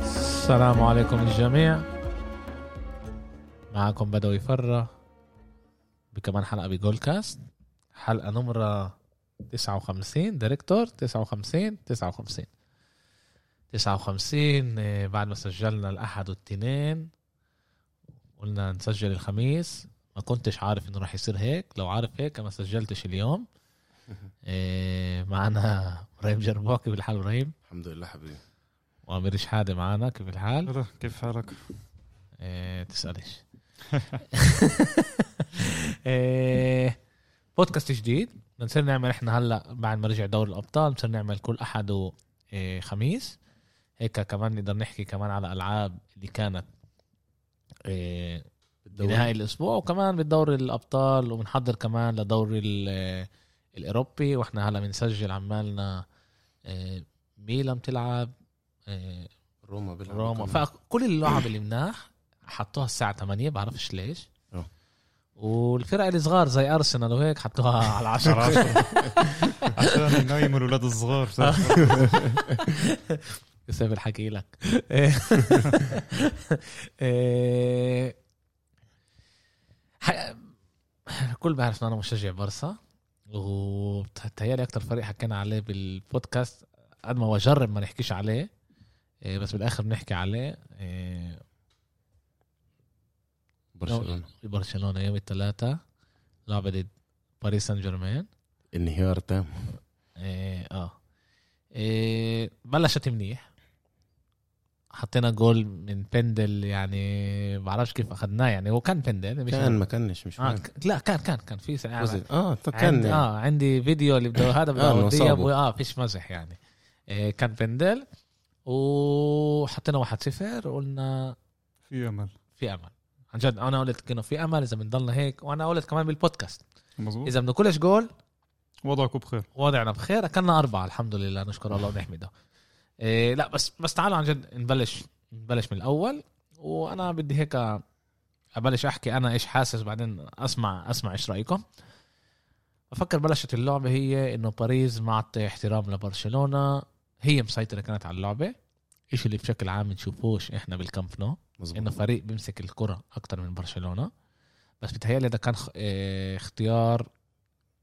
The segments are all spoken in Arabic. السلام عليكم الجميع معكم بدوي فرة بكمان حلقة بجول كاست حلقة نمرة 59 دايركتور 59 59 59 آه، بعد ما سجلنا الأحد والتنين قلنا نسجل الخميس ما كنتش عارف انه راح يصير هيك لو عارف هيك ما سجلتش اليوم آه، معنا ابراهيم جربوك كيف الحال ابراهيم الحمد لله حبيبي وامير شحاده معنا كيف الحال يلا، كيف حالك؟ إيه، تسألش إيه، بودكاست جديد بنصير نعمل احنا هلا بعد ما رجع دوري الابطال بنصير نعمل كل احد وخميس هيك كمان نقدر نحكي كمان على العاب اللي كانت إيه، بنهاية الاسبوع وكمان بالدوري الابطال وبنحضر كمان لدوري ال- آه، الاوروبي واحنا هلا بنسجل عمالنا إيه، ميلان بتلعب إيه، روما بيلعب روما كمان. فكل اللعب اللي مناح حطوها الساعة 8 بعرفش ليش آه. والفرق الصغار زي ارسنال وهيك حطوها على 10 عشان ينايموا الاولاد الصغار يوسف الحكي لك إيه. ح- الكل بيعرف ان انا مشجع برسا وبتهيألي اكتر فريق حكينا عليه بالبودكاست قد ما هو جرب ما نحكيش عليه إيه، بس بالاخر بنحكي عليه إيه، برشلونه برشلونه يوم الثلاثاء لعبه ضد باريس سان جيرمان انهيار تام إيه، اه إيه بلشت منيح حطينا جول من بندل يعني بعرفش كيف اخذناه يعني هو كان بندل مش كان ما كانش مش آه مهم. ك- لا كان كان كان في ساعة- وزن. اه طب عند كان اه عندي فيديو اللي بده هذا بده آه، اوديه نصابه. ابوي اه فيش مزح يعني إيه كان بندل وحطينا 1-0 وقلنا في امل في امل عن جد انا قلت انه في امل اذا بنضلنا هيك وانا قلت كمان بالبودكاست مظبوط اذا بناكلش جول وضعكم بخير وضعنا بخير اكلنا اربعه الحمد لله نشكر الله ونحمده إيه لا بس بس تعالوا عن جد نبلش نبلش من الاول وانا بدي هيك ابلش احكي انا ايش حاسس بعدين اسمع اسمع ايش رايكم بفكر بلشت اللعبه هي انه باريس معطي احترام لبرشلونه هي مسيطره كانت على اللعبه ايش اللي بشكل عام بنشوفوش احنا بالكامب نو مظبوط انه فريق بيمسك الكره اكتر من برشلونه بس بتهيألي ده كان خ- إيه، اختيار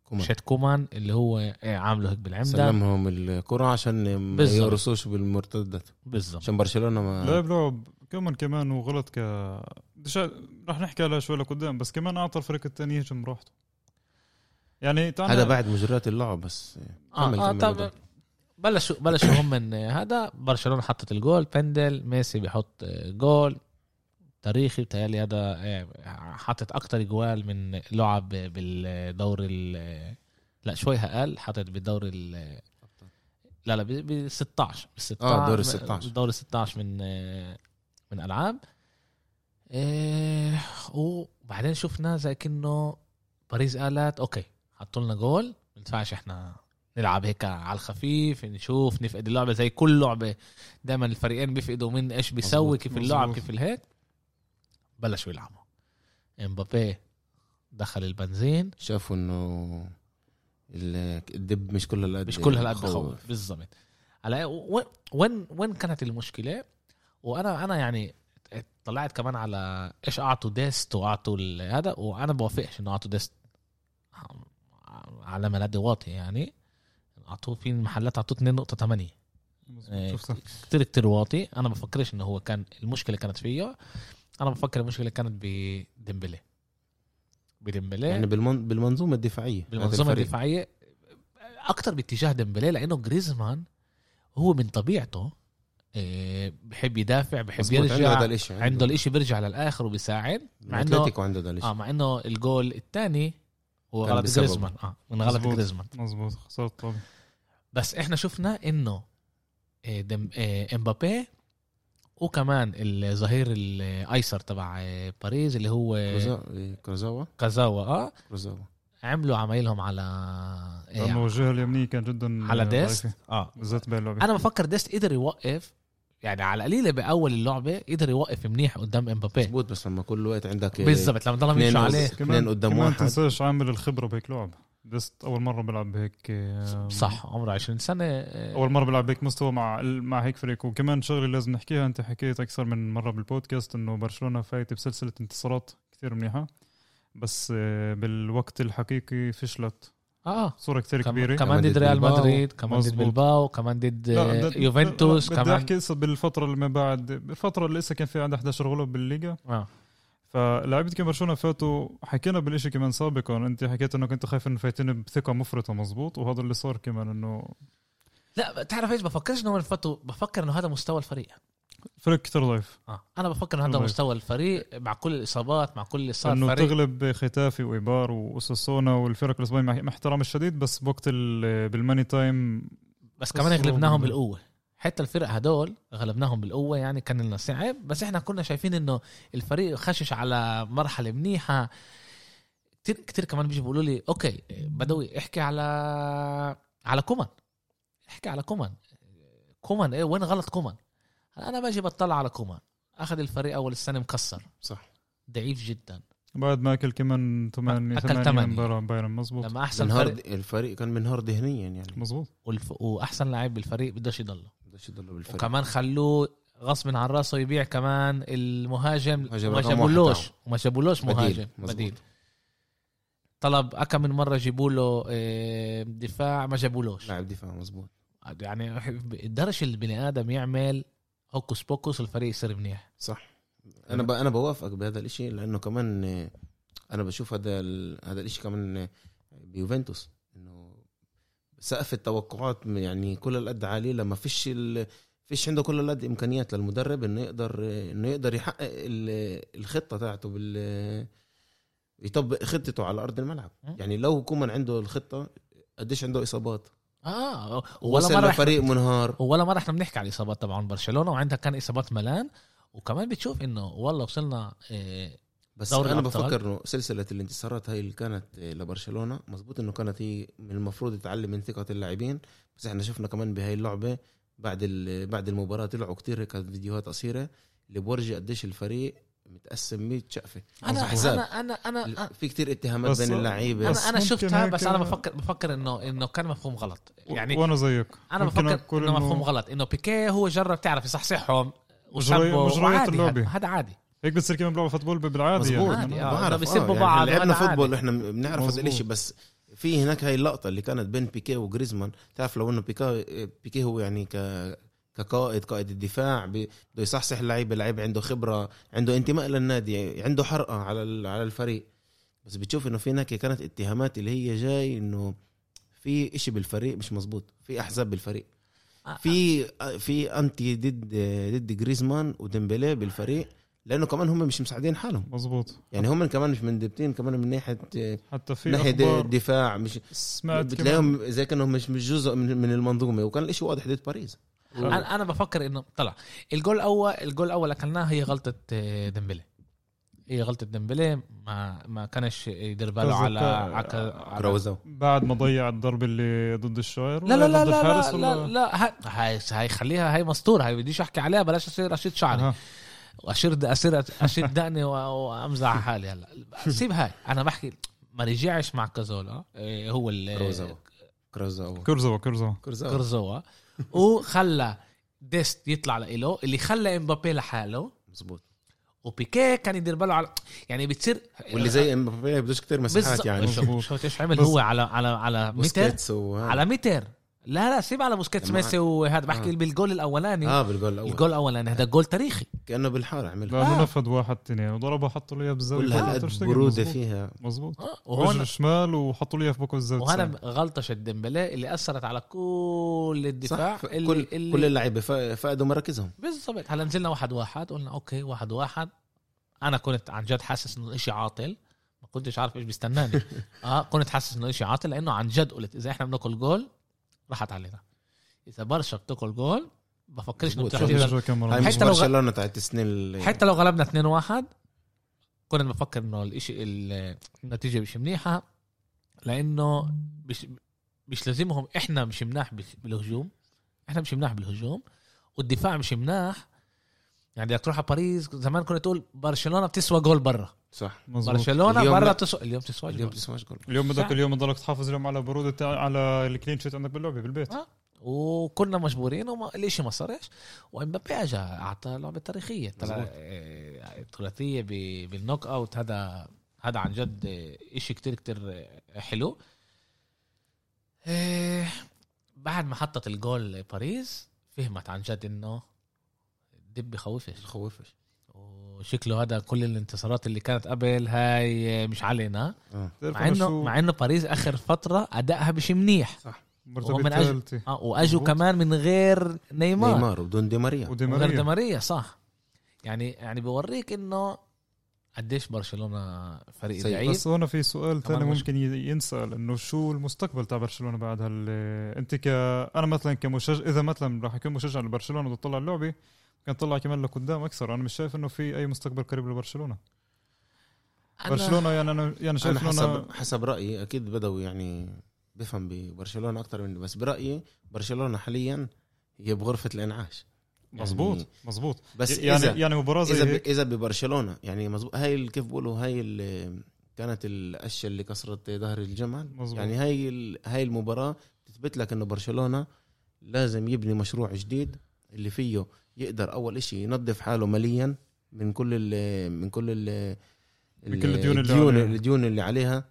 كومان. شات كومان اللي هو إيه، عامله هيك بالعمده سلمهم الكرة عشان ما بالظبط. يرسوش بالمرتدات بالظبط عشان برشلونة ما آه. لعب لعب كمان كمان وغلط ك بديش أ- رح نحكي عليها شوي لقدام بس كمان اعطى الفريق الثاني يهجم براحته يعني تعال هذا بعد مجريات اللعب بس اه, كمل- آه كمل طب بدل. بلشوا بلشوا هم من هذا برشلونه حطت الجول بندل ميسي بيحط آه، جول تاريخي بتهيألي هذا آه، حطت اكتر جوال من لعب بالدوري ال- آه، لا شوي اقل حطت بالدوري ال- آه، لا لا بال 16 بال 16 آه، دوري 16. دوري 16 من آه، من العاب إيه وبعدين شفنا زي كأنه باريس قالت اوكي حطوا لنا جول ما ينفعش احنا نلعب هيك على الخفيف نشوف نفقد اللعبه زي كل لعبه دائما الفريقين بيفقدوا مين ايش بيسوي مظبوط، كيف مظبوط. اللعب كيف الهيك بلشوا يلعبوا امبابي دخل البنزين شافوا انه ال- الدب مش كل هالقد مش كل هالقد خوف. بخوف بالضبط على إيه؟ وين- وين وين كانت المشكله وانا انا يعني طلعت كمان على ايش اعطوا ديست واعطوا ال- هذا وانا بوافقش انه اعطوا ديست على ملاذ واطي يعني اعطوه في محلات اعطوه 2.8 مظبوط، إيه، شفتها كتير كتير واطي انا بفكرش انه هو كان المشكله كانت فيه انا بفكر المشكله كانت بديمبلي بديمبلي يعني بالمن... بالمنظومة الدفاعية بالمنظومه الدفاعيه اكتر باتجاه ديمبلي لانه جريزمان هو من طبيعته إيه، بحب يدافع بحب يرجع عنده هذا يرجع الاشي عنده الاشي بيرجع للآخر وبيساعد مع انه اتلتيكو عنده هذا الاشي اه مع انه الجول الثاني هو كان غلط بسببه. جريزمان اه من غلط مظبوط. جريزمان مظبوط خساره طبعا بس احنا شفنا انه إيه، دم- إيه، امبابي وكمان الظهير الايسر تبع إيه، باريس اللي هو كروزا- كروزاوا كازاوا اه كروزاوا عملوا عمايلهم على إيه، لانه الجهه اليمنيه كان جدا على ديست ضعيفة، آه. اه بالذات باللعبه انا بفكر ديست قدر يوقف يعني على القليله باول اللعبه قدر يوقف منيح قدام امبابي مظبوط بس لما كل وقت عندك إيه، بالضبط لما ضلهم اثنين يمشوا وز- عليه اثنين قدام كمان واحد تنساش عامل الخبره بهيك لعب دست اول مره بلعب بهيك آه، صح عمره 20 سنه آه، اول مره بلعب بهيك مستوى مع مع هيك فريق وكمان شغله لازم نحكيها انت حكيت اكثر من مره بالبودكاست انه برشلونه فايت بسلسله انتصارات كثير منيحه بس آه، بالوقت الحقيقي فشلت اه صوره كثير كم- كبيره كمان كمان ضد ضد ريال بلباو. مدريد كمان ضد مظبوط. بلباو كمان ضد لا، آه، ده- ده- يوفنتوس لا، بدي كمان احكي هسه بالفتره اللي ما بعد الفتره اللي لسه كان في عندها 11 غلب بالليغا آه. فلعيبه كمان برشلونه فاتوا حكينا بالشيء كمان سابقا انت حكيت انك انت خايف انه فايتين بثقه مفرطه مزبوط وهذا اللي صار كمان انه لا بتعرف ايش بفكرش انهم انفطوا بفكر انه هذا مستوى الفريق فريق كثير ضعيف آه. انا بفكر انه هذا طيب. مستوى الفريق مع كل الاصابات مع كل اللي صار انه فريق تغلب ختافي وايبار واساسونا والفرق الاسبانيه مع مع احترامي الشديد بس بوقت ال- بالماني تايم بس كمان خسروا غلبناهم من- بالقوه حتى الفرق هدول غلبناهم بالقوه يعني كان لنا صعب بس احنا كنا شايفين انه الفريق خشش على مرحله منيحه كتير كتير كمان بيجي بيقولوا لي اوكي بدوي احكي على على كومان احكي على كومان كومان ايه وين غلط كومان هلا انا باجي بطلع على كومان اخذ الفريق اول السنه مكسر صح ضعيف جدا بعد ما اكل كمان 8 أكل 8 تمانية. مباراه بايرن مزبوط لما احسن منهار فريق الفريق كان منهار ذهنيا يعني مزبوط والف... واحسن لاعب بالفريق بدوش يضله بدش يضلوا بالفريق وكمان خلوه غصب عن راسه يبيع كمان المهاجم مهاجم وما رقم جابولوش واحد وما جابولوش بديل، مهاجم مظبوط. بديل طلب اكم من مره جيبوا له آه، دفاع ما جابولوش لاعب دفاع مزبوط يعني قدرش البني ادم يعمل هوكس بوكس الفريق يصير منيح صح انا ب... انا بوافقك بهذا الاشي لانه كمان آه، انا بشوف هذا ال... هذا الاشي كمان آه، بيوفنتوس انه سقف التوقعات م- يعني كل القد عالي لما فيش ال... فيش عنده كل القد امكانيات للمدرب انه يقدر آه، انه يقدر يحقق ال... الخطه تاعته بال آه، يطبق خطته على ارض الملعب مم. يعني لو كومان عنده الخطه قديش عنده اصابات اه ولا وصل مره إحنا- لفريق منهار ولا مره احنا بنحكي على الاصابات تبعون برشلونه وعندها كان اصابات ملان وكمان بتشوف انه والله وصلنا آه، بس دوري انا الأبطال. بفكر انه سلسله الانتصارات هاي اللي كانت آه، لبرشلونه مزبوط انه كانت هي من المفروض تتعلم من ثقه اللاعبين بس احنا شفنا كمان بهاي اللعبه بعد ال- بعد المباراه طلعوا كتير هيك فيديوهات قصيره اللي بورجي قديش الفريق متقسم 100 شقفه انا أحزاب. انا انا انا في كتير اتهامات بس- بين اللعيبه انا انا ممكن شفتها هيك- بس انا بفكر بفكر انه انه كان مفهوم غلط يعني يعني وانا زيك انا ممكن بفكر أقول انه مفهوم غلط انه بيكيه هو جرب تعرف يصحصحهم مجري- وسبوا مجريات وعادي اللعبة. هذا- هذا عادي هيك بتصير كمان بلعبه فوتبول بالعادي مزبوط عادي، يعني آه. بعرف، بيسبوا يعني بعض، لعبنا وهذا عادي. فوتبول احنا بنعرف هذا مزبوط. الشيء بس في هناك هاي اللقطه اللي كانت بين بيكي وجريزمان تعرف لو انه بيكا بيكي هو يعني ك كقائد قائد الدفاع بي- بده يصحصح اللعيبه اللعيب عنده خبره عنده انتماء للنادي عنده حرقه على ال- على الفريق بس بتشوف انه في هناك كانت اتهامات اللي هي جاي انه في إشي بالفريق مش مزبوط في احزاب بالفريق آه، في آه، في انتي ضد ضد جريزمان وديمبلي بالفريق لانه كمان هم مش مساعدين حالهم مزبوط يعني هم كمان مش مندبتين كمان من ناحيه حتى في ناحيه أخبار الدفاع مش سمعت كمان بتلاقيهم زي كانهم مش مش جزء من, من المنظومه وكان الاشي واضح ضد باريس طيب. انا انا بفكر انه طلع الجول الاول الجول الاول اكلناه هي غلطه آه، ديمبلي هي غلطه ديمبلي ما ما كانش يدير باله قصدك، على آه، على- على روزوا بعد ما ضيع الضربه اللي ضد الشاعر لا لا لا ضد لا الحارس لا لا, ولا- لا هاي- هاي هاي خليها هاي مسطوره هاي بديش احكي عليها بلاش اصير اشيد شعري أها. واشير اشير اشيد دقني و- وامزح على حالي هلا سيب هاي انا بحكي ما رجعش مع كازولا إيه، هو كروزاوا. اللي كرزوا كرزوا كرزوا كرزوا كرزوا وخلى ديست يطلع لإله اللي خلى امبابي لحاله مزبوط وبيكيه كان يدير باله على يعني بتصير واللي زي امبابي بدوش كتير مساحات بالظبط يعني شوف شوف ايش عمل بس- هو على على على متر بوسكيتس وهذا. على متر لا لا سيب على بوسكيتس لما- ميسي وهذا بحكي آه. بالجول الاولاني اه بالجول الاول الجول الاولاني هذا جول تاريخي كانه بالحاره عملها آه. لانه نفذ واحد تنين وضربها حطوا لي إياه بالزاويه كل هالقد بروده فيها مزبوط آه، وجه وهون الشمال وحطوا لي إياه في بوكو الزاويه وهنا غلطه ديمبلي اللي اثرت على كل الدفاع صح اللي كل اللي كل اللعيبه فا- فقدوا مراكزهم بالضبط هلا نزلنا واحد واحد قلنا اوكي واحد واحد انا كنت عن جد حاسس انه الاشي عاطل ما كنتش عارف ايش بيستناني اه كنت حاسس انه الاشي عاطل لانه عن جد قلت اذا احنا بناكل جول راحت علينا اذا برشا بتاكل جول بفكرش انه مظبوط. بتروح شوف تقدر- شوف كم هاي مره مش حتى لو غ- برشلونه تاعت السنين اللي- حتى لو غلبنا 2-1 كنا بنفكر انه الاشي ال- النتيجه مش منيحه لانه مش مش لازمهم احنا مش مناح بال- بالهجوم احنا مش مناح بالهجوم والدفاع مش مناح يعني بدك تروح على باريس زمان كنت تقول برشلونه بتسوى جول برا صح مظبوط برشلونه اليوم برا لا. بتسوى اليوم بتسوى اليوم جول بتسمعش جول اليوم صح. بدك اليوم بضلك تحافظ اليوم على برودة تاع- على الكلين شيت عندك باللعبة بالبيت آه. وكنا مجبورين وما الاشي ما صارش وامبابي اجى اعطى لعبه تاريخيه طلع مظبوط. آه، الثلاثيه ب- بالنوك اوت هذا هذا عن جد آه، اشي كتير كتير آه، حلو آه، بعد ما حطت الجول باريس فهمت عن جد انه الدب بخوفش خوفش وشكله هذا كل الانتصارات اللي كانت قبل هاي آه، مش علينا اه بتعرف مع أنا انه شو مع انه باريس اخر فتره ادائها مش منيح وهم من مرتبة أجل- ثالثة اه واجوا مظبوط. كمان من غير نيمار نيمار وبدون دي ماريا ودي غير ماريا دمارية صح يعني يعني بوريك انه قديش برشلونه فريق سيء. ضعيف بس هون في سؤال كمان ثاني مش- ممكن ي- ينسال انه شو المستقبل تاع برشلونه بعد هال انت ك انا مثلا كمشجع اذا مثلا راح اكون مشجع لبرشلونه بدي اطلع اللعبه كان طلع كمان لقدام اكثر انا مش شايف انه في اي مستقبل قريب لبرشلونه أنا- برشلونه يعني انا يعني انا شايف انه حسب أنا- حسب رايي اكيد بدوي يعني بفهم ببرشلونه اكثر مني بس برايي برشلونه حاليا هي بغرفه الانعاش يعني مزبوط مزبوط بس يعني إذا- يعني مباراه زي اذا ب... هيك اذا ببرشلونه يعني مزبوط هاي ال- كيف بقولوا هاي ال... كانت القشه اللي كسرت ظهر الجمل مزبوط. يعني هاي ال... هاي المباراه بتثبت لك انه برشلونه لازم يبني مشروع جديد اللي فيه يقدر اول إشي ينظف حاله ماليا من كل ال... من كل ال... من كل الديون اللي الديون, عليها. الديون اللي عليها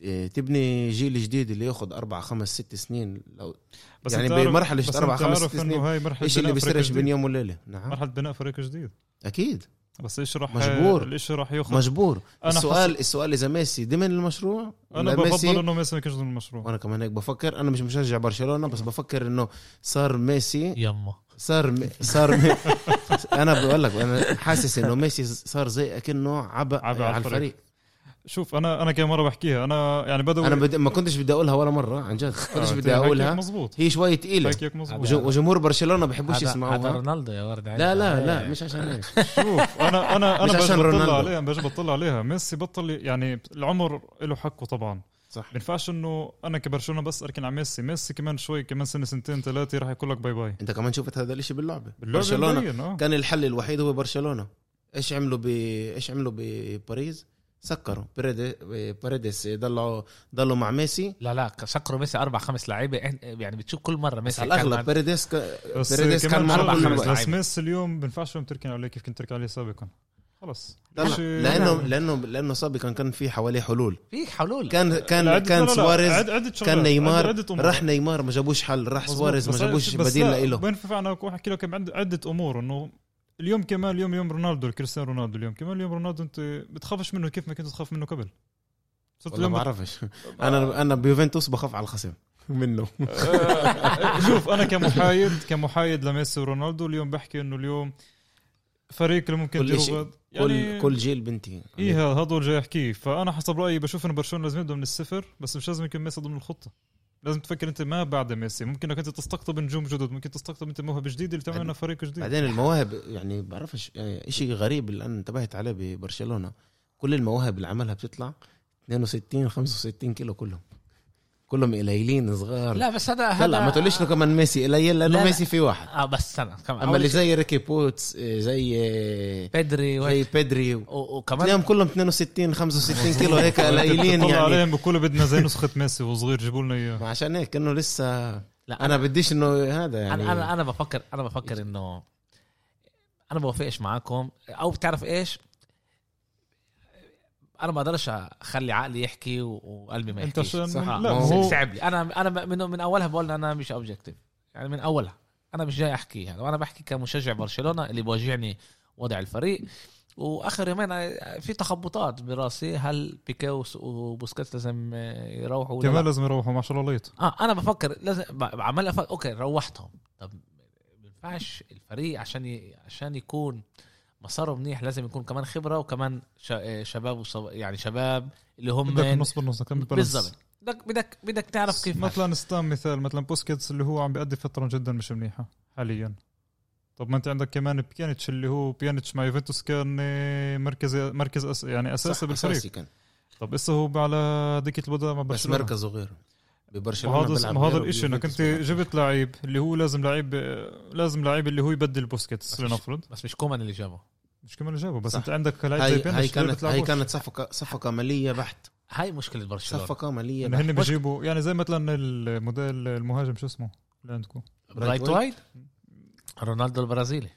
إيه، تبني جيل جديد اللي ياخذ اربع خمس ست سنين لو بس يعني أنت عارف- بمرحلة بس شت أربع أنت خمس عارف ست إنه سنين. هاي مرحله ايش اللي بناء فريق بيصيرش جديد. بين يوم وليله نعم مرحله بناء فريق جديد اكيد بس ايش راح مجبور. ايش راح ياخذ مجبور أنا حس- السؤال السؤال اذا ميسي ضمن المشروع انا ولا ميسي بفضل انه ميسي ما يكونش ضمن المشروع وانا كمان هيك بفكر انا مش مشجع برشلونه بس بفكر انه صار ميسي يما صار م... صار م... انا بقول لك انا حاسس انه ميسي صار زي اكنه عبء عبء على, على على الفريق شوف انا انا كم مره بحكيها انا يعني آه، بدوي انا بد... ما كنتش بدي اقولها ولا مره عن جد ما كنتش بدي اقولها مضبوط هي شوي ثقيله حكيك مضبوط وج- وجمهور برشلونه بيحبوش هذا- هذا يسمعوها رونالدو يا ورد عينك. لا لا إيه. لا مش عشان هيك شوف انا انا مش انا بجي عشان رونالدو. بطلع عليها بجي بطلع عليها ميسي بطل يعني العمر له حقه طبعا صح بينفعش انه انا كبرشلونه بس اركن على ميسي ميسي كمان شوي كمان سنه سنتين ثلاثه راح يقول لك باي باي انت كمان شفت هذا الاشي باللعبه باللعبة برشلونه مبين، آه. كان الحل الوحيد هو برشلونه ايش عملوا ب ايش عملوا بباريس سكروا بريدي- باريديس ضلوا ضلوا مع ميسي لا لا سكروا ميسي اربع خمس لعيبه إن- يعني بتشوف كل مره بس ميسي على الاغلب كان- باريديس ك... بس بيريز كمان كان مع شغلة، أربع خمس بس لعيبة. ميسي اليوم بينفعش يوم تركن عليه كيف كنت تركن عليه سابقا خلص طلع. مش- نعم. لانه لانه لانه سابقا كان في حواليه حلول في حلول كان كان عدة- لا، كان لا، لا، سواريز عد- عدة شغلات، كان نيمار عدة- عدة أمور. راح نيمار ما جابوش حل راح مظبوط. سواريز ما بس- جابوش بس بديل لا، لإله بينفع انا اكون احكي لكم عند عده امور انه اليوم كمان اليوم يوم رونالدو كريستيانو رونالدو اليوم كمان اليوم رونالدو انت بتخافش منه كيف ما كنت تخاف منه قبل صرت والله اليوم ما بعرفش انا انا بيوفنتوس بخاف على الخصم منه آه، شوف انا كمحايد كمحايد لميسي ورونالدو اليوم بحكي انه اليوم فريق اللي ممكن يعني كل يروح شيء. غد- كل كل جيل بنتي ايه هذا هو اللي جاي احكيه فانا حسب رايي بشوف انه برشلونه لازم يبدا من الصفر بس مش لازم يكون ميسي ضمن الخطه لازم تفكر انت ما بعد ميسي ممكن انك انت تستقطب نجوم جدد ممكن تستقطب انت موهبه جديده اللي تعمل لنا فريق طيب. جديد بعدين المواهب يعني بعرفش يعني شيء غريب اللي انا انتبهت عليه ببرشلونه كل المواهب اللي عملها بتطلع 62 65 كيلو كلهم كلهم قليلين صغار لا بس هذا هذا هلا ما تقوليش انه كمان ميسي قليل لا، لانه لا. ميسي في واحد اه بس استنى كمان اما أول اللي شيء زي ريكي بوتس إيه، زي إيه، بدري و- زي بيدري و- تلاقيهم وكمان كلهم 62 65 كيلو هيك قليلين طلع يعني عليهم بيقولوا بدنا زي نسخه ميسي وصغير جيبوا لنا اياه ما عشان هيك انه لسه لا انا بديش انه هذا يعني انا انا انا بفكر انا بفكر انه انا بوافقش معاكم او بتعرف ايش انا ما بقدرش اخلي عقلي يحكي و- وقلبي ما انت يحكيش عشان صح، لا ما س- هو- صعب لي انا انا من من اولها بقول انا مش اوبجكتيف يعني من اولها انا مش جاي احكي هذا وانا بحكي كمشجع برشلونه اللي بواجعني وضع الفريق واخر يومين في تخبطات براسي هل بيكي وس- وبوسكيتس لازم يروحوا ولا لا؟ كمان لازم يروحوا مع شاء الله ليت اه انا بفكر لازم ب- عمال أفكر اوكي روحتهم طب ما ينفعش الفريق عشان ي... عشان يكون مساره منيح لازم يكون كمان خبره وكمان ش... آه، شباب وصب... يعني شباب اللي هم بدك نص بالنص بدك تعمل بالانس. بالظبط بدك بدك بدك تعرف كيف مثلا نستام مثال مثلا بوسكيتس اللي هو عم بيأدي فتره جدا مش منيحه حاليا طب ما انت عندك كمان بيانيتش اللي هو بيانيتش مع يوفنتوس كان آه، مركز مركز أس يعني اساسي صح، بالفريق أساسي كان طب هسه هو على دكه البدلاء مع بس برشلونه مركزه غير ببرشلونه وهذا بيلعب ما هذا غيره الشيء انك بيوفنتوس انت بيلعب. جبت لعيب اللي هو لازم لعيب لازم لعيب اللي هو يبدل بوسكيتس بس مش- لنفرض بس مش كومان اللي جابه مش كمان جابه بس صح. انت عندك لعيب زي هاي بيانيتش هاي اللي كانت هاي بتلعبوش. كانت صفقه صفقه ماليه بحت هاي مشكله برشلونه صفقه ماليه إن بحت هن بيجيبوا يعني زي مثلا الموديل المهاجم شو اسمه اللي عندكم برايت برايت وايد رونالدو البرازيلي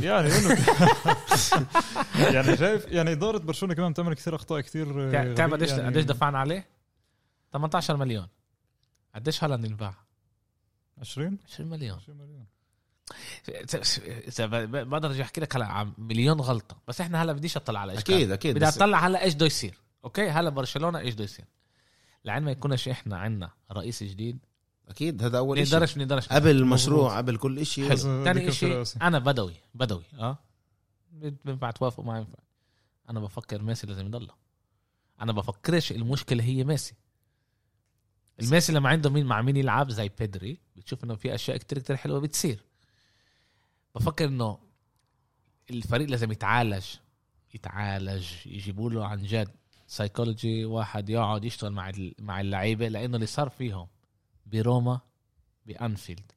يعني انه يعني شايف يعني اداره برشلونه كمان بتعمل كثير اخطاء كثير تع- تعرف قديش يعني- قديش دفعنا عليه؟ 18 مليون قديش هالاند انباع؟ 20 20 مليون 20 مليون اذا ب- ب- بقدر ارجع احكي لك هلا عن مليون غلطه بس احنا هلا بديش اطلع على اشكال اكيد اكيد بدي بس اطلع هلا ايش بده يصير اوكي هلا برشلونه ايش بده يصير لعن ما يكونش احنا عندنا رئيس جديد اكيد هذا اول شيء نقدرش نقدرش قبل المشروع قبل كل شيء بس حلو ثاني ذكر شيء ثلاثي. انا بدوي بدوي اه بينفع توافقوا ما ينفع انا بفكر ميسي لازم يضله انا بفكرش المشكله هي ميسي الميسي لما عنده مين مع مين يلعب زي بيدري بتشوف انه في اشياء كتير كتير حلوه بتصير بفكر انه الفريق لازم يتعالج يتعالج يجيبوا له عن جد سايكولوجي واحد يقعد يشتغل مع ال- مع اللعيبه لانه اللي صار فيهم بروما بانفيلد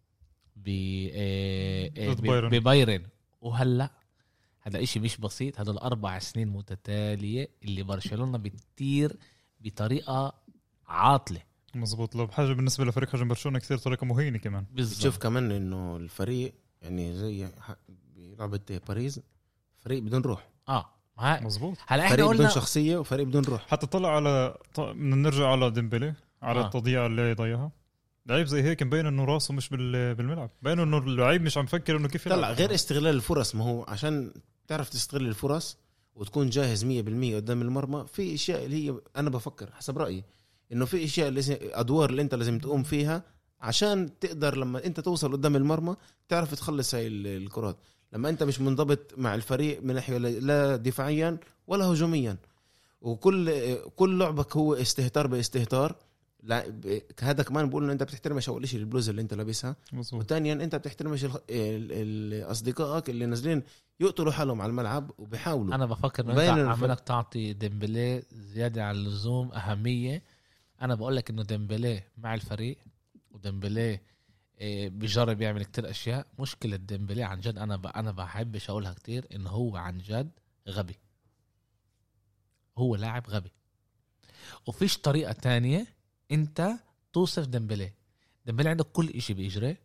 ب آه، آه، ضد بايرن. ب- ببايرن وهلا هذا إشي مش بسيط هدول اربع سنين متتاليه اللي برشلونه بتطير بطريقه عاطله مزبوط لو بحاجه بالنسبه لفريق حجم برشلونه كثير طريقه مهينه كمان بتشوف كمان انه الفريق يعني زي ح- بلعبه باريس فريق بدون روح اه ما- مزبوط هلا احنا فريق بدون قلنا شخصيه وفريق بدون روح حتى طلع على ط- بدنا نرجع على ديمبلي على آه. آه. التضييع اللي ضيعها لعيب زي هيك مبين انه راسه مش بال... بالملعب مبين انه اللعيب مش عم فكر انه كيف طلع يلعب غير استغلال الفرص ما هو عشان تعرف تستغل الفرص وتكون جاهز 100% قدام المرمى في اشياء اللي هي انا بفكر حسب رايي انه في اشياء لازم ادوار اللي انت لازم تقوم فيها عشان تقدر لما انت توصل قدام المرمى تعرف تخلص هاي ال- الكرات لما انت مش منضبط مع الفريق من ناحيه لا- لا دفاعيا ولا هجوميا وكل كل لعبك هو استهتار باستهتار لا ب- هذا كمان بقول انه انت بتحترمش اول شيء البلوزه اللي انت لابسها مزبوط وثانيا انت بتحترمش الخ- ال- ال- اصدقائك اللي نازلين يقتلوا حالهم على الملعب وبيحاولوا انا بفكر انه بين انت الفرق. عمالك تعطي ديمبلي زياده عن اللزوم اهميه انا بقول لك انه ديمبلي مع الفريق وديمبلي إيه، بجرب يعمل كتير اشياء مشكله ديمبلي عن جد انا ب... انا بحبش اقولها كتير انه هو عن جد غبي هو لاعب غبي وفيش طريقه تانية انت توصف ديمبلي ديمبلي عنده كل إشي بيجري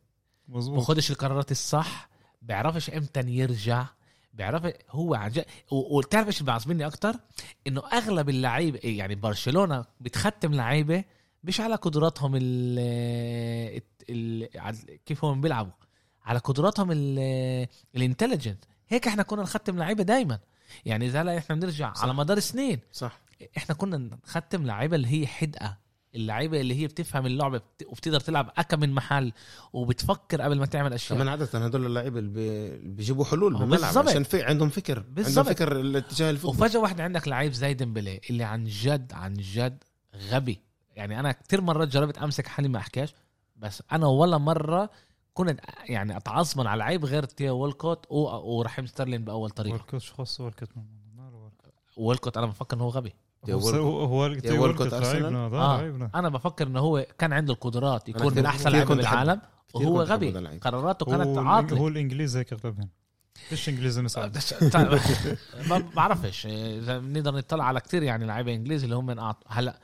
مزبوط بخدش القرارات الصح بيعرفش امتى يرجع بيعرف هو عن جد و- وبتعرف ايش بيعصبني اكتر انه اغلب اللعيبه إيه يعني برشلونه بتختم لعيبه مش على قدراتهم ال ال- ال- كيف هم بيلعبوا على قدراتهم ال- الانتليجنت هيك احنا كنا نختم لعيبه دايما يعني اذا هلا احنا بنرجع صح. على مدار سنين صح احنا كنا نختم لعيبه اللي هي حدقه اللعيبه اللي هي بتفهم اللعبه بت... وبتقدر تلعب اكا من محل وبتفكر قبل ما تعمل اشياء كمان عاده هدول اللعيبه اللي بي- اللي بيجيبوا حلول هو بالملعب بالظبط. عشان في عندهم فكر بالظبط. عندهم فكر الاتجاه الفوق وفجاه واحد عندك لعيب زي ديمبلي اللي عن جد عن جد غبي يعني انا كتير مرات جربت امسك حالي ما احكيش بس انا ولا مره كنت يعني اتعصبن على لعيب غير تيو والكوت و... ورحيم ستيرلين باول طريقه وركوت شو خاصه وركوت ما- ما له وركوت. والكوت انا بفكر انه هو غبي تيو هو- وركوت. هو هو تيو تيو وركوت وركوت أرسنال؟ لعيبنا هذا آه. لعيبنا انا بفكر انه هو كان عنده القدرات أنا يكون كتير- من احسن كتير لعيبه كنت أحب- بالعالم كتير وهو كنت أحب هذا غبي اللعيب. قراراته هو كانت الإنج- عاطله هو الانجليزي هيك اغلبهم فيش انجليزي آه. مساعد طيب، ما بعرفش اذا بنقدر نطلع على كتير يعني لعيبه انجليزي اللي هم انقعدوا هلا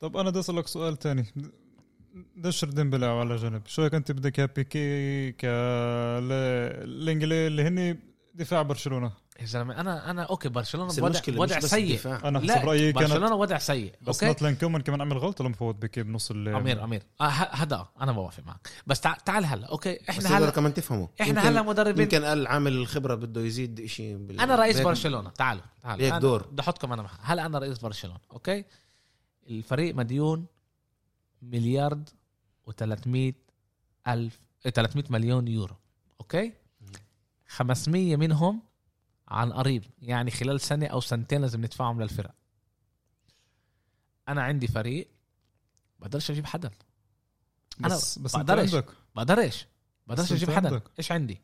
طب انا بدي اسالك سؤال تاني دشر ديمبلي على جنب شو كنت بدك يا بيكي ك الانجلي اللي هن دفاع برشلونه يا زلمه انا انا اوكي برشلونه بس وضع, المشكله وضع مش بس سيء الدفاع انا حسب لا رايي كانت برشلونه وضع سيء بس اوكي ناتلان كومان كمان عمل غلطه لما فوت بيكي بنص ال امير امير آه، ه- هذا آه، انا بوافق معك بس تع- تعال هلا اوكي بس احنا هلا هلا كمان تفهموا احنا يمكن- هلا مدربين يمكن قال عامل الخبره بده يزيد شيء بال... انا رئيس بيك- برشلونه تعالوا تعالوا ليك أنا دور. بدي احطكم انا معها هلا انا رئيس برشلونه اوكي الفريق مديون مليارد و300 الف 300 مليون يورو اوكي 500 منهم عن قريب يعني خلال سنه او سنتين لازم ندفعهم للفرق انا عندي فريق بقدرش اجيب حدا بس بس انت بقدرش. عندك بقدرش بقدرش بس أنت اجيب حدا عندك. ايش عندي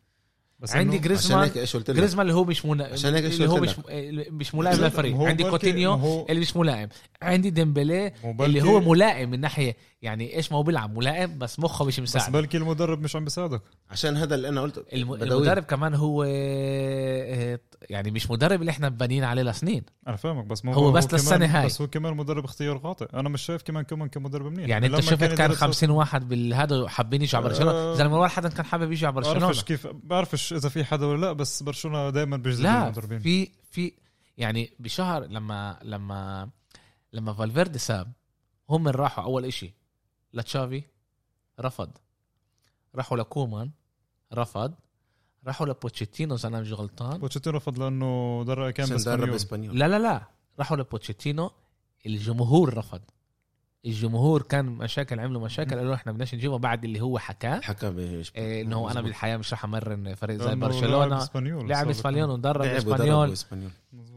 بس عندي إنه- عشان جريزمان هيك ايش قلت لك جريزمان اللي هو مش منا... عشان هيك اللي هو قلت مش مش ملائم لا، للفريق هو عندي بركي- كوتينيو هو اللي مش ملائم عندي ديمبلي وبلكي- اللي هو ملائم من ناحيه يعني ايش ما هو بيلعب ملائم بس مخه مش بس مساعد بلكي المدرب مش عم بيساعدك عشان هذا اللي انا قلته الم... بدوي. المدرب كمان هو آه، يعني مش مدرب اللي احنا بنين عليه لسنين انا فاهمك بس ما هو بس كمان- للسنة هاي. بس هو كمان مدرب اختيار خاطئ انا مش شايف كمان كمان كمدرب منيح يعني انت لما شفت كان يدرس- 50 واحد بالهذا حابين يجوا على برشلونه آه. زلمه ولا حدا كان حابب يجي على برشلونه بعرفش كيف بعرفش اذا في حدا ولا لا بس برشلونه دائما بيجذب لا المدربين في في يعني بشهر لما لما لما فالفيردي ساب هم من راحوا اول إشي لتشافي رفض راحوا لكومان رفض راحوا لبوتشيتينو اذا انا مش غلطان بوتشيتينو رفض لانه در كان عشان بس مدرب اسبانيول لا لا لا راحوا لبوتشيتينو الجمهور رفض الجمهور كان مشاكل عملوا مشاكل قالوا احنا بدناش نجيبه بعد اللي هو حكاه حكى بإيش- إيه، انه هو انا مظبوط. بالحياه مش رح امرن فريق زي برشلونه لاعب اسبانيول ودرب لعب ودرب اسبانيول اسبانيول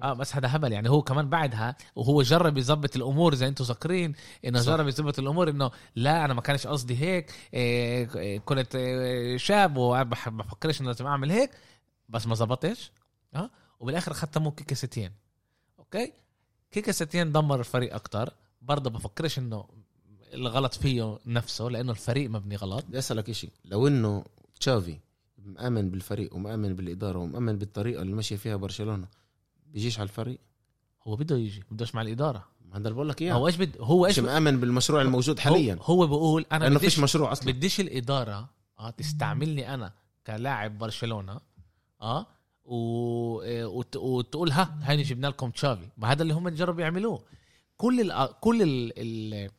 اه بس هذا هبل يعني هو كمان بعدها وهو جرب يظبط الامور زي انتم ذاكرين انه صح. جرب يظبط الامور انه لا انا ما كانش قصدي هيك إيه، إيه، كنت إيه، شاب وما بفكرش انه لازم اعمل هيك بس ما ظبطتش اه وبالاخر ختموا كيكا ستين اوكي كيكا ستين دمر الفريق اكتر برضه بفكرش انه الغلط فيه نفسه لانه الفريق مبني غلط بدي اسالك شيء لو انه تشافي مأمن بالفريق ومأمن بالاداره ومأمن بالطريقه اللي ماشيه فيها برشلونه بيجيش على الفريق هو بده يجي بدوش مع الاداره هذا اللي بقول لك اياه هو ايش بد هو ايش مش مأمن بالمشروع الموجود حاليا هو, هو بيقول انا لانه بديش- فيش مشروع اصلا بديش الاداره اه تستعملني انا كلاعب برشلونه اه و... آه، وت... وتقول ها هيني جبنا لكم تشافي ما هذا اللي هم جربوا يعملوه كل ال... آه، كل ال... ال...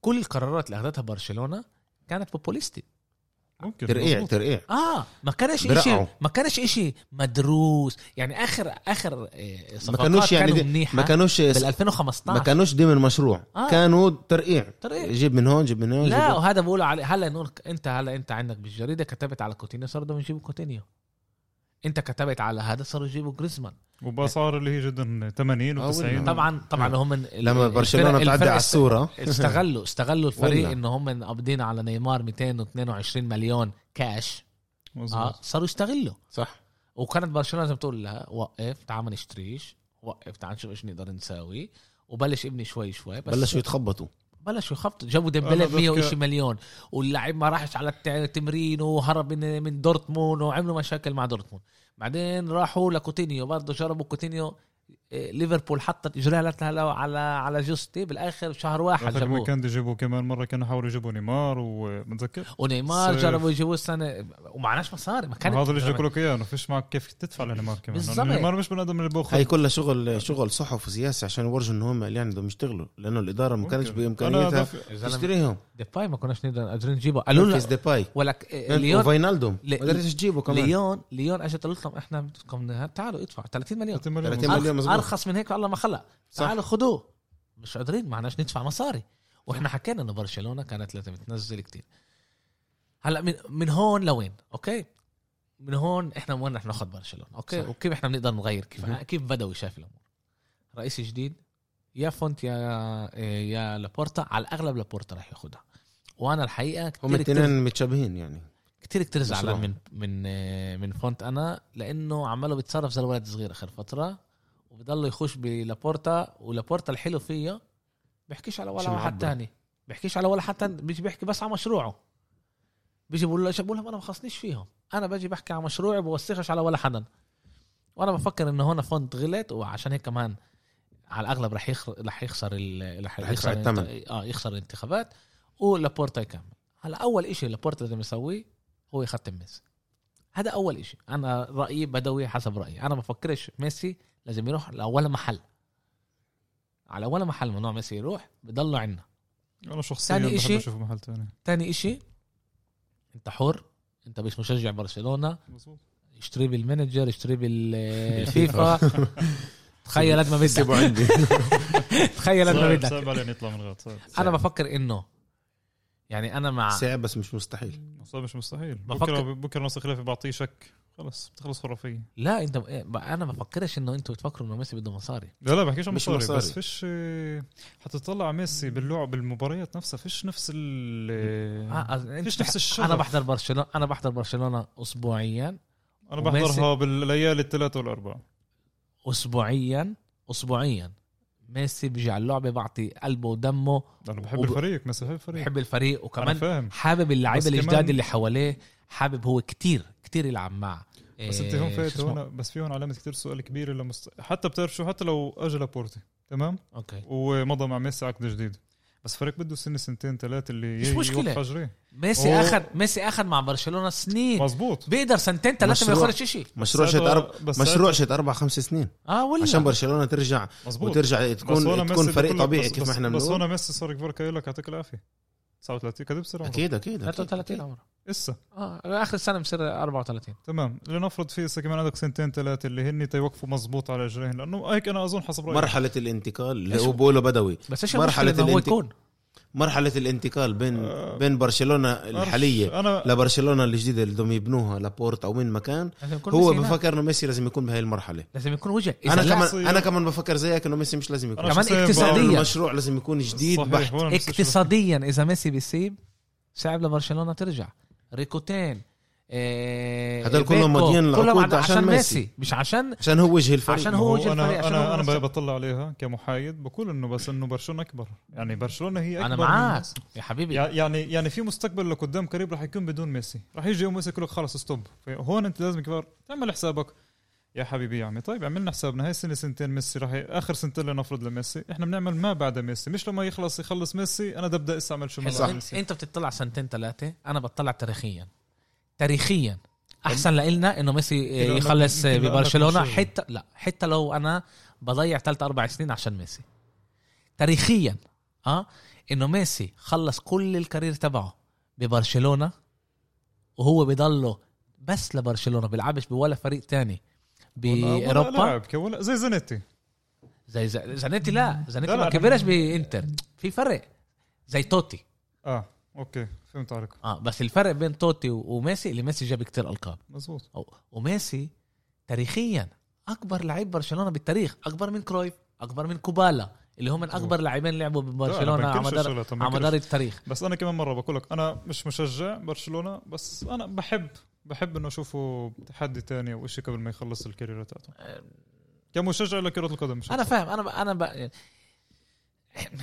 كل القرارات اللي اخذتها برشلونه كانت بوبوليستي ممكن ترقيع مظبوط. ترقيع اه ما كانش برقعوا. شيء ما كانش شيء مدروس يعني اخر اخر آه، ما صفقات كانوش يعني كانوا دي- منيحه ما كانوش بال ما 2015 كانوش ضمن مشروع آه. كانوا ترقيع طريق. جيب من هون جيب من هون لا جيب هون. وهذا بقوله على هلا نقول انت هلا انت عندك بالجريده كتبت على كوتينيو صار بدهم يجيبوا كوتينيو انت كتبت على هذا صاروا يجيبوا جريزمان وباسعار اللي هي جدا 80 آه، و90 والله. طبعا طبعا هم ال- لما الفرق- برشلونه الفرق بتعدي على است- الصوره استغلوا استغلوا الفريق والله. ان هم قابضين على نيمار 222 مليون كاش اه صاروا يستغلوا صح وكانت برشلونه زي ما بتقول لها وقف تعال ما نشتريش وقف تعال نشوف ايش نقدر نساوي وبلش ابني شوي شوي بس بلشوا يتخبطوا بلشوا يخبطوا جابوا أنا ديمبلي بفكر- 100 وشي مليون واللاعب ما راحش على الت- التمرين وهرب من من دورتموند وعملوا مشاكل مع دورتموند بعدين راحوا لكوتينيو برضه جربوا كوتينيو إيه، ليفربول حطت اجريها لتها لو- على على جوستي بالاخر شهر واحد حجبوه جابوه كان يجيبوا كمان مره كانوا حاولوا يجيبوا نيمار وبتذكر ونيمار صيف. جربوا يجيبوه السنه ومعناش مصاري ما كانت هذا اللي جاي لك اياه انه فيش معك كيف تدفع لنيمار كمان لأنه بالظبط. نيمار مش بني ادم اللي باخذ هاي كلها شغل شغل صحف وسياسي عشان يورجوا ان هم يعني بدهم يشتغلوا لانه الاداره ما كانتش أنا بامكانيتها دف- يا زلمة، تشتريهم ديباي ما كناش نقدر قادرين نجيبه قالوا لولا لنا ديباي ولك إيه، ليون وفاينالدوم ما لي- قدرتش تجيبه كمان ليون ليون اجت قالت لهم احنا بدكم تعالوا ادفعوا 30 مليون 30 مليون. 30 مليون. أرخ- مزبوط. ارخص من هيك الله ما خلق صح. تعالوا خدوه مش قادرين ما عناش ندفع مصاري واحنا حكينا انه برشلونه كانت لازم تنزل كتير هلا من من هون لوين اوكي من هون احنا وين رح ناخذ برشلونه اوكي صح. وكيف احنا بنقدر نغير كيف مهم. كيف بدوي شاف الامور رئيس جديد يا فونت يا يا لابورتا على الاغلب لابورتا رح ياخذها وانا الحقيقه هم كتير كتير الاثنين متشابهين يعني كتير كتير مشروع. زعلان من من آه، من فونت انا لانه عماله بيتصرف زي الولد الصغير اخر فتره وبضل يخش بلابورتا ولابورتا الحلو فيه بيحكيش على مش ولا معبر. حد تاني بيحكيش على ولا حد تاني بيجي بيحكي بس على مشروعه بيجي بقول له بقول لهم انا ما خصنيش فيهم انا باجي بحكي على مشروعي بوسخش على ولا حدا وانا بفكر انه هون فونت غلط وعشان هيك كمان على الاغلب رح يخسر رح يخسر ال... رح رح يدفع يخسر الثمن. الانت- اه يخسر الانتخابات ولابورتا يكمل هلا اول شيء لابورتا لازم يسويه هو يختم ميسي هذا اول شيء انا رايي بدوي حسب رايي انا بفكرش ميسي لازم يروح لاول محل على اول محل ممنوع ميسي يروح بضله عندنا انا شخصيا ثاني بحب إشي- اشوفه محل ثاني تاني إشي انت حر انت مش مشجع برشلونه اشتري بالمانجر اشتري بالفيفا تخيل قد ما سيبوا بدك عندي تخيل قد ما صعب- بدك صعب علينا يطلع من غلط صعب انا بفكر انه يعني انا مع صعب بس مش مستحيل صعب مش مستحيل بفكر- بكره بكره نص خلافي بعطيه شك خلص بتخلص خرافيه لا إيه، انت انا بفكرش انه انتوا بتفكروا انه ميسي بده مصاري لا لا بحكيش عن مش مصاري, مصاري. بس فيش آه، حتطلع على ميسي باللعب بالمباريات نفسها فيش نفس ال آه، أنت- فيش نفس الشغف انا بحضر برشلونه انا بحضر برشلونه اسبوعيا انا وميسي- بحضرها بالليالي الثلاثة والاربعة اسبوعيا اسبوعيا ميسي بيجي على اللعبه بعطي قلبه ودمه انا بحب وب- الفريق بس بحب الفريق بحب الفريق انا وكمان فاهم حابب اللعيبه بس كمان- الجداد اللي حواليه حابب هو كتير كتير يلعب معه بس انت إيه، هون شو فايت اسمه؟ هون بس في هون علامه كثير سؤال كبيره لمست... حتى بتعرف شو حتى لو اجى لابورتي تمام اوكي ومضى مع ميسي عقد جديد بس فريق بده سنه سنتين ثلاثه اللي مش ي- مشكلة. يوقف اجريه ميسي هو- اخذ ميسي اخذ مع برشلونه سنين مزبوط بيقدر سنتين ثلاثه ما مشروع. ياخذش شيء إيه. مشروع بس شت ساعتها- اربع بس مشروع شت اربع خمس سنين اه ولا عشان برشلونه ترجع مزبوط وترجع بس هون تكون ميسي تكون فريق بقول لك طبيعي بس- كيف بس- ما احنا بس بنقول هون ميسي صار كبار كيقول لك يعطيك العافيه 39 كده بصير عمره اكيد اكيد 33 أكيد. عمره اسا اه اخر السنه بصير 34 تمام لنفرض في اسا كمان عندك سنتين ثلاثه اللي هن تيوقفوا مزبوط على اجريهن لانه هيك انا اظن حسب رايي مرحله الانتقال اللي إيش- هو بقوله بدوي بس ايش مرحلة المشكله انه هو الانتق- يكون مرحله الانتقال بين آه. بين برشلونه أرش- آه. الحاليه انا لبرشلونه الجديده اللي بدهم يبنوها لابورت او من مكان لازم يكون هو ميسي هناك. بفكر انه ميسي لازم يكون بهاي المرحله لازم يكون وجه إذا انا لا- كمان صير- انا كمان بفكر زيك انه ميسي مش لازم يكون كمان شخصياً اقتصاديا. إنه بعرف- المشروع لازم يكون جديد صحيح، بحت هون بس مش- اقتصاديا اذا ميسي بيسيب صعب لبرشلونه ترجع ريكوتين إيه هدول كلهم بيكو، ماضيين كلهم العقود عن- عشان ميسي. مش عشان عشان هو وجه الفريق عشان ما هو وجه انا الفريق عشان هو انا انا نفسه. بطلع عليها كمحايد بقول انه بس انه برشلونه اكبر يعني برشلونه هي اكبر انا من معك ميسي. يا حبيبي يع- يعني يعني في مستقبل لقدام قريب راح يكون بدون ميسي راح يجي يوم ميسي يقول لك خلص ستوب هون انت لازم كبار تعمل حسابك يا حبيبي يا عمي طيب عملنا حسابنا هاي السنه سنتين ميسي راح ي... اخر سنتين لنفرض لميسي احنا بنعمل ما بعد ميسي مش لما يخلص يخلص ميسي انا ببدا اسا اعمل شو حلو. ما صح. بعد انت, ميسي انت بتطلع سنتين ثلاثه انا بطلع تاريخيا تاريخيا احسن لإلنا انه ميسي لأنك- يخلص يمكن لأنك ببرشلونه مش- حتى لا حتى لو انا بضيع ثلاث اربع سنين عشان ميسي تاريخيا اه انه ميسي خلص كل الكارير تبعه ببرشلونه وهو بضله بس لبرشلونه بيلعبش بولا فريق تاني باوروبا لاعب كولا زي زانيتي زي زي- زانيتي لا زانيتي لا، ما لا، كبرش أنا- بانتر في فرق زي توتي اه اوكي فهمت عليك اه بس الفرق بين توتي و- وميسي اللي ميسي جاب كتير القاب مزبوط أو- وميسي تاريخيا اكبر لعيب برشلونه بالتاريخ اكبر من كرويف اكبر من كوبالا اللي هم من اكبر لاعبين لعبوا ببرشلونه على مدار على مدار التاريخ بس انا كمان مره بقول لك انا مش مشجع برشلونه بس انا بحب بحب انه اشوفه تحدي تاني او شيء قبل ما يخلص الكارير تاعته كمشجع لكره القدم مش انا أكتر. فاهم انا ب... انا ب... يعني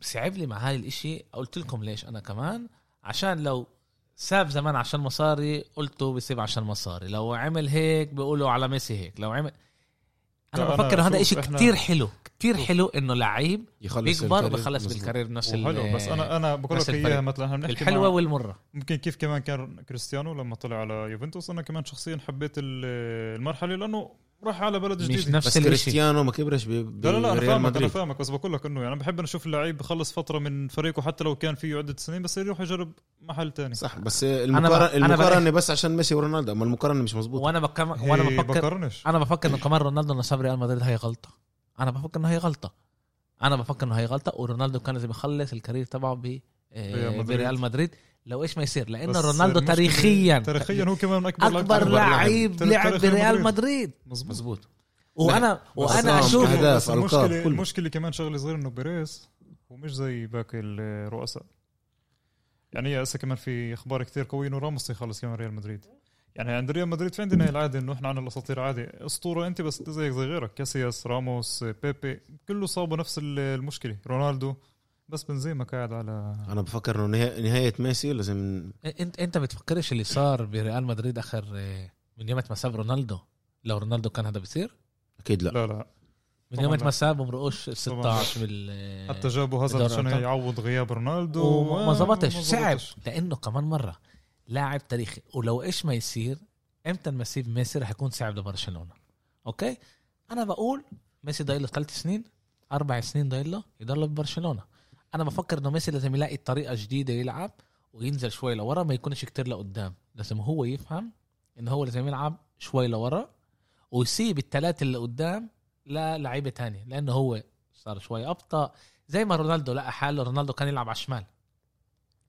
صعب لي مع هاي الاشي قلت لكم ليش انا كمان عشان لو ساب زمان عشان مصاري قلتوا بيسيب عشان مصاري لو عمل هيك بيقولوا على ميسي هيك لو عمل لا، انا أنا بفكر هذا شوف، اشي إحنا- كتير حلو كتير حلو انه لعيب يخلص بيكبر الكارير. بخلص مظبوط. بالكارير نفس ال- وحلو بس انا انا بقول نفس لك اياها الفريق. مثلا احنا بنحكي الحلوه مع- والمره ممكن كيف كمان كان كريستيانو لما طلع على يوفنتوس انا كمان شخصيا حبيت ال- المرحله لانه راح على بلد جديد مش نفس بس الاشي كريستيانو ما كبرش ب- لا لا لا انا بريال فاهمك انا مدريد فاهمك بس بقول لك انه يعني بحب أنا اشوف اللعيب بخلص فتره من فريقه حتى لو كان فيه عده سنين بس يروح يجرب محل تاني صح بس المقارنه أنا المقارنه بس عشان ميسي ورونالدو اما المقارنه مش مزبوطه وانا بكم... وانا هي بفكر إيه، بقارنش انا بفكر انه كمان رونالدو انه ساب ريال مدريد هي غلطه انا بفكر انه هي غلطه انا بفكر انه هي غلطه ورونالدو كان لازم يخلص الكارير تبعه ب ريال آه، مدريد. بريال مدريد لو ايش ما يصير لانه بس رونالدو المشكلة- تاريخيا تاريخيا هو كمان اكبر اكبر لعيب لعب بريال مدريد مظبوط مزبوط وانا وانا رام اشوف كهداف. أهداف، بس نعم، ألقاب، المشكله كله. المشكله كمان شغله صغيره انه بيريز هو مش زي باقي الرؤساء يعني هي هسه كمان في اخبار كثير قويه انه راموس يخلص كمان ريال مدريد يعني عند ريال مدريد في عندنا هي العاده انه احنا عن الاساطير عادي اسطوره انت بس زيك زي غيرك كاسياس راموس بيبي كله صابوا نفس ال- المشكله رونالدو بس بنزيما قاعد على انا بفكر انه نها- نهايه ميسي لازم انت انت بتفكرش اللي صار بريال مدريد اخر آه، من يوم ما ساب رونالدو لو رونالدو كان هذا بيصير اكيد لا لا لا من طبعاً يوم لا. ما ساب مرقوش ال طبعاً. 16 بال آه، حتى جابوا هازارد بدور عشان الأبطال. يعوض غياب رونالدو وما ما- ظبطش ما صعب ظبطش. لانه كمان مره لاعب تاريخي ولو ايش ما يصير امتى المسيب ميسي رح يكون صعب لبرشلونه اوكي انا بقول ميسي ضايل له ثلاث سنين اربع سنين ضايل له يضل ببرشلونه انا بفكر انه ميسي لازم يلاقي طريقه جديده يلعب وينزل شوي لورا ما يكونش كتير لقدام لازم هو يفهم انه هو لازم يلعب شوي لورا ويسيب الثلاثه اللي قدام للعيبه تانية لانه هو صار شوي ابطا زي ما رونالدو لقى حاله رونالدو كان يلعب على الشمال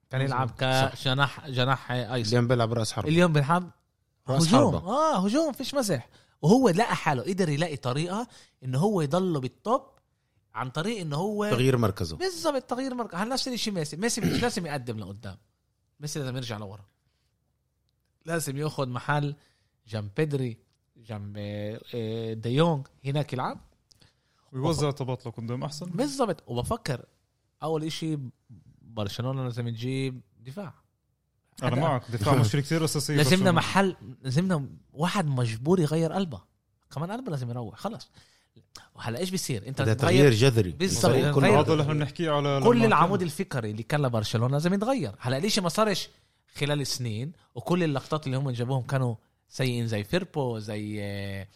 كان مظبوط. يلعب كجناح جناح ايسر اليوم بيلعب راس حرب اليوم بنلعب رأس هجوم حربة. اه هجوم فيش مزح وهو لقى حاله قدر يلاقي طريقه انه هو يضله بالتوب عن طريق انه هو تغيير مركزه بالظبط تغيير مركز هل نفس الشيء ميسي ميسي مش لازم يقدم لقدام ميسي لازم يرجع لورا لازم ياخذ محل جنب بيدري جنب آه، آه، ديونج هناك يلعب ويوزع طبات لقدام احسن بالضبط وبفكر اول اشي برشلونه لازم تجيب دفاع انا هذا- معك دفاع مشكله كثير اساسيه إيه، لازمنا برشلونة. محل لازمنا واحد مجبور يغير قلبه كمان قلبه لازم يروح خلص وهلا ايش بيصير انت هذا تغير تغيير جذري بالضبط، الفريق غير- كله هذا اللي احنا بنحكيه على كل لما العمود كان- الفكري اللي كان لبرشلونه لازم يتغير هلا ليش ما صارش خلال السنين وكل اللقطات اللي هم جابوهم كانوا سيئين زي فيربو زي آه،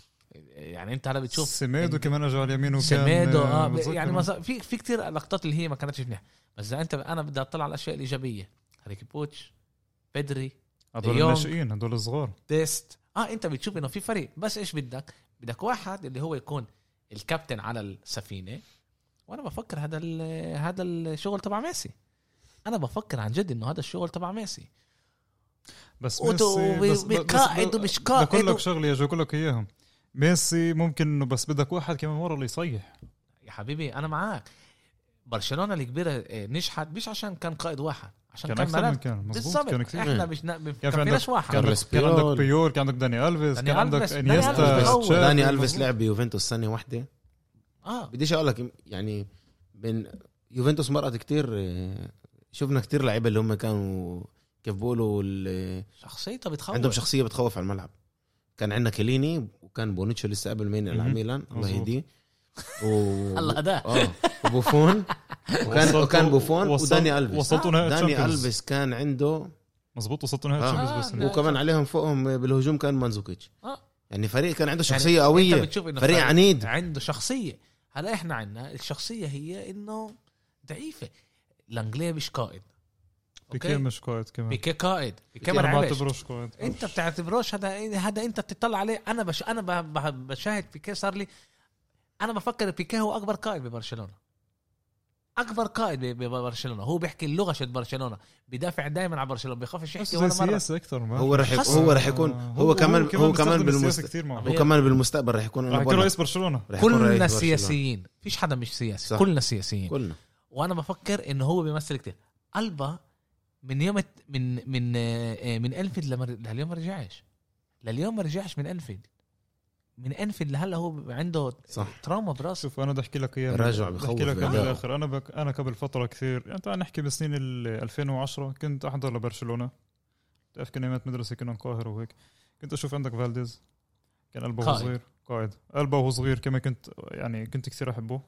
يعني انت هلا بتشوف سيميدو كمان اجى على اليمين وكان سميدو آه، اه ب- بتذكر. يعني ما صار- في في كثير لقطات اللي هي ما كانتش منيحه بس اذا انت انا بدي اطلع على الاشياء الايجابيه هذيك بوتش بدري هدول ديونج. الناشئين هدول الصغار تيست اه انت بتشوف انه في فريق بس ايش بدك بدك واحد اللي هو يكون الكابتن على السفينه وانا بفكر هذا ال- هذا الشغل تبع ميسي انا بفكر عن جد انه هذا الشغل تبع ميسي بس وتو- ميسي وي- بس- بس- وقائد بس- ومش قائد بقول و- لك شغله يا جو بقول لك اياهم ميسي ممكن انه بس بدك واحد كمان ورا اللي يصيح يا حبيبي انا معك برشلونه الكبيره آه، نجحت مش عشان كان قائد واحد عشان كان كان, اكثر ملان. من كان مزبوط كان بالضبط كثير احنا مش نا... ما في كان عندك- واحد كان كارلوس عندك كان عندك بيول. بيول كان عندك داني الفيس داني كان عندك ألفيس، داني ألفيس انيستا أول. تشافي. داني الفيس لعب بيوفنتوس سنه واحده اه بديش اقول لك يعني بين يوفنتوس مرقت كتير آه، شفنا كتير لعيبه اللي هم كانوا كيف بيقولوا ال- شخصيته بتخوف عندهم شخصيه بتخوف على الملعب كان عندنا كليني وكان بونيتشو لسه قبل مين على مهم. ميلان الله مظبوط. يهديه و... الله هداه اه وبوفون وكان وصلت- وكان بوفون وصلت- وداني الفيس وصلتوا نهائي داني تشامبيونز. الفيس كان عنده مزبوط وصلتوا نهائي آه. تشامبيونز آه، بس لا. وكمان عليهم فوقهم بالهجوم كان مانزوكيتش آه. يعني فريق كان عنده يعني شخصيه انت قويه بتشوف انه فريق عنيد عنده شخصيه هلا احنا عندنا الشخصيه هي انه ضعيفه الانجليه مش قائد بيكي مش قائد كمان بيكي قائد بيكي ما انا لعبش. بعتبروش قائد انت بتعتبروش هذا إيه، هذا انت بتطلع عليه انا بش انا ب- ب- بشاهد بيكي صار لي انا بفكر بيكي هو اكبر قائد ببرشلونه اكبر قائد ب- ببرشلونه هو بيحكي اللغه شت برشلونه بيدافع دائما على برشلونه بيخافش بس يحكي زي ولا مره سياسه اكثر ما هو رح يكون حسن. هو رح يكون آه. هو كمان هو كمان بالمستقبل كثير معه هو هو كمان بالمستقبل رح يكون رح انا يكون بقول لك رئيس برشلونه رح يكون كلنا رئيس برشلونة. سياسيين فيش حدا مش سياسي صح. كلنا سياسيين كلنا وانا بفكر انه هو بيمثل كتير البا من يوم الت- من من آه، من انفيلد لما لليوم ما رجعش لليوم ما رجعش من انفيلد من انفيلد لهلا هو عنده صح تراما براسه شوف انا بدي احكي لك اياها الراجع بدي بخوف احكي لك اياها بالله. بالاخر انا بك انا قبل فتره كثير يعني تعال نحكي بسنين ال 2010 كنت احضر لبرشلونه بتعرف كنا ايامات مدرسه كنا نقاهر وهيك كنت اشوف عندك فالديز كان قلبه هو قائد. صغير قائد قلبه هو صغير كما كنت يعني كنت كثير احبه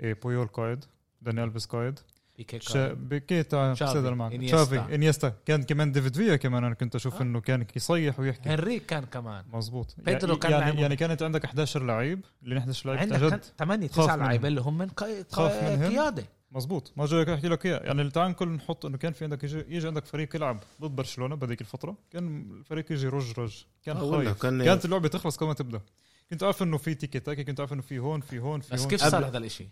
إيه بويول قائد داني الفيس قائد بيكي شا- بكي تاع تشافي، سيدر معك إنيستا. تشافي انيستا كان كمان ديفيد فيا كمان انا كنت اشوف آه. انه كان يصيح ويحكي هنريك كان كمان مزبوط بيدرو يعني- كان يعني, لعيب. يعني كانت عندك 11 لعيب اللي 11 لعيب عندك كان جد 8 طيب، خاف 9 منهم. لعيبه اللي هم من قا- خاف قا- منهم. قياده مزبوط ما جاي احكي لك اياه يعني تعال نقول نحط انه كان في عندك يجي, يجي عندك فريق يلعب ضد برشلونه بهذيك الفتره كان الفريق يجي رج رج كان آه، والله خايف كان- كانت اللعبه تخلص قبل ما تبدا كنت عارف انه في تيكي تاكي كنت عارف انه في هون في هون في بس هون كيف قبل- صار هذا الاشي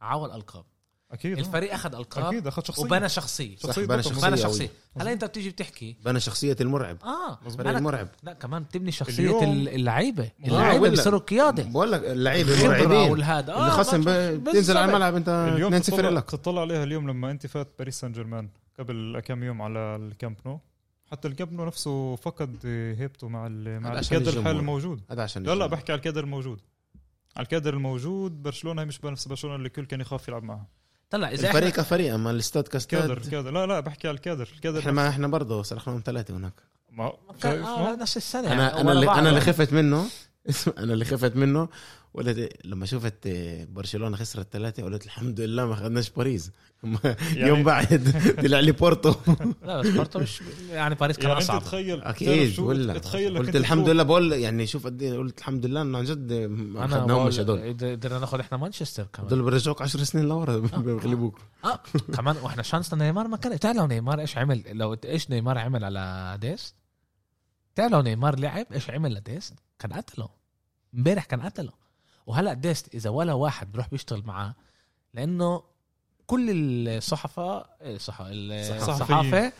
عول القاب اكيد الفريق الفريق اخذ القاب اكيد اخذ شخصيه وبنى شخصيه صح، بنى ضد شخصية. بنى أوي. شخصيه هلا انت بتيجي بتحكي بنى شخصيه المرعب اه مظبوط. فريق أنا- المرعب لا كمان بتبني شخصيه اليوم- الل- اللعيبه ما اللعيبه ولا- بيصيروا قياده بقول لك اللعيبه خبره مرعبين والهذا اللي آه، خصم ب- بتنزل على الملعب انت اليوم 2 0 تطلع, لك تطلع عليها اليوم لما انت فات باريس سان جيرمان قبل كم يوم على الكامب نو حتى الكامب نو نفسه فقد هيبته مع ال- مع هذا عشان الكادر الجمهور. الحالي الموجود هذا عشان لا لا الجمهور. بحكي على الكادر الموجود على الكادر الموجود برشلونه مش بنفس برشلونه اللي الكل كان يخاف يلعب معها طلع اذا الفريق احنا كفريق اما الاستاد كادر كاستاد كادر لا لا بحكي على الكادر الكادر احنا ما احنا برضه سرحناهم ثلاثه هناك ما كان- شايف آه ما؟ نفس السنه انا يعني انا ورا اللي بعض. انا اللي خفت منه اسمع، انا اللي خفت منه قلت لما شفت برشلونه خسرت ثلاثه قلت الحمد لله ما اخذناش باريس يعني- يوم بعد طلع لي بورتو لا بس بورتو مش يعني باريس كان يعني انت اصعب تخيل تعرف اكيد شو؟ ولا تخيل لك قلت انت الحمد تروح- لله بقول يعني شوف قد ايه قلت الحمد لله انه عن جد ما اخذناهم مش هدول بقول- إيه. قدرنا ناخذ احنا مانشستر كمان هدول بيرجعوك 10 سنين لورا بيغلبوك اه كمان واحنا شانسنا نيمار ما كان تعالوا نيمار ايش عمل لو ايش نيمار عمل على ديست تعالوا نيمار لعب ايش عمل لديست كان قتله امبارح كان قتله وهلا ديست اذا ولا واحد بروح بيشتغل معاه لانه كل الصحفه إيه، صح الصحافه صحفيين.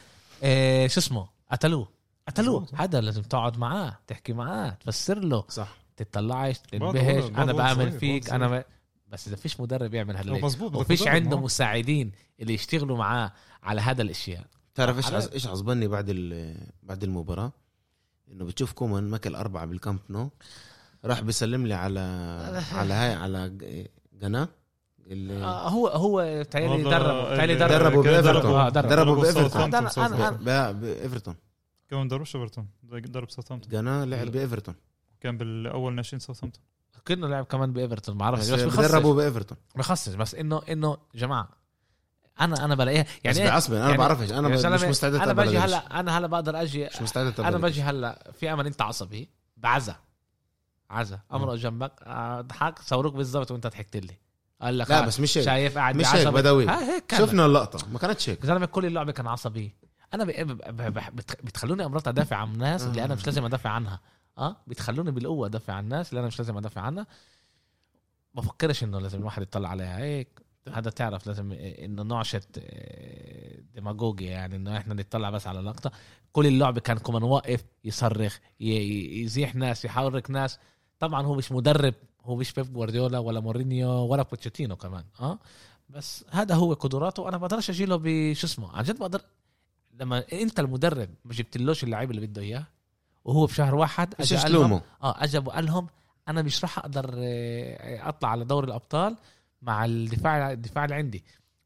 إيه، شو اسمه قتلوه قتلوه مظبوط. هذا لازم تقعد معاه تحكي معاه تفسر له صح تطلعش برضه تنبهش برضه انا برضه بآمن صحيح، فيك برضه انا ب... بس اذا فيش مدرب يعمل هالليك مظبوط بدك وفيش تدرب عنده معه. مساعدين اللي يشتغلوا معاه على هذا الاشياء تعرف ايش على- عز- ايش عصبني بعد ال- بعد المباراه انه بتشوف كومان ماكل اربعه بالكامب نو راح بيسلم لي على على هاي على ج- قناه إيه. اللي آه هو هو بتهيألي هذا- دربه بتهيألي آه، دربه دربه بإيفرتون. آه، دربه. دربه ساوثهامبتون، دربه. أنا- أنا- ساوثهامبتون. لا بايفرتون كمان دروش ايفرتون درب ساوثهامبتون قناه لعب بايفرتون كان بالاول ناشئين ساوثهامبتون كنا لعب كمان بايفرتون بعرفش بس بس بخسر بدربوا بايفرتون بخسس بس انه انه جماعه انا انا بلاقيها يعني يعني بس بعصبن انا يعني- بعرفش انا يا ب- مش زلمة، مستعد انا أتقبل باجي هذا الشيء. هلا انا هلا بقدر اجي مش مستعد أتقبل انا هذا باجي هلا في امل انت عصبي بعزة عزة امرق جنبك آه، ضحك صوروك بالضبط وانت ضحكت لي قال لك لا، آه، بس مش هيك. شايف قاعد مش بعصبي. هيك بدوي. آه، هيك الشيء. كان. شفنا اللقطه ما كانتش هيك يا زلمه كل اللعبه كان عصبي انا ب- ب- ب- بح- بتخ- بتخلوني امرات ادافع عن الناس اللي انا مش لازم ادافع عنها اه بتخلوني بالقوه ادافع عن الناس اللي انا مش لازم ادافع عنها بفكرش انه لازم الواحد يطلع عليها هيك هذا تعرف لازم إيه، انه نعشة إيه، ديماغوجيا يعني انه احنا نطلع بس على لقطه كل اللعبه كان كمان واقف يصرخ ي- ي- يزيح ناس يحرك ناس طبعا هو مش مدرب هو مش بيب جوارديولا ولا مورينيو ولا بوتشيتينو كمان اه بس هذا هو قدراته انا ما بقدرش اجيله بشو اسمه عن جد بقدر لما انت المدرب ما جبتلوش اللعيب اللي بده اياه وهو بشهر واحد مش أجا قال لهم- تلومه اه اجى وقال لهم انا مش راح اقدر آه، اطلع على دوري الابطال مع الدفاع الدفاع اللي عندي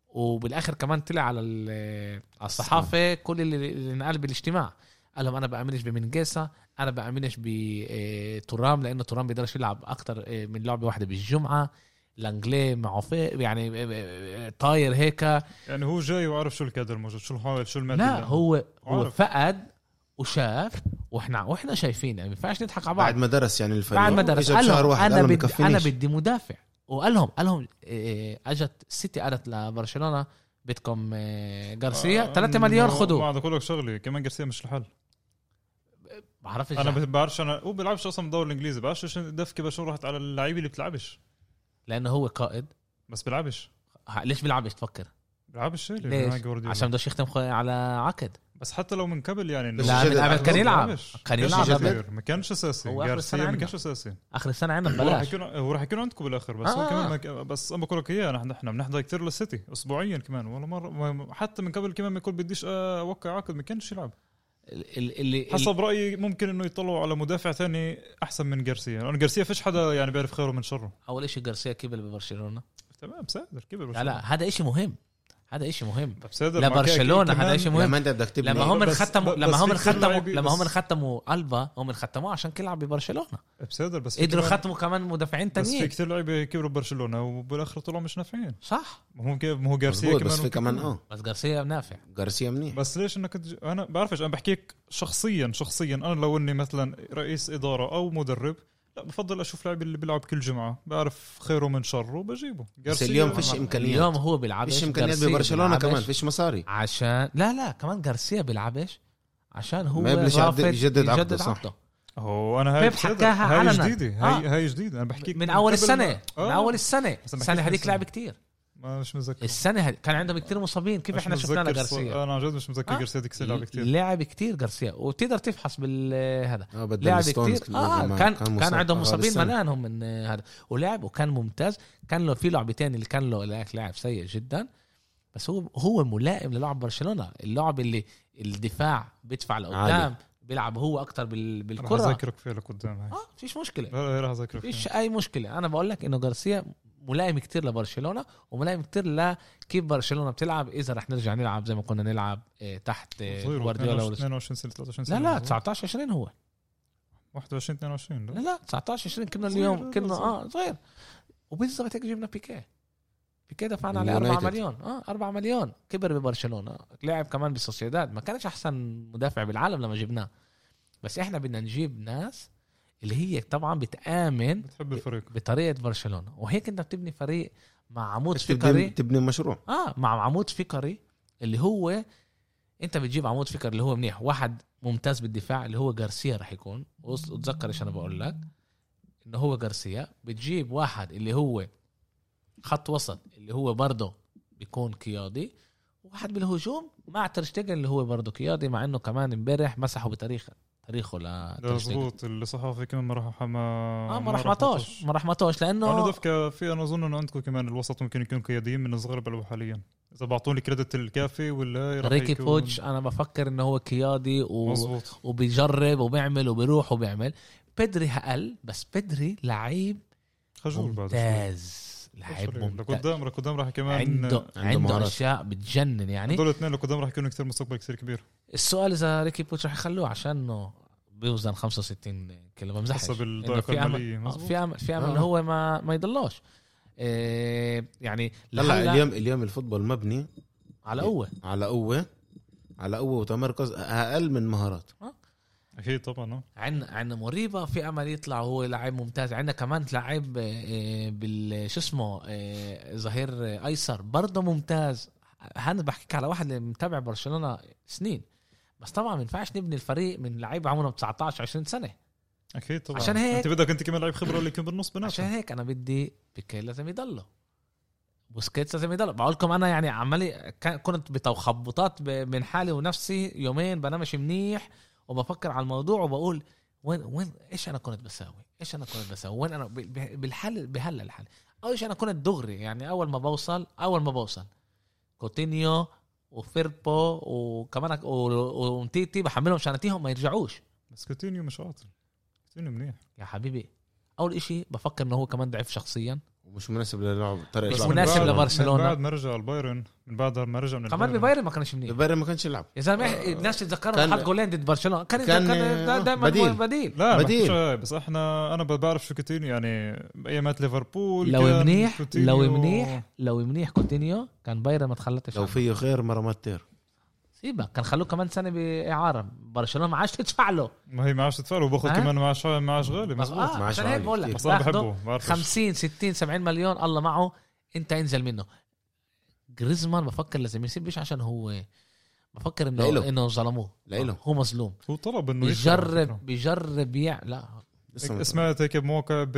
وبالاخر كمان طلع على ال- على الصحافه كل اللي اللي انقال بالاجتماع قال لهم انا بامنش بمنجيسا انا بامنش بترام لانه ترام بيقدرش يلعب اكتر آه، من لعبه واحده بالجمعه لانجلي معوف يعني آه، آه، طاير هيك يعني هو جاي وعارف شو الكادر موجود شو الحاول شو المادة لا هو هو عارف. فقد وشاف واحنا واحنا شايفين يعني ما ينفعش نضحك على بعض بعد ما درس يعني الفريق بعد ما درس إجا قال بشهر لهم واحد انا قال لهم بدي انا بكفينيش. بدي مدافع وقال لهم قال لهم إيه، اجت السيتي قالت لبرشلونه بدكم إيه، آه، جارسيا 3 مليار خدوه آه، بعد اقول لك شغله كمان جارسيا مش الحل بعرفش يعني. انا ما بعرفش انا هو بيلعبش اصلا بالدوري الانجليزي بعرفش شو دفكه بس شو راحت على اللعيبه اللي بتلعبش لانه هو قائد بس بيلعبش ه- ليش بيلعبش تفكر بيلعبش هيك ليش مع جوارديولا. عشان بدوش يختم خ- على عقد بس حتى لو من قبل يعني إنه- بس لا جد من قبل كان العقد. يلعب بيلعبش. كان كانش يلعب جد. قبل جدير. ما كانش اساسي هو آخر سنة جارسيا ما عندنا. كانش اساسي اخر السنه عندنا هو راح ببلاش يكون هو راح يكون عندكم بالاخر بس آه، هو آه. كمان ما ك- بس انا بقول لك اياه نحن احنا بنحضر كثير للسيتي اسبوعيا كمان ولا مره ما- حتى من قبل كمان ما يقول بديش اوقع عقد ما كانش يلعب ال- ال- اللي اللي- حسب رايي ممكن انه يطلعوا على مدافع ثاني احسن من جارسيا لانه جارسيا فيش حدا يعني بيعرف خيره من شره اول شيء جارسيا كبل ببرشلونه تمام سادر كبر لا لا هذا شيء مهم هذا شيء مهم طب سادر لا ما كان- برشلونه كمان- هذا شيء مهم لما انت بدك تبني لما هم بس- ختموا بس لما هم في كتير ختموا لعيبة- لما هم بس- ختموا البا هم ختموه عشان يلعب ببرشلونه بسادر بس في قدروا كمان- ختموا كمان مدافعين بس في تانيين كثير لعيبه كبروا ببرشلونه وبالاخر طلعوا مش نافعين صح ما هو كيف- ما هو جارسيا مظبوط كمان بس في كمان اه بس جارسيا نافع جارسيا منيح بس ليش انك تج... انا بعرفش انا بحكيك شخصيا شخصيا انا لو اني مثلا رئيس اداره او مدرب لا بفضل اشوف لاعب اللي بيلعب كل جمعه بعرف خيره من شره وبجيبه بس غارسيا- اليوم فيش اليوم امكانيات هو بيلعبش فيش امكانيات جارسيا ببرشلونه بيلعبش كمان فيش مصاري عشان لا لا كمان جارسيا بيلعبش عشان هو ما يبلش يعد- رافض يجدد عقده، صح. هو انا هاي بيب بصدق، حكاها هاي علنا. جديده هاي آه. هاي جديده انا بحكيك من اول قبل السنه ما- من آه. اول السنه بحكيش السنه هذيك السنة. لعب كتير ما مش متذكر السنه هذيك كان عندهم كتير مصابين كيف مش احنا شفنا لنا متذكر صو- جارسيا انا عن جد مش متذكر آه. جارسيا ديك لعب كثير لعب كتير جارسيا وتقدر تفحص بالهذا اه بدل لعب الستونز كتير اه لما كان كان, مصاب. عندهم آه، مصابين لسه. ملانهم من آه، هذا ولعب وكان ممتاز كان له في لعبتين اللي كان له لاعب- لاعب سيء جدا بس هو هو ملائم للعب برشلونه اللعب اللي الدفاع بيدفع لقدام عالي. بيلعب هو اكتر بال... رح بالكره اذكرك فيها لقدام هاي اه فيش مشكله لا، رح اذكرك فيها فيش اي مشكله انا بقول لك انه جارسيا ملائم كتير لبرشلونه وملائم كتير لكيف برشلونه بتلعب اذا رح نرجع نلعب زي ما كنا نلعب آه، تحت آه، صغير، جوارديولا 22 ولا- 22 سنه 23 لا سنه لا 19 20 هو 21 22 لا لا 19 20 كنا صغير، اليوم كنا صغير. اه صغير وبالضبط هيك جبنا بيكيه بيكيه دفعنا من عليه 4 يونايتد. مليون اه 4 مليون كبر ببرشلونه لعب كمان بسوسيداد ما كانش احسن مدافع بالعالم لما جبناه بس احنا بدنا نجيب ناس اللي هي طبعا بتامن بتحب الفريق بطريقه برشلونه وهيك انت بتبني فريق مع عمود بس تبني فكري تبني مشروع اه مع عمود فكري اللي هو انت بتجيب عمود فكري اللي هو منيح واحد ممتاز بالدفاع اللي هو جارسيا رح يكون وس- وتذكر ايش انا بقول لك انه هو جارسيا بتجيب واحد اللي هو خط وسط اللي هو برضه بيكون قيادي واحد بالهجوم مع ترشتجن اللي هو برضه قيادي مع انه كمان امبارح مسحوا بتاريخه تاريخه لا لترشتجن مضبوط الصحافي كمان ما راح ما اه ما رحمتوش ما رحمتوش انا لانه دفكة في انا اظن انه عندكم كمان الوسط ممكن يكون قياديين من صغار بلعبوا حاليا اذا بعطوني كريدت الكافي ولا راح ريكي يكون- بوتش انا بفكر انه هو قيادي و... مظبوط وبيجرب وبيعمل وبيروح وبيعمل بدري اقل بس بدري لعيب خجول بعد شوي. ممتاز لعيب خجول. يعني. ممتاز لقدام لقدام راح كمان عنده عنده مهارات. اشياء بتجنن يعني هدول الاثنين لقدام راح يكونوا كثير مستقبل كثير كبير السؤال اذا ريكي بوتش رح يخلوه عشان انه بيوزن 65 كيلو بمزحش خاصة إنه بالضائقة في أمل- المالية، آه، مزبوط. في امل في امل آه. انه هو ما ما يضلوش إيه يعني طلع لهلا اليوم اليوم الفوتبول مبني على قوه على قوه على قوه وتمركز اقل من مهارات اكيد طبعا آه. عندنا عندنا موريبا في امل يطلع هو لاعب ممتاز عندنا كمان لاعب آه، بال شو اسمه آه، ظهير آه، ايسر برضه ممتاز هنا بحكيك على واحد اللي متابع برشلونه سنين بس طبعا ما ينفعش نبني الفريق من لعيبه عمرهم 19 20 سنه اكيد طبعا عشان هيك- انت بدك انت كمان لعيب خبره اللي يكون بالنص عشان بنفسه هيك انا بدي بيكي لازم يضله بوسكيتس لازم يضله بقول لكم انا يعني عمالي كان- كنت بتخبطات بين حالي ونفسي يومين بنامش منيح وبفكر على الموضوع وبقول وين وين ايش انا كنت بساوي؟ ايش انا كنت بساوي؟ وين انا ب- ب- بالحل بهلا الحل اول شيء انا كنت دغري يعني اول ما بوصل اول ما بوصل كوتينيو وفيربو وكمان و- و- ومتيتي بحملهم شنتيهم ما يرجعوش بس كوتينيو مش عاطل كوتينيو منيح يا حبيبي اول إشي بفكر انه هو كمان ضعيف شخصيا ومش مناسب للعب طريقه مش لعب. من مناسب بعد- لبرشلونة. من بعد ما رجع البايرن من بعد ما رجع من كمان البايرن ببايرن ما كانش منيح البايرن ما كانش يلعب يا زلمه إح- الناس تتذكروا كان- حط جولين ضد برشلونه آه، كان كان- كان آه، دائما بديل بديل. بديل لا ما بديل. حكيتش هاي، بس احنا انا ب- بعرف شو كوتينيو يعني بايامات ليفربول لو كان منيح كوتينيو- لو منيح لو منيح كوتينيو كان بايرن ما تخلتش لو عنه. فيه خير مرة ما تطير سيبك كان خلوه كمان سنه باعاره برشلونه ما عادش تدفع له ما هي معاش تدفع له وباخذ ها؟ كمان معاش معاش غالي مزبوط آه، معاش عشان هيك عالي بقول لك كتير. بس انا باخده بحبه بعرف 50 60 70 مليون الله معه انت انزل منه جريزمان بفكر لازم يسيب مش عشان هو بفكر انه لإله. انه ظلموه لإله. هو مظلوم هو طلب انه يطلع على فكرة. بيجرب بيجرب يع لا لسه ما- سمعت هيك بموقع ب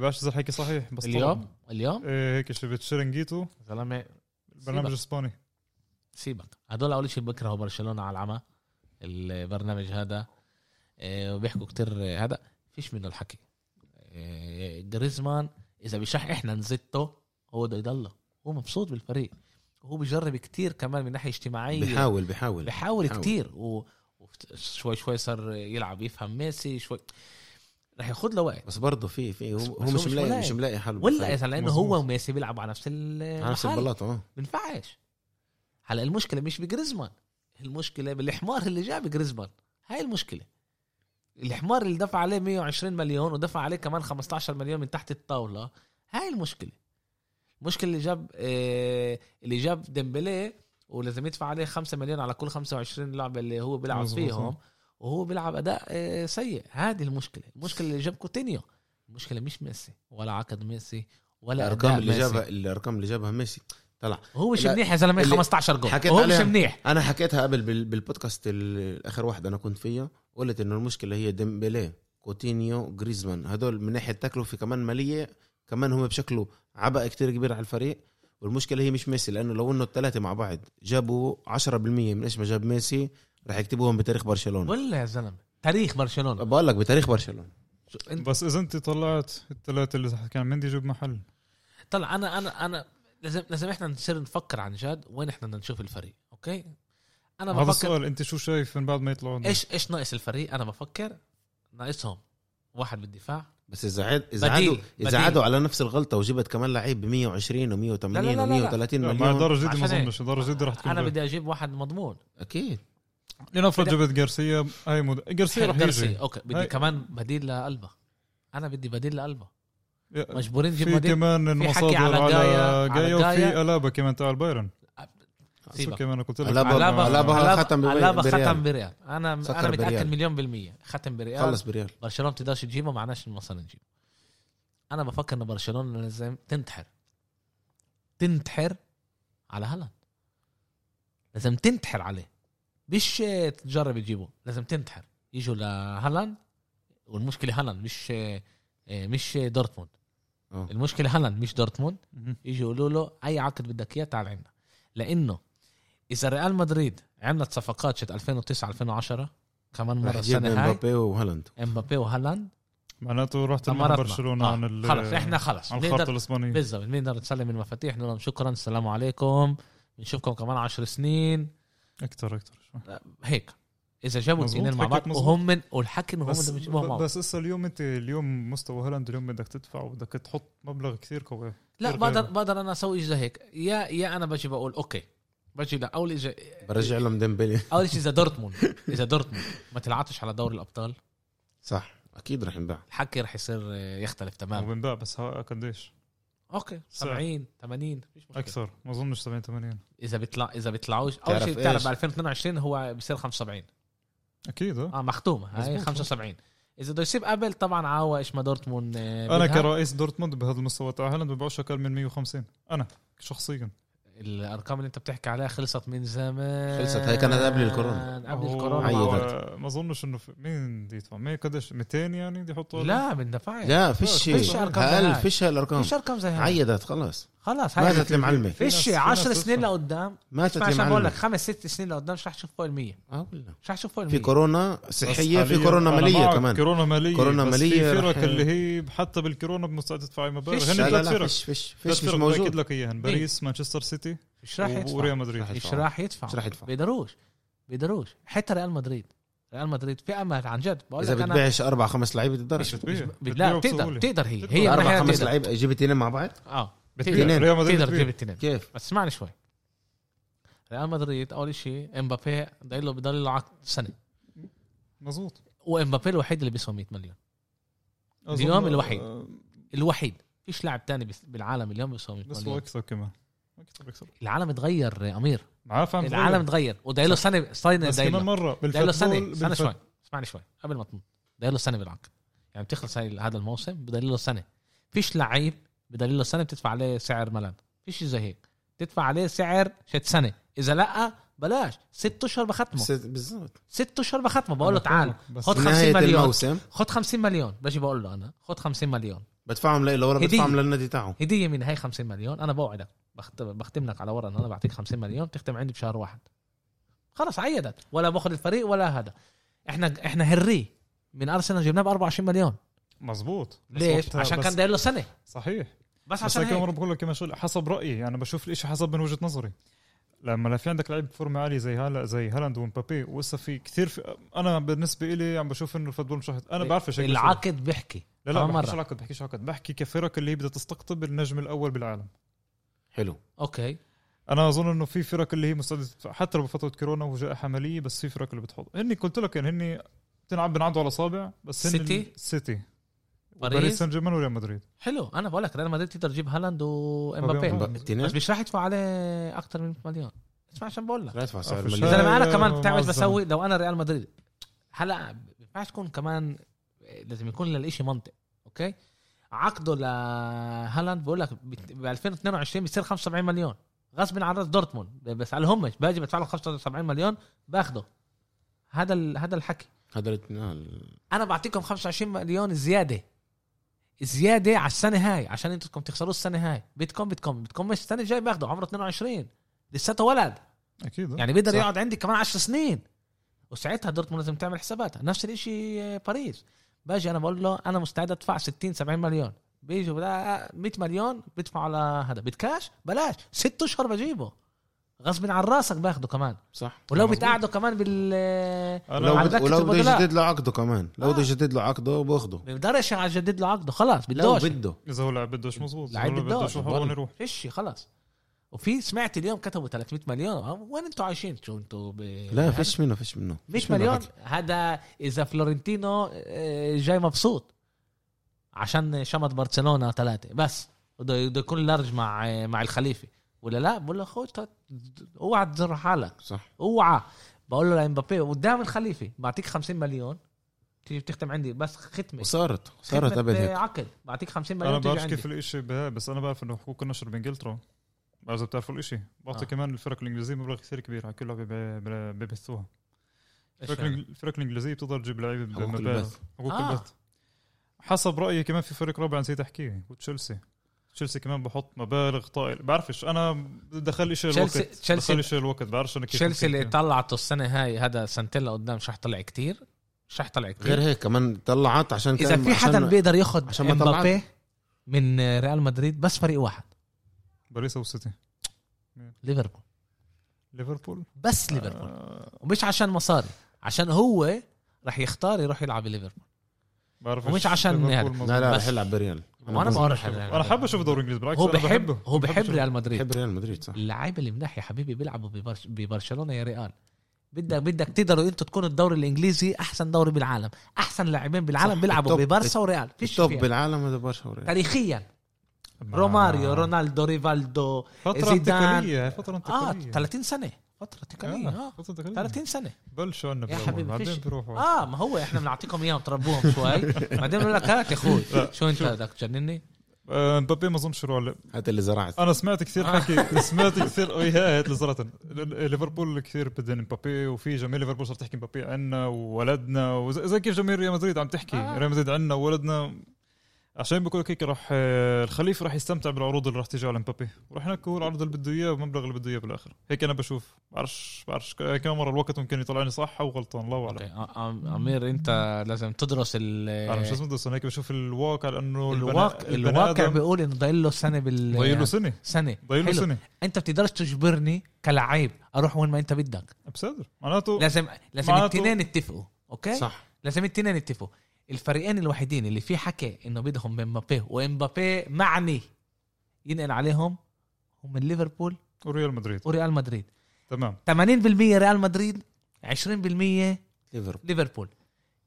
بعرفش اذا الحكي صحيح بس طلب. اليوم اليوم إيه، هيك شفت شيرنجيتو زلمه برنامج اسباني سيبك هدول اول شيء بكرهوا برشلونه على العمى البرنامج هذا آه، وبيحكوا كتير آه، هذا فيش منه الحكي آه، جريزمان اذا بيشح احنا نزته هو بده يضله هو مبسوط بالفريق هو بيجرب كتير كمان من ناحيه اجتماعيه بيحاول بيحاول بحاول بحاول. كتير و... وشوي شوي صار يلعب يفهم ميسي شوي رح ياخذ له وقت بس برضه في في هو, بس هو مش ملاقي مش ملاقي حل ولا بالفريق. اذا لانه مظبوط. هو وميسي بيلعبوا على نفس على نفس المحل البلاط اه بينفعش هلا المشكله مش بجريزمان المشكله بالحمار اللي جاب جريزمان هاي المشكله الحمار اللي دفع عليه 120 مليون ودفع عليه كمان 15 مليون من تحت الطاوله هاي المشكله المشكله اللي جاب آه اللي جاب ديمبلي ولازم يدفع عليه 5 مليون على كل 25 لعبه اللي هو بيلعب مظبوط. فيهم وهو بيلعب اداء آه سيء هذه المشكله المشكله اللي جاب كوتينيو المشكله مش ميسي ولا عقد ميسي ولا الارقام أداء اللي ميسي. جابها الارقام اللي جابها ميسي طلع هو مش لا، منيح يا زلمه اللي 15 جول حكيت هو مش عليها. منيح انا حكيتها قبل بال- بالبودكاست ال- اخر واحد انا كنت فيه قلت انه المشكله هي ديمبلي كوتينيو جريزمان هدول من ناحيه تكلفه كمان ماليه كمان هم بشكله عبء كتير كبير على الفريق والمشكله هي مش ميسي لانه لو انه الثلاثه مع بعض جابوا 10% من ايش ما جاب ميسي رح يكتبوهم بتاريخ برشلونه ولا يا زلمه تاريخ برشلونه بقول لك بتاريخ برشلونه شو- انت بس اذا انت طلعت الثلاثه اللي كان مندي جاب محل طلع انا انا انا لازم لازم احنا نصير نفكر عن جد وين احنا بدنا نشوف الفريق اوكي انا هذا بفكر السؤال انت شو شايف من بعد ما يطلعوا ايش ايش ناقص الفريق انا بفكر ناقصهم واحد بالدفاع بس اذا عاد اذا بديل. عادوا بديل. اذا عادوا على نفس الغلطه وجبت كمان لعيب ب 120 و180 لا لا لا لا. و130 لا، مع مليون دار جدي عشان ما هيك. اظنش دار جدي رح تكون انا غير. بدي اجيب واحد مضمون اكيد لنفرض جبت جارسيا هاي مد... جارسيا رح جارسيا. يجي اوكي بدي هاي. كمان بديل لقلبه انا بدي بديل لقلبه طيب. يا- مجبورين نجيب في بديل كمان المصادر على على جايا، على جايا جايا. وفي الابا كمان تاع البايرن سيبك. سو كمان قلت لك ألابا- علابة ألابا علابة- ختم ببي- علابة بريال. ختم بريال انا انا سكر متاكد بريال. مليون بالميه ختم بريال خلص بريال برشلونه بتقدرش تجيبه معناش المصاري نجيبه انا بفكر ان برشلونه لازم تنتحر تنتحر على هالاند لازم تنتحر عليه مش آه، تجرب تجيبه لازم تنتحر يجوا لهالاند والمشكله هالاند مش آه، آه، مش آه، دورتموند آه. المشكله هالاند مش دورتموند مهم. يجوا يقولوا له اي عقد بدك اياه تعال عندنا لانه اذا ريال مدريد عملت صفقات شت 2009 2010 كمان رح مره يجيب السنه هاي مبابي وهالاند امبابي وهالاند معناته رح تلعب مراتنا. برشلونه آه. عن ال... خلص احنا خلص عن الخط بنقدر الاسباني بالضبط بنقدر نسلم المفاتيح نقول لهم شكرا السلام عليكم بنشوفكم كمان عشر سنين اكثر اكثر هيك اذا جابوا مظبوط، الاثنين مع حكيك بعض مظبوط. وهم من والحكي انه هم بس بدهم يجيبوها مع بعض بس هسه اليوم انت اليوم مستوى هولندا اليوم بدك تدفع وبدك تحط مبلغ كثير قوي لا كتير بقدر غالي. بقدر انا اسوي شيء زي هيك يا يا انا بجي بقول اوكي بجي لا اول شيء برجع لهم ديمبلي اول شيء اذا دورتموند اذا دورتموند ما تلعبش على دوري الابطال صح اكيد رح نباع الحكي رح يصير آه، يختلف نعم. تماما وبنباع بس ها- قديش؟ اوكي سعر. 70 80 مش مشكله اكثر ما اظنش 70 80 اذا بيطلع اذا بيطلعوش اول تعرف شيء بتعرف إيش؟ ب 2022 هو بصير 75 اكيد اه اه مختوم هاي مزبوط. 75 اذا بده يسيب قبل طبعا عوا ايش ما دورتموند آه، انا بدها. كرئيس دورتموند بهذا المستوى تاع هالاند ببيعوش اقل من 150 انا شخصيا الارقام اللي انت بتحكي عليها خلصت من زمان خلصت، هاي كانت قبل الكورونا. قبل هو- الكورونا عيد. مع- هو- ما اظنش انه في- مين بده يدفع مين قديش 200 يعني بده يحطوا لا بندفعش لا فيش إيه. فيش أرقام هل هاي. فيش هالارقام مش ارقام زي هاي عيدت خلاص خلاص هاي ماتت المعلمه فيش في ناس- 10 في سنين ناس لقدام ماتت ما عشان بقول لك المعلمه خمس ست سنين لقدام مش رح تشوف فوق ال 100 آه والله. مش رح تشوف فوق ال في 100 كورونا صحيه في كورونا ماليه كمان كورونا ماليه كورونا بس مالية في رح- فرق اللي هي حتى بالكورونا بمستعد تدفع مبالغ فيش. هن لا لا ثلاث لا فرق فيش فيش ثلاث فيش مش فرق باكد موجود لك اياهم باريس مانشستر سيتي مش رح و- يدفع وريال مدريد رح مش يدفعوا. راح يدفع مش رح يدفع. بيقدروش بيقدروش حتى ريال مدريد ريال مدريد في امل عن جد بقول اذا لك انا بتبيعش اربع خمس لعيبه مش بتقدرش بتبيع بت- بتبيع لا بتقدر بسهولة. بتقدر هي هي بتقدر. من اربع ناحية خمس بتقدر. لعيبه جيب اثنين مع بعض اه بتبيع. تقدر- ريال مدريد تقدر بتبيع. تجيب التنين كيف بس اسمعني شوي ريال مدريد اول شيء امبابي ضايل له بضل له عقد سنه مظبوط وامبابي الوحيد اللي بيسوى 100 مليون أظن- اليوم الوحيد. آه، الوحيد فيش لاعب تاني بس- بالعالم اليوم بيسوى 100 بس هو مليون اكثر كمان اكثر اكثر العالم اتغير يا امير معاه فاهم العالم اتغير وضايل له سنه سنه بس ضايل كمان له مره ضايل له بالفوتبول سنه سنه بالفت- شوي اسمعني شوي قبل ما تنط ضايل له سنه بالعقد يعني بتخلص هاي هذا الموسم بضايل له سنه فيش لعيب بضايل له سنه بتدفع عليه سعر ملان فيش زي هيك تدفع عليه سعر شت سنه اذا لا بلاش ست اشهر بختمه بس- بالضبط ست اشهر بختمه بقول له أنا تعال فاهمك، بس خد 50 نهايه مليون الموسم خد 50 مليون باجي بقول له انا خد 50 مليون بدفعهم لإله ولا هدية. بدفعهم للنادي تاعه هديه من هاي 50 مليون انا بوعدك بخت- بختم لك على ورقه انه انا بعطيك 50 مليون بتختم عندي بشهر واحد خلص عيدت ولا باخذ الفريق ولا هذا احنا احنا هنري من ارسنال جبناه ب 24 مليون مظبوط بس ليش وقتها عشان بس- كان داير له سنه صحيح بس بس عشان هيك هيك مرة بقول لك كمان شو حسب رايي انا بشوف الاشي حسب من وجهه نظري لما لا في عندك لعيب بفورمه عاليه زي هلا زي هالاند ومبابي وهسه في كثير في انا بالنسبه لي عم بشوف انه الفوتبول مش رح- انا إيه، بعرف ايش هيك بصير. العقد بيحكي لا لا كمان بحكيش مره عقد بحكيش عقد بحكي كفرق اللي هي بدها تستقطب النجم الاول بالعالم حلو اوكي انا اظن انه في فرق اللي هي مستعده تدفع حتى لو بفتره كورونا وجائحه ماليه بس في فرق اللي بتحط هني قلت لك يعني هني بتلعب بنعدوا على اصابع بس هن سيتي؟ ال- سيتي باريس باريس سان جيرمان وريال مدريد حلو انا بقول لك ريال مدريد تقدر تجيب هالاند وامبابي وبيعمل. ب- التنين بس مش راح يدفع عليه اكثر من 100 مليون اسمع عشان بقول لك لا يدفع آه، سعر في اذا مليون الشارع. لما انا يا كمان بتعمل معظم. بسوي لو انا ريال مدريد هلا ما ينفعش تكون كمان لازم يكون للإشي منطق اوكي عقده لهالاند بقول لك ب 2022 بيصير 75 مليون غصب عن راس دورتموند بس على همش باجي بدفع له 75 مليون باخده هذا ال... هذا الحكي هذا الاتنين- آه، ال- انا بعطيكم 25 مليون زياده زياده على السنه هاي عشان انتم بدكم تخسروا السنه هاي بدكم بدكم بدكم مش السنه الجايه باخده عمره 22 لساته ولد اكيد يعني يعني بيقدر صح. يقعد عندي كمان 10 سنين وساعتها دورتموند لازم تعمل حساباتها نفس الشيء باريس باجي انا بقول له انا مستعد ادفع 60 70 مليون بيجوا بلا 100 مليون بدفع على هذا بدكاش بلاش ست اشهر بجيبه غصب عن راسك باخده كمان صح ولو مظبوط. بتقعده كمان بال انا ولو على بد- دكة ولو بده البدلاء. يجدد له عقده كمان لو آه. بده يجدد له عقده باخده بقدرش اجدد له عقده خلاص لو بدوش بده اذا هو لعب بدوش مزبوط لعيب بدوش هون يروح فيش خلاص وفي سمعت اليوم كتبوا 300 مليون أه، وين انتوا عايشين شو انتوا ب... لا فيش منه فيش منه مش فيش منه مليون حكي. هذا اذا فلورنتينو آه، جاي مبسوط عشان شمت برشلونه ثلاثه بس بده بده يكون لارج مع آه، مع الخليفه ولا لا بقول له خد تط- اوعى تزر حالك صح اوعى بقول له لامبابي قدام الخليفه بعطيك 50 مليون تيجي بتختم عندي بس ختمه وصارت صارت ختمة، قبل آه، هيك عقد بعطيك 50 مليون انا تيجي بعرفش عندي. كيف الاشي بها بس انا بعرف انه حقوق النشر بانجلترا بعرف اذا بتعرفوا الاشي بعطي آه. آه. كمان الفرق الانجليزيه مبلغ كثير كبير على كل لعبه ب- ب- ببثوها إيش الفرق, يعني؟ الإنجل- الفرق الانجليزيه بتقدر تجيب لعيبه حقوق بمبالغ البث. حقوق آه. آه. البث حسب رايي كمان في فريق رابع نسيت احكيه وتشيلسي تشيلسي كمان بحط مبالغ طائل بعرفش انا دخل شيء الوقت تشيلسي- تشيلسي- دخل شيء الوقت بعرفش انا كيف تشيلسي اللي ممكن. طلعته السنه هاي هذا سنتين لقدام مش رح طلع كتير مش رح طلع كتير غير هيك كمان طلعت عشان اذا كان- في حدا عشان بيقدر ياخذ عشان ما امبابي من ريال مدريد بس فريق واحد باريس او سيتي ليفربول ليفربول بس ليفربول آه، ومش عشان مصاري عشان هو رح يختار يروح يلعب ليفربول بعرف ومش عشان يعني. هذا. لا لا بس- رح يلعب بريال وانا بز- بعرف انا حابب اشوف الدوري الانجليزي بالعكس هو أنا بحب بحبه هو بحب أشوف- ريال مدريد بحب ريال مدريد صح اللعيبه اللي مناح يا حبيبي بيلعبوا ببرش- ببرشلونه يا ريال بدك بدك تقدروا انتوا تكونوا الدوري الانجليزي احسن دوري بالعالم احسن لاعبين بالعالم صح. بيلعبوا التوب- ببارسا وريال فيش التوب فيها. بالعالم هذا برشا وريال تاريخيا ما- روماريو رونالدو ريفالدو آه. فترة زيدان. انتقالية فترة اه انتقالية آه، 30 سنه فتره تكاليه اه فترة انتقالية 30 سنه بلشوا عنا يا بالأول، حبيبي، بعدين فيش- بيروحوا اه ما هو احنا بنعطيكم اياهم تربوهم شوي بعدين بقول لك هات يا اخوي شو انت بدك تجنني آه، مبابي ما اظنش يروح عليه. هذا اللي زرعت انا سمعت كثير آه. حكي سمعت كثير اه هي هات لزرة ليفربول كثير بدهم مبابي وفي جماهير ليفربول صارت تحكي مبابي عنا وولدنا وزي زي كيف جماهير ريال مدريد عم تحكي آه. ريال مدريد عنا وولدنا عشان بيقول لك هيك راح آه، الخليفه راح يستمتع بالعروض اللي راح تيجي على مبابي وراح هناك هو العرض اللي بده اياه بالمبلغ اللي بده اياه بالاخر هيك انا بشوف بعرفش بعرفش كم مره الوقت ممكن يطلعني صح او غلطان الله اعلم اوكي آه، آه، امير انت لازم تدرس ال انا مش لازم ادرس انا هيك بشوف الواقع لانه البنا- آه. الواقع البني الواقع آدم بيقول انه ضايل له سنه بال ضايل له سنه سنه ضايل له حلو. سنه انت بتقدرش تجبرني كلعيب اروح وين ما انت بدك بصدر معناته لازم لازم معناته- الاثنين يتفقوا اوكي صح لازم الاثنين يتفقوا الفريقين الوحيدين اللي في حكي انه بدهم امبابي وامبابي معني ينقل عليهم هم ليفربول وريال مدريد وريال مدريد تمام 80% ريال مدريد 20% ليفربول ليفربول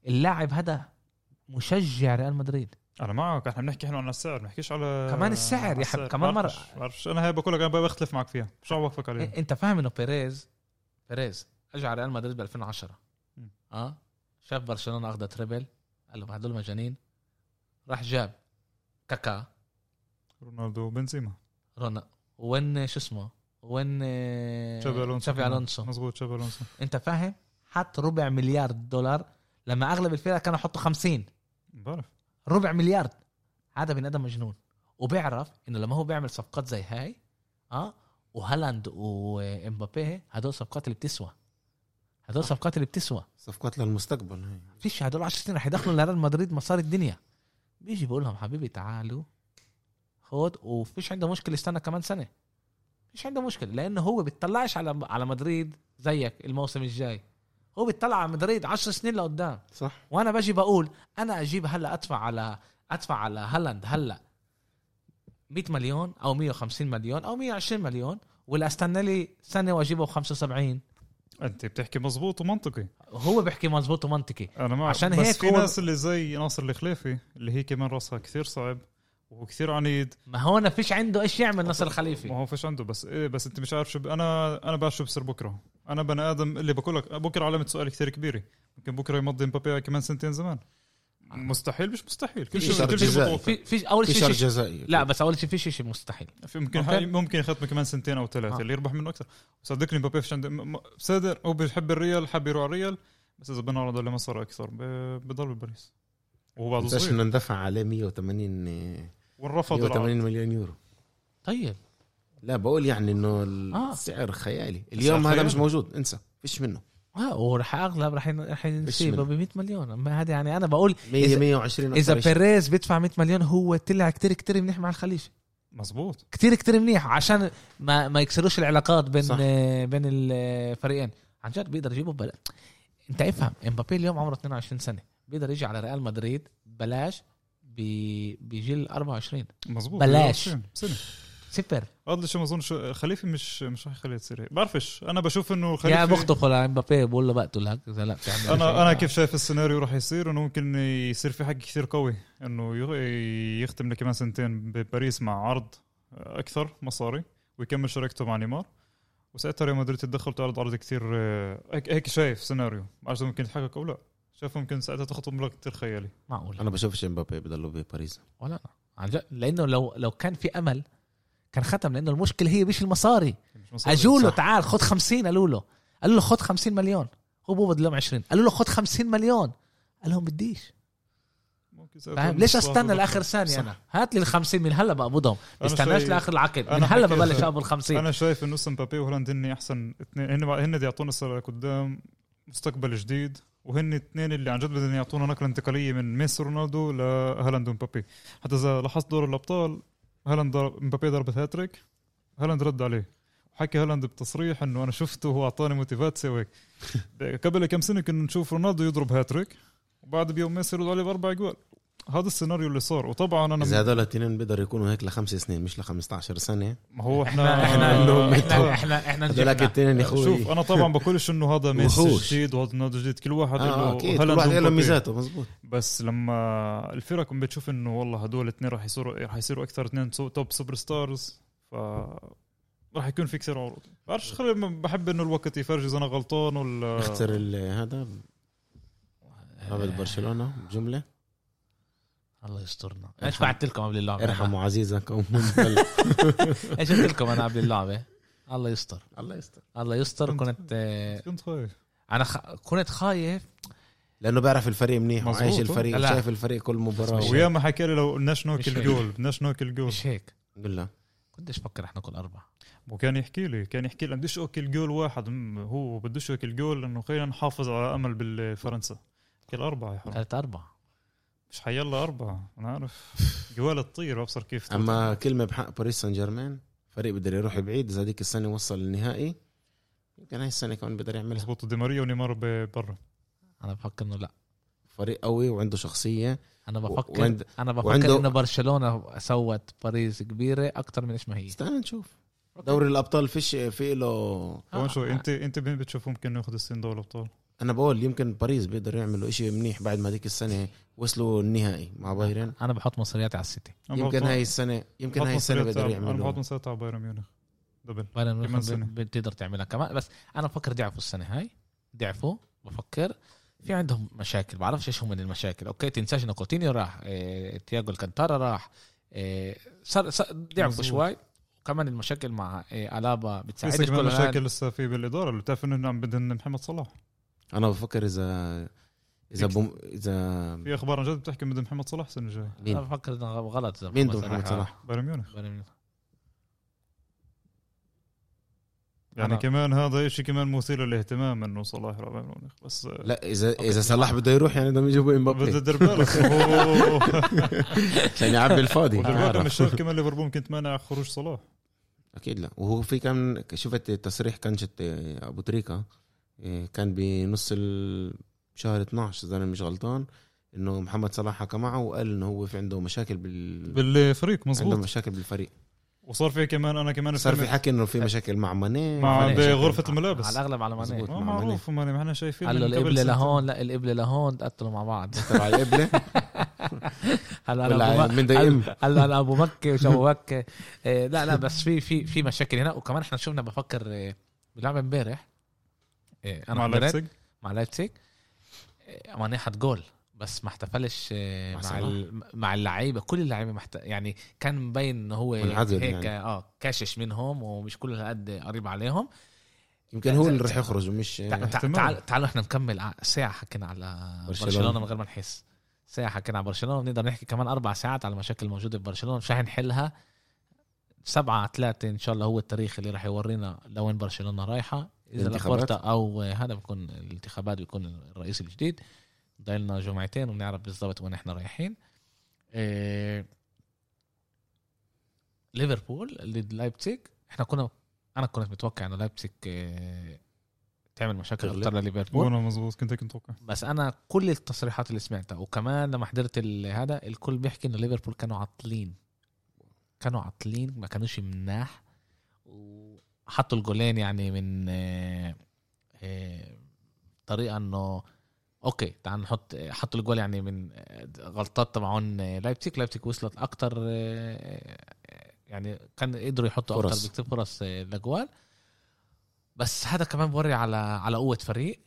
اللاعب هذا مشجع ريال مدريد انا معك احنا بنحكي هنا عن السعر بنحكيش على كمان السعر يا على حبيبي، السعر. كمان مرة. بعرفش- بعرفش انا هاي بقول لك انا بختلف معك فيها مش عم بوافقك عليها إيه، انت فاهم انه بيريز بيريز اجى على ريال مدريد ب 2010 مم. اه شاف برشلونه اخذ تريبل قال لهم هدول مجانين راح جاب كاكا رونالدو بنزيما رونا وين شو اسمه وين آه، تشافي الونسو تشافي الونسو مزبوط تشافي الونسو انت فاهم حط ربع مليار دولار لما اغلب الفرق كانوا يحطوا 50 بعرف ربع مليار هذا بني ادم مجنون وبيعرف انه لما هو بيعمل صفقات زي هاي اه وهالاند وامبابي هدول صفقات اللي بتسوى هدول صفقات اللي بتسوى صفقات للمستقبل هاي فيش هدول 10 سنين رح يدخلوا لريال مدريد مصاري الدنيا بيجي بقول لهم حبيبي تعالوا خد وفيش عنده مشكله استنى كمان سنه فيش عنده مشكله لانه هو بيطلعش على على مدريد زيك الموسم الجاي هو بيطلع على مدريد 10 سنين لقدام صح وانا باجي بقول انا اجيب هلا ادفع على ادفع على هالاند هلا 100 مليون او 150 مليون او 120 مليون ولا استنى لي سنه واجيبه 75 انت بتحكي مزبوط ومنطقي هو بيحكي مزبوط ومنطقي انا معك عشان عشان بس هيك في هو- ناس اللي زي ناصر الخليفي اللي هي كمان راسها كثير صعب وكثير عنيد ما هو أنا فيش عنده ايش يعمل نصر ما الخليفي هو فيش عنده بس إيه بس انت مش عارف شو ب- انا انا بعرف شو بصير بكره انا بني ادم اللي بقول لك بكره علامه سؤال كثير كبيره ممكن بكره يمضي مبابي كمان سنتين زمان مستحيل مش مستحيل كل في شيء شرط كل شيء جزائي. متوقع. آه. في في اول في شر شيء شيء- جزائي لا بس اول شيء في شيء شيء مستحيل في ممكن أوكي. حي- ممكن يختم كمان سنتين او ثلاثه آه. اللي يربح منه اكثر صدقني مبابي فيش عنده م- م- صدر هو بيحب الريال حب يروح على الريال بس اذا بنعرض عليه مصاري اكثر ب- بضل بباريس وهو بعد بس صغير انه اندفع عليه 180 آه، والرفض العرض. 180 مليون يورو طيب لا بقول يعني انه آه. السعر خيالي اليوم هذا خيالي. مش موجود انسى فيش منه اه ورح اغلب رح ين- رح ينسيبه منه. ب 100 مليون ما هذا يعني انا بقول 100 120 اذا أكتر شيء. بيريز بيدفع 100 مليون هو طلع كتير كتير منيح مع الخليفه مزبوط كتير كتير منيح عشان ما ما يكسروش العلاقات بين صح. آه، بين الفريقين عن جد بيقدر يجيبه بلا انت افهم امبابي اليوم عمره 22 سنه بيقدر يجي على ريال مدريد بلاش ب- بجيل 24 مزبوط بلاش. سنة- سنة صفر هذا الشيء ما اظنش خليفي مش مش رح يخلي تصير هيك بعرفش انا بشوف انه خليفي يا بخطفه لامبابي بقول له بقتلك اذا لا بتعمل شيء. انا انا كيف شايف السيناريو راح يصير انه ممكن يصير في حكي كثير قوي انه يغ- يختم لكمان سنتين بباريس مع عرض اكثر مصاري ويكمل شراكته مع نيمار وساعتها ريال مدريد تتدخل تعرض عرض كثير آه، هيك هيك شايف سيناريو ما بعرف إذا ممكن يتحقق او لا شايف ممكن ساعتها تخطب مبلغ كثير خيالي معقول انا بشوفش امبابي بضله بباريس ولا عن جد لانه لو لو كان في امل كان ختم لانه المشكله هي مش المصاري مش مصاري. اجوا له صح. تعال خد 50 قالوا له قالوا له خد 50 مليون هو بقبض لهم 20 قالوا له خد 50 مليون قال لهم بديش ممكن ساعتها فاهم ليش مش استنى صاحب لاخر أكتر. ثانيه صح. انا هات لي ال 50 من هلا بقبضهم ما استناش شايف- لاخر العقد من أنا هلا حكيت- ببلش اقبض 50 انا شايف انه مبابي وهولاند هن احسن اثنين هن هن بدي يعطونا صار قدام مستقبل جديد وهن اثنين اللي عن جد بدهم يعطونا نقله انتقاليه من ميسي رونالدو لهالاند ومبابي حتى اذا لاحظت دور الابطال هالاند ضرب- مبابي ضرب هاتريك هالاند رد عليه حكى هالاند بتصريح انه انا شفته هو اعطاني موتيفاتسي وهيك قبل كم سنه كنا نشوف رونالدو يضرب هاتريك وبعد بيوم ميسي يرد عليه باربع اجوال هذا السيناريو اللي صار وطبعا انا اذا هذول الاثنين بيقدر يكونوا هيك لخمس سنين مش ل 15 سنه ما هو احنا احنا احنا احنا احنا احنا هذولك نجحنا الاثنين يا شوف اخوي انا طبعا بقولش انه هذا ميسي وحوش. جديد وهذا رونالدو جديد كل واحد اه له اكيد كل هالاند واحد له ومبابي. آه. ميزاته مزبوط بس لما الفرق عم بتشوف انه والله هدول الاثنين راح يصيروا راح يصيروا اكثر اثنين توب سوبر ستارز ف راح يكون في كثير عروض بعرفش خلي بحب انه الوقت يفرجي اذا انا غلطان ولا اخسر ال- هذا رابط برشلونه جمله الله يسترنا ايش بعت لكم قبل آه. اللعبه ارحموا عزيزك ام ايش قلت لكم انا قبل اللعبه الله يستر الله يستر الله يستر كنت آه، كنت خايف انا خ- كنت خايف لانه بيعرف الفريق منيح مزبوط. وعايش الفريق لا. شايف الفريق كل مباراه مش- ويا ما حكى لي لو بدناش مش ناكل هيك. جول بدناش ناكل جول مش هيك قول له كنتش بفكر احنا كل اربعه وكان يحكي لي كان يحكي لي بديش اكل جول واحد مم، هو بديش اكل جول انه خلينا نحافظ على امل بالفرنسا كل اربعه يا حرام ثلاث اربعه مش حيلا اربعه انا عارف جوال تطير ابصر كيف تطير. اما كلمه بحق باريس سان جيرمان فريق بده يروح بعيد اذا هذيك السنه وصل للنهائي يمكن هاي السنه كمان بيقدر يعملها مظبوط دي ماريا ونيمار ب- برا انا بفكر انه لا فريق قوي وعنده شخصيه انا و- بفكر وعند- انا بفكر وعنده- انه برشلونه سوت باريس كبيره اكثر من ايش ما هي استنى نشوف دوري الابطال فيش في له كمان شو انت انت مين بتشوفه ممكن ياخذ السين دوري الابطال؟ انا بقول يمكن باريس بيقدروا يعملوا إشي منيح بعد ما هذيك السنه وصلوا النهائي مع بايرن انا بحط مصرياتي على السيتي أنا يمكن بحط- هاي السنه يمكن بحط هاي السنه مصريات بيقدروا على- انا بحط يعملوا مصريات على بايرن ميونخ دبل بايرن ميونخ كمان سنة. ب- بتقدر تعملها كمان بس انا بفكر ضعفوا السنه هاي ضعفوا بفكر في عندهم مشاكل بعرفش ايش هم من المشاكل اوكي تنساش انه كوتينيو راح إيه تياجو الكانتارا راح إيه صار صار- ضعفوا مظبوط. شوي وكمان المشاكل مع إيه الابا بتساعدش لسه كمان كل هاد. مشاكل لسه في بالاداره اللي بتعرف انه عم بدهم محمد صلاح انا بفكر اذا اذا بم... اذا في اخبار عن جد بتحكي بدهم محمد صلاح السنه الجايه انا مين بفكر انه غلط إذا مين محمد بده محمد صلاح بايرن ميونخ بايرن ميونخ. يعني أنا- كمان هذا شيء كمان مثير للاهتمام انه صلاح راح بايرن ميونخ بس آه، لا اذا اذا صلاح بده يروح يعني بدهم يجيبوا بده امبابي دير بالك عشان يعبي الفاضي ودير بالك مش شايف كمان ليفربول كنت مانع خروج صلاح اكيد لا وهو في كان شفت تصريح آه، كان شت ابو تريكه إيه، كان بنص ال- شهر 12 اذا انا مش غلطان انه محمد صلاح حكى معه وقال انه هو في عنده مشاكل بال بالفريق عنده مزبوط مشاكل بالفريق وصار في كمان انا كمان صار في افتهم- حكي انه في مشاكل مع ماني مع ماني. بغرفه الملابس على الاغلب على مظبوط. ماني ما مع معروف ما ما احنا شايفين قال له من قبل القبله سنتين. لهون لا القبله لهون قتلوا مع بعض تبع القبله هلا ولا انا من أبو- دايم هلا انا ابو مكه وش ابو مكه إيه، لا لا بس في في في مشاكل هنا وكمان احنا شفنا بفكر إيه، بلعب امبارح إيه، انا مع حضرت لايبزيج مع لايبسيج إيه، ماني حط جول بس ما احتفلش إيه، مع مع صلاح. ال- مع اللعيبه كل اللعيبه محت... يعني كان مبين انه هو منعزل هيك يعني. اه كاشش منهم ومش كل هالقد قريب عليهم يمكن هو اللي رح يخرج يعني. ومش تع- تع- احتمال. تعال تعالوا احنا نكمل ع- ساعه حكينا على برشلونة. برشلونه من غير ما نحس ساعه حكينا على برشلونه بنقدر نحكي كمان اربع ساعات على المشاكل الموجوده ببرشلونه مش رح نحلها سبعة ثلاثة إن شاء الله هو التاريخ اللي رح يورينا لوين برشلونة رايحة إذا الانتخابات. لابورتا أو هذا بكون الانتخابات بيكون الرئيس الجديد ضايلنا جمعتين وبنعرف بالضبط وين احنا رايحين إيه... ليفربول ضد لايبتيج احنا كنا انا كنت متوقع انه لايبتيج إيه... تعمل مشاكل تغلب. اكثر لليفربول وانا مزبوط كنت هيك متوقع بس انا كل التصريحات اللي سمعتها وكمان لما حضرت ال- هذا الكل بيحكي انه ليفربول كانوا عاطلين كانوا عاطلين ما كانوش مناح وحطوا الجولين يعني من آه، آه، طريقه انه اوكي تعال نحط حطوا الجول يعني من آه، غلطات تبعون آه، لايبتيك لايبتيك وصلت اكتر آه، آه، يعني كان قدروا يحطوا فرص. اكتر بكتير فرص آه، الاجوال بس هذا كمان بوري على على قوه فريق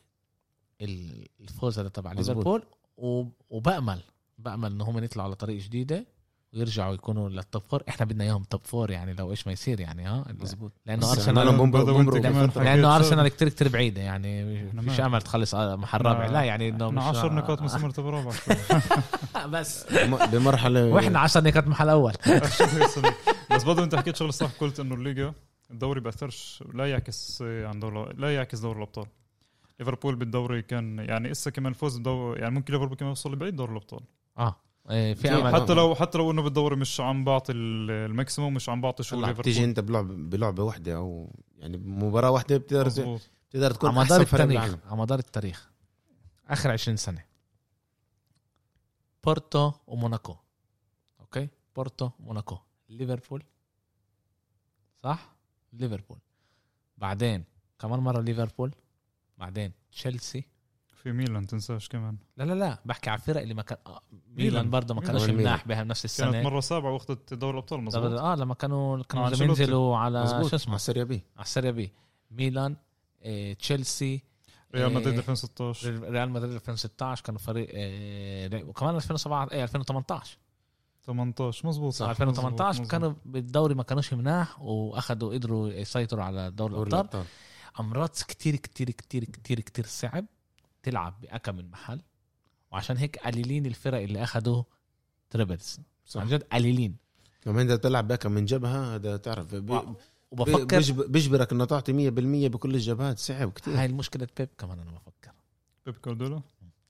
ال- الفوز هذا تبع مظبوط. ليفربول و- وبامل بامل ان هم يطلعوا على طريق جديده ويرجعوا يكونوا للتوب فور احنا بدنا اياهم توب فور يعني لو ايش ما يصير يعني ها مظبوط لانه بس ارسنال أنا بمر- بدأ وأنت بمر- كمان بفترة. حكيت لانه صار- ارسنال كتير كتير بعيده يعني إحنا مش ما- امل تخلص مع الرابع لا يعني انه احنا مش- 10 نقاط من المرتبه الرابعه بس بم- بمرحله واحنا 10 نقاط محل اول بس برضه انت حكيت شغله صح قلت انه الليجا الدوري بأثرش لا يعكس عن دور لا يعكس دوري الابطال ليفربول بالدوري كان يعني اسا كمان فوز بدور يعني ممكن ليفربول كمان يوصل لبعيد دوري الابطال اه إيه، في يعني امل حتى لو حتى لو انه بالدوري مش عم بعطي ال- الماكسيموم مش عم بعطي شو هلا بتيجي انت بلعب بلعبه واحده او يعني بمباراه واحده بتقدر مظبوط. بتقدر تكون على مدار احسن فريق التاريخ بالعالم على مدار التاريخ اخر 20 سنه بورتو وموناكو اوكي بورتو وموناكو ليفربول صح ليفربول بعدين كمان مره ليفربول بعدين تشيلسي في ميلان تنساش كمان لا لا لا بحكي على الفرق اللي ما كان آه، ميلان ميلان. برضه ما كانوش ميلان. مناح بها نفس السنه كانت مره سابعه وقت دوري الابطال مظبوط اه لما كانوا كانوا آه، لما أنشيلوتي. ينزلوا على مظبوط شو شو اسمه اسمه السيريا بي على السيريا بي ميلان آه، تشيلسي ريال مدريد إيه. 2016 ريال مدريد 2016 كانوا فريق آه، لعب- وكمان 2007 ايه 2018 18 مظبوط صح مظبوط، 2018 مظبوط. كانوا بالدوري ما كانوش مناح واخذوا قدروا يسيطروا على دوري دوري الابطال الابطال امراض كتير كتير كتير كتير كتير صعب تلعب باكم من محل وعشان هيك قليلين الفرق اللي اخذوا تريبلز صح عن جد قليلين لما انت بتلعب باك من جبهه هذا تعرف بي- و- بي- وبفكر بيجب- بيجبرك انه تعطي 100% بكل الجبهات صعب كتير هاي المشكله بيب كمان انا بفكر بيب جوارديولا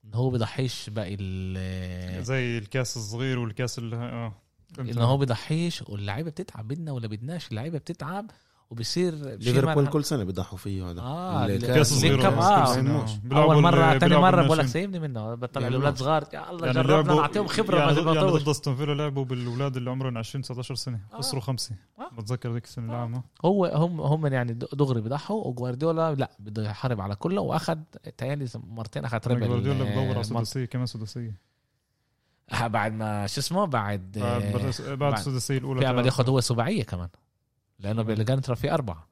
انه هو بضحيش باقي ال زي الكاس الصغير والكاس اللي اه كنت- انه إيه. هو بضحيش واللعيبه بتتعب بدنا ولا بدناش اللعيبه بتتعب وبصير شي ليفربول مرة- كل سنه بيضحوا فيه هذا آه، الكاس كاس ليج صغير كاب، كل آه. سنة. آه. بيلعبوا اول مره ال- ثاني بيلعبوا مره بقول لك الناشئين. سيبني منه بطلع يعني الاولاد لعبوا- صغار يا الله يعني جربنا لعبوا- نعطيهم خبره ما يعني ضد- يعني بيبطلوش ضد استون فيلا لعبوا بالاولاد اللي عمرهم 20 19 سنه آه. خسروا خمسه آه. بتذكر ذيك السنه آه. العامه هو هم هم يعني دغري بيضحوا وجوارديولا لا بده يحارب على كله واخذ تهيألي مرتين اخذ تريبل يعني جوارديولا بدور على آه، سداسيه كمان سداسيه آه، بعد ما شو اسمه بعد آه، بعد برس- بعد بعد- السداسيه الاولى في امل تاع ياخذ هو سباعيه كمان لانه بالجانترا في اربعه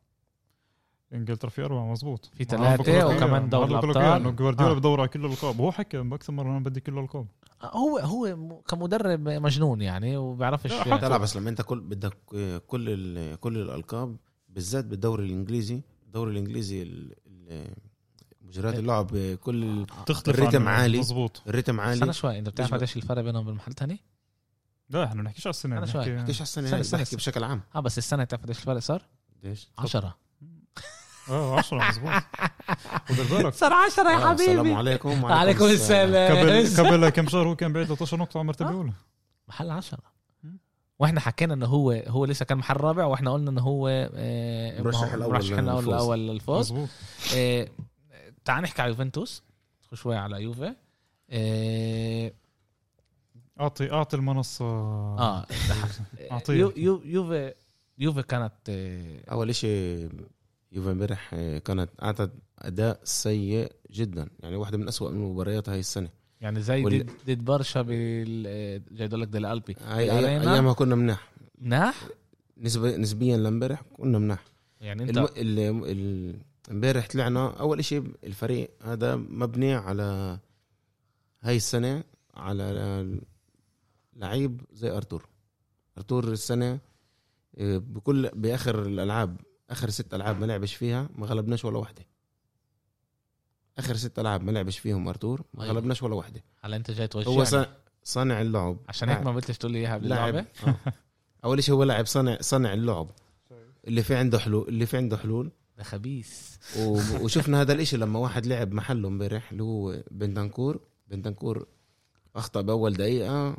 انجلترا في اربعه مظبوط في مع ثلاثة بكولوكيا. وكمان دوري مع بكولوكيا، الأبطال. انه جوارديولا آه. بدور على كل الالقاب هو حكى اكثر مره انا بدي كل الالقاب هو هو م- كمدرب مجنون يعني وبيعرفش لا، حتى طلع بس لما انت كل بدك آه، كل ال- كل الالقاب بالذات بالدوري الانجليزي الدوري الانجليزي ال- ال- إيه. مجريات اللعب آه، كل تختلف الريتم عن- عالي. مظبوط الريتم استنى عالي شوي انت بتعرف بيجبر. قديش الفرق بينهم بالمحل الثاني؟ لا احنا ما بنحكيش على السنه أنا شوي. بنحكي- قديش هالسنه استنى، هاي استنى، بحكي استنى. بشكل عام اه بس السنه بتعرف قديش الفرق صار؟ قديش 10 اه 10 مظبوط خد بالك صار 10 يا آه، السلام حبيبي عليكم وعليكم عليكم إيه، قبل السلام قبل كم شهر هو كان بعيد 13 نقطه على المرتبه آه. الاولى محل 10 مم. واحنا حكينا انه هو هو لسه كان محل رابع واحنا قلنا انه هو آه، مرشح ما هو- الأول مرشح الاول للفوز. الاول للفوز مظبوط آه، تعال نحكي على يوفنتوس ندخل شوي على يوفي آه، اعطي اعطي المنصه آه. اه أعطيه. يو يو يوفي يوفي كانت آه، اول شيء يوفي امبارح آه، كانت اعطت اداء سيء جدا يعني واحده من أسوأ المباريات هاي السنه يعني زي وال- ضد ضد برشا بال آه، جاي اقول لك ديل البي هاي بالأرينا. ايامها كنا مناح مناح نسبة نسبيا لامبارح كنا مناح يعني انت الم- ال- ال- امبارح طلعنا اول شيء الفريق هذا مبني على هاي السنه على لعيب زي ارتور ارتور السنه إيه، بكل باخر الالعاب اخر ست العاب ما لعبش فيها ما غلبناش ولا واحده اخر ست العاب ما لعبش فيهم ارتور ما أيوة. يعني. غلبناش ولا واحده هلا انت جاي توجعني هو صا- صانع اللعب عشان هيك ما قلتش تقول لي اياها قبل اللعبه لاعب آه. اول شيء هو لاعب صانع صانع اللعب اللي في عنده حلول اللي في عنده حلول ده خبيث و- وشفنا هذا الاشي لما واحد لعب محله امبارح اللي هو بنتنكور بنتنكور اخطا باول دقيقه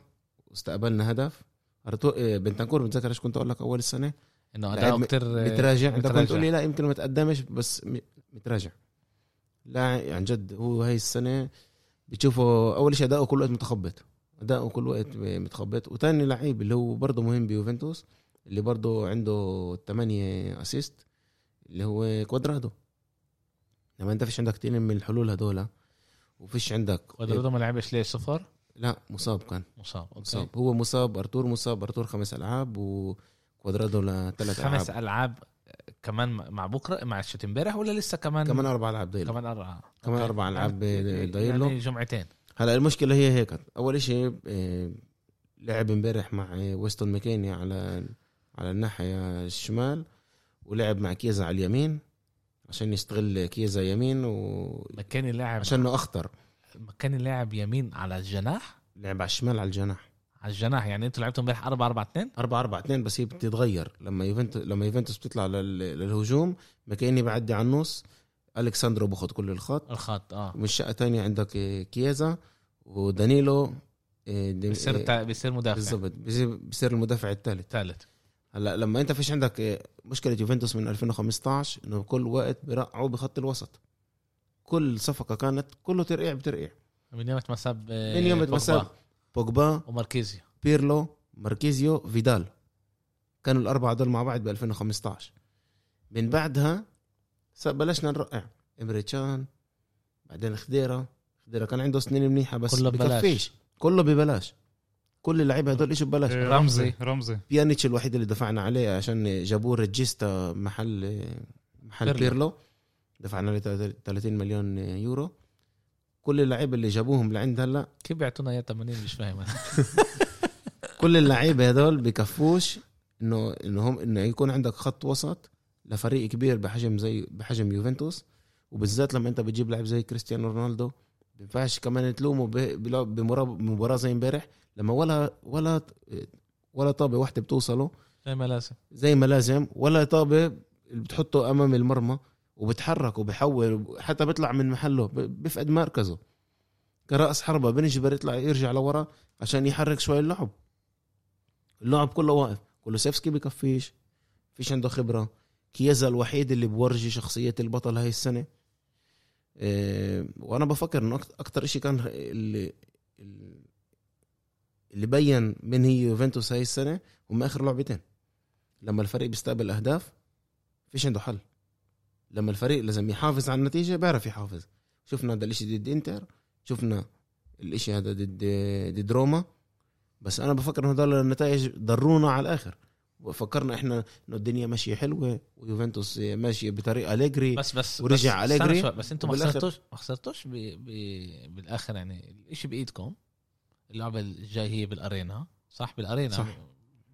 واستقبلنا هدف أرتو... إيه، بنتنكور بتذكر ايش كنت اقول لك اول السنه انه لعيب اداؤه م- كتير آه، متراجع انت متراجع. كنت تقول لي لا يمكن ما تقدمش بس م- متراجع لا يعني جد هو هاي السنه بتشوفه اول شيء اداؤه كل وقت متخبط اداؤه كل وقت متخبط وثاني لعيب اللي هو برضه مهم بيوفنتوس اللي برضه عنده 8 اسيست اللي هو كوادرادو لما انت فيش عندك كتير من الحلول هدول وفيش عندك كوادرادو ما لعبش ليه صفر لا مصاب كان مصاب أوكي. إيه. مصاب هو مصاب ارتور مصاب ارتور خمس العاب وكوادرادو لثلاث خمس العاب العاب كمان مع بكره مع الشوت امبارح ولا لسه كمان كمان اربع العاب ضيلة كمان اربعه كمان أوكي. اربع العاب يعني- ضايله يعني جمعتين هلا المشكله هي هيك اول شيء آه، لعب امبارح مع آه، ويستون ماكيني على على الناحيه الشمال ولعب مع كيزا على اليمين عشان يستغل كيزا يمين وعشان مكاني لاعب انه اخطر مكاني لاعب يمين على الجناح لعب على الشمال على الجناح على الجناح يعني انتوا لعبتوا امبارح 4 4 2 4 4 2 بس هي بتتغير لما يوفنتوس لما يوفنتوس بتطلع لل- للهجوم ماكيني بعدي على النص الكساندرو باخذ كل الخط الخط اه ومن الشقه الثانيه عندك كيازا ودانيلو إيه، دي- بصير إيه، تا- بصير مدافع بالضبط بصير- بصير المدافع الثالث ثالث هلا لما انت فيش عندك إيه، مشكله يوفنتوس من 2015 انه كل وقت برقعوا بخط الوسط كل صفقه كانت كله ترقيع بترقيع من يوم تمسب من يوم إيه، اتمسك بوجبا وماركيزيو بيرلو ماركيزيو فيدال كانوا الاربعه دول مع بعض ب 2015 من بعدها س- بلشنا نرقع امريتشان بعدين خديرة خديرة كان عنده سنين منيحه بس كله ببلاش. بكفيش كله ببلاش كل اللعيبه هدول ايش ببلاش إيه، رمزي. رمزي رمزي بيانيتش الوحيد اللي دفعنا عليه عشان جابوه ريجيستا محل محل بيرلو. بيرلو, دفعنا له 30 مليون يورو كل اللعيبه اللي جابوهم لعند هلا كيف بيعطونا اياه 80 مش فاهم أنا. كل اللعيبه هدول بكفوش انه انه هم انه يكون عندك خط وسط لفريق كبير بحجم زي بحجم يوفنتوس وبالذات لما انت بتجيب لاعب زي كريستيانو رونالدو بينفعش كمان تلومه ب- بلعب- بمرا- بمباراه زي امبارح لما ولا ولا ولا طابه واحده بتوصله زي ما لازم زي ما لازم ولا طابه اللي بتحطه امام المرمى وبتحرك وبحول حتى بيطلع من محله ب- بيفقد مركزه كراس حربه بنجبر يطلع يرجع لورا عشان يحرك شوي اللعب اللعب كله واقف كولوسيفسكي بكفيش فيش عنده خبره كيزا الوحيد اللي بورجي شخصيه البطل هاي السنه إيه، وانا بفكر انه أكت- اكتر شيء كان اللي اللي بين من هي يوفنتوس هاي السنه هم اخر لعبتين لما الفريق بيستقبل اهداف فيش عنده حل لما الفريق لازم يحافظ على النتيجه بيعرف يحافظ شفنا هذا الاشي ضد انتر شفنا الاشي هذا ضد ضد روما بس انا بفكر انه هدول النتائج ضرونا على الاخر وفكرنا احنا انه الدنيا ماشيه حلوه ويوفنتوس ماشيه بطريقه اليجري بس بس ورجع بس, استنى أليجري. شوي، بس انتم ما وبالآخر- خسرتوش ما خسرتوش ب... ب... بالاخر يعني الاشي بايدكم اللعبه الجاي هي بالارينا صح بالارينا صح.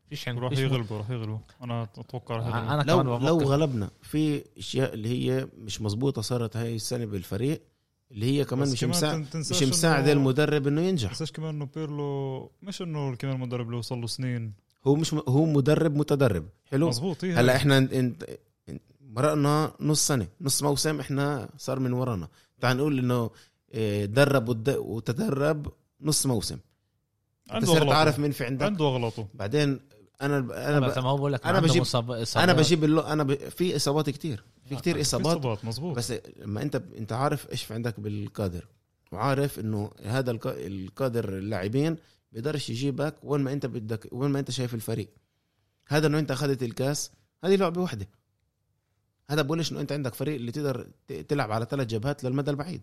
فيش عندكم راح يغلبوا راح يغلبوا انا اتوقع آه، راح يغلبوا انا كمان لو لو بفكر. غلبنا في اشياء اللي هي مش مزبوطه صارت هاي السنه بالفريق اللي هي كمان بس مش مساعد تن- تنساش مش مساعده إنه- المدرب انه ينجح تنساش كمان انه بيرلو مش انه كمان مدرب اللي وصل له سنين إيه. هو مش هو مدرب متدرب حلو مزبوط هي هلا احنا انت انت- مرقنا نص سنه نص موسم احنا صار من ورانا تعال نقول انه اه، درب وتد- وتدرب نص موسم انت صرت غلطه. عارف مين في عندك عنده غلطه بعدين انا انا انا زي ب... ما هو بقول لك أنا عنده بجيب- مصاب... إصابات. انا بجيب اللو... انا ب... في اصابات كتير في آه، كتير اصابات اصابات مزبوط بس لما انت انت عارف ايش في عندك بالكادر وعارف انه هذا الك- الكادر اللاعبين بيقدرش يجيبك وين ما انت بدك وين ما انت شايف الفريق هذا انه انت اخذت الكاس هذه لعبه واحده هذا بقولش انه انت عندك فريق اللي تقدر ت- تلعب على ثلاث جبهات للمدى البعيد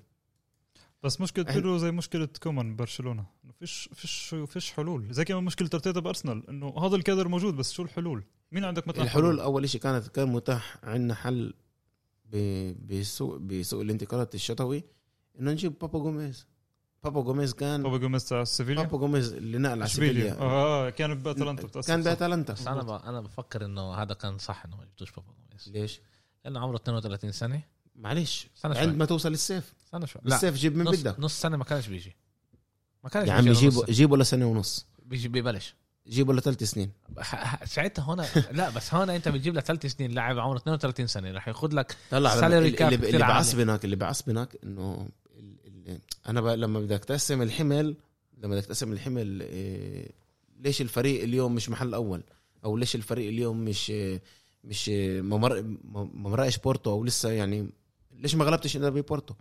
بس مشكله إحنا- بيرلو زي مشكله كومان برشلونه إنه فيش فيش فيش حلول زي كمان مشكله ارتيتا بارسنال انه هذا الكادر موجود بس شو الحلول مين عندك مثلا الحلول اول شيء كانت كان متاح عندنا حل ب- بسوق بسوق الانتقالات الشتوي انه نجيب بابا جوميز بابا جوميز كان بابا جوميز تاع سيفيليا بابا جوميز اللي نقل على اشبيليا سيفيليا اه آه، كان باتلانتا بتأسف كان صح. باتالانتا بس انا ب... انا بفكر انه هذا كان صح انه ما جبتوش بابا جوميز ليش؟ لانه عمره 32 سنه معلش استنى شوي. عند ما توصل السيف استنى شوي لا السيف جيب من نص... بدك نص سنه ما كانش بيجي ما كانش يا عمي بيجي جيبه نص... جيبه لسنه ونص بيجي ببلاش جيبه لثلاث سنين ح- ح- ساعتها هون لا بس هون انت بتجيب لك ثلاث سنين لاعب عمره 32 سنه رح ياخذ لك طلع Salary اللي, cap اللي, كتير اللي عالي. بعصبنك اللي بعصبنك انه ال- ال- انا بقى لما بدك تقسم الحمل لما بدك تقسم الحمل إيه، ليش الفريق اليوم مش محل اول او ليش الفريق اليوم مش إيه، مش إيه، ممر م- ممرقش بورتو او لسه يعني ليش ما غلبتش انت ببورتو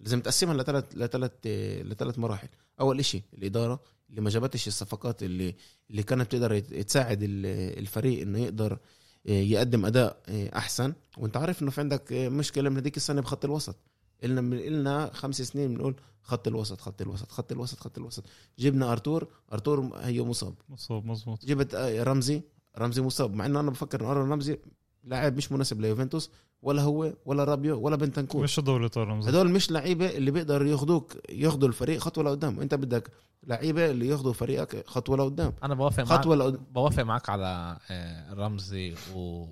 لازم تقسمها لثلاث لثلاث إيه، لثلاث مراحل اول إشي الاداره اللي ما جابتش الصفقات اللي اللي كانت تقدر يت- تساعد ال- الفريق انه يقدر إيه، يقدم اداء إيه، احسن وانت عارف انه في عندك إيه، مشكله من هذيك السنه بخط الوسط قلنا من قلنا خمس سنين بنقول خط الوسط خط الوسط خط الوسط خط الوسط جبنا ارتور ارتور م- هيو مصاب مصاب مزبوط جبت آه، رمزي رمزي مصاب مع انه انا بفكر انه ارون رمزي لاعب مش مناسب ليوفنتوس ولا هو ولا رابيو ولا بنتنكور مش الدوري تاع رمزي هدول مش لعيبه اللي بيقدر ياخدوك ياخدوا الفريق خطوه لقدام انت بدك لعيبه اللي ياخدوا فريقك خطوه لقدام انا بوافق معك خطوه لقدام بوافق معك على آه، رمزي و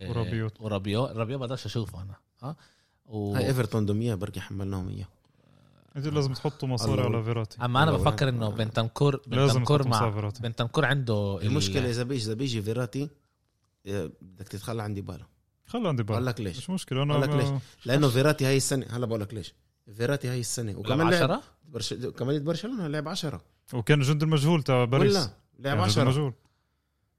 آه، وربيو. وربيو ربيو بقدرش اشوفه انا اه و... هاي ايفرتون دوميا بركي حملناهم اياه انت لازم تحطوا مصاري الله. على فيراتي اما انا لو- بفكر انه بنتنكور لازم بنتنكور تحطوا مصاري مع على فيراتي بنتنكور عنده ال- المشكله اذا بيجي اذا بيجي فيراتي آه، بدك تتخلى عن ديبالا خلي عندي بقول بالك لك ليش مش مشكله انا أقول لك ما- ليش. لانه فيراتي هاي السنه هلا بقول لك ليش فيراتي هاي السنه لعب وكمان لعب 10 برش... كمان ضد برشلونه لعب 10 وكان جد المجهول تاع باريس ولا يعني لعب يعني كان جد 10 المجهول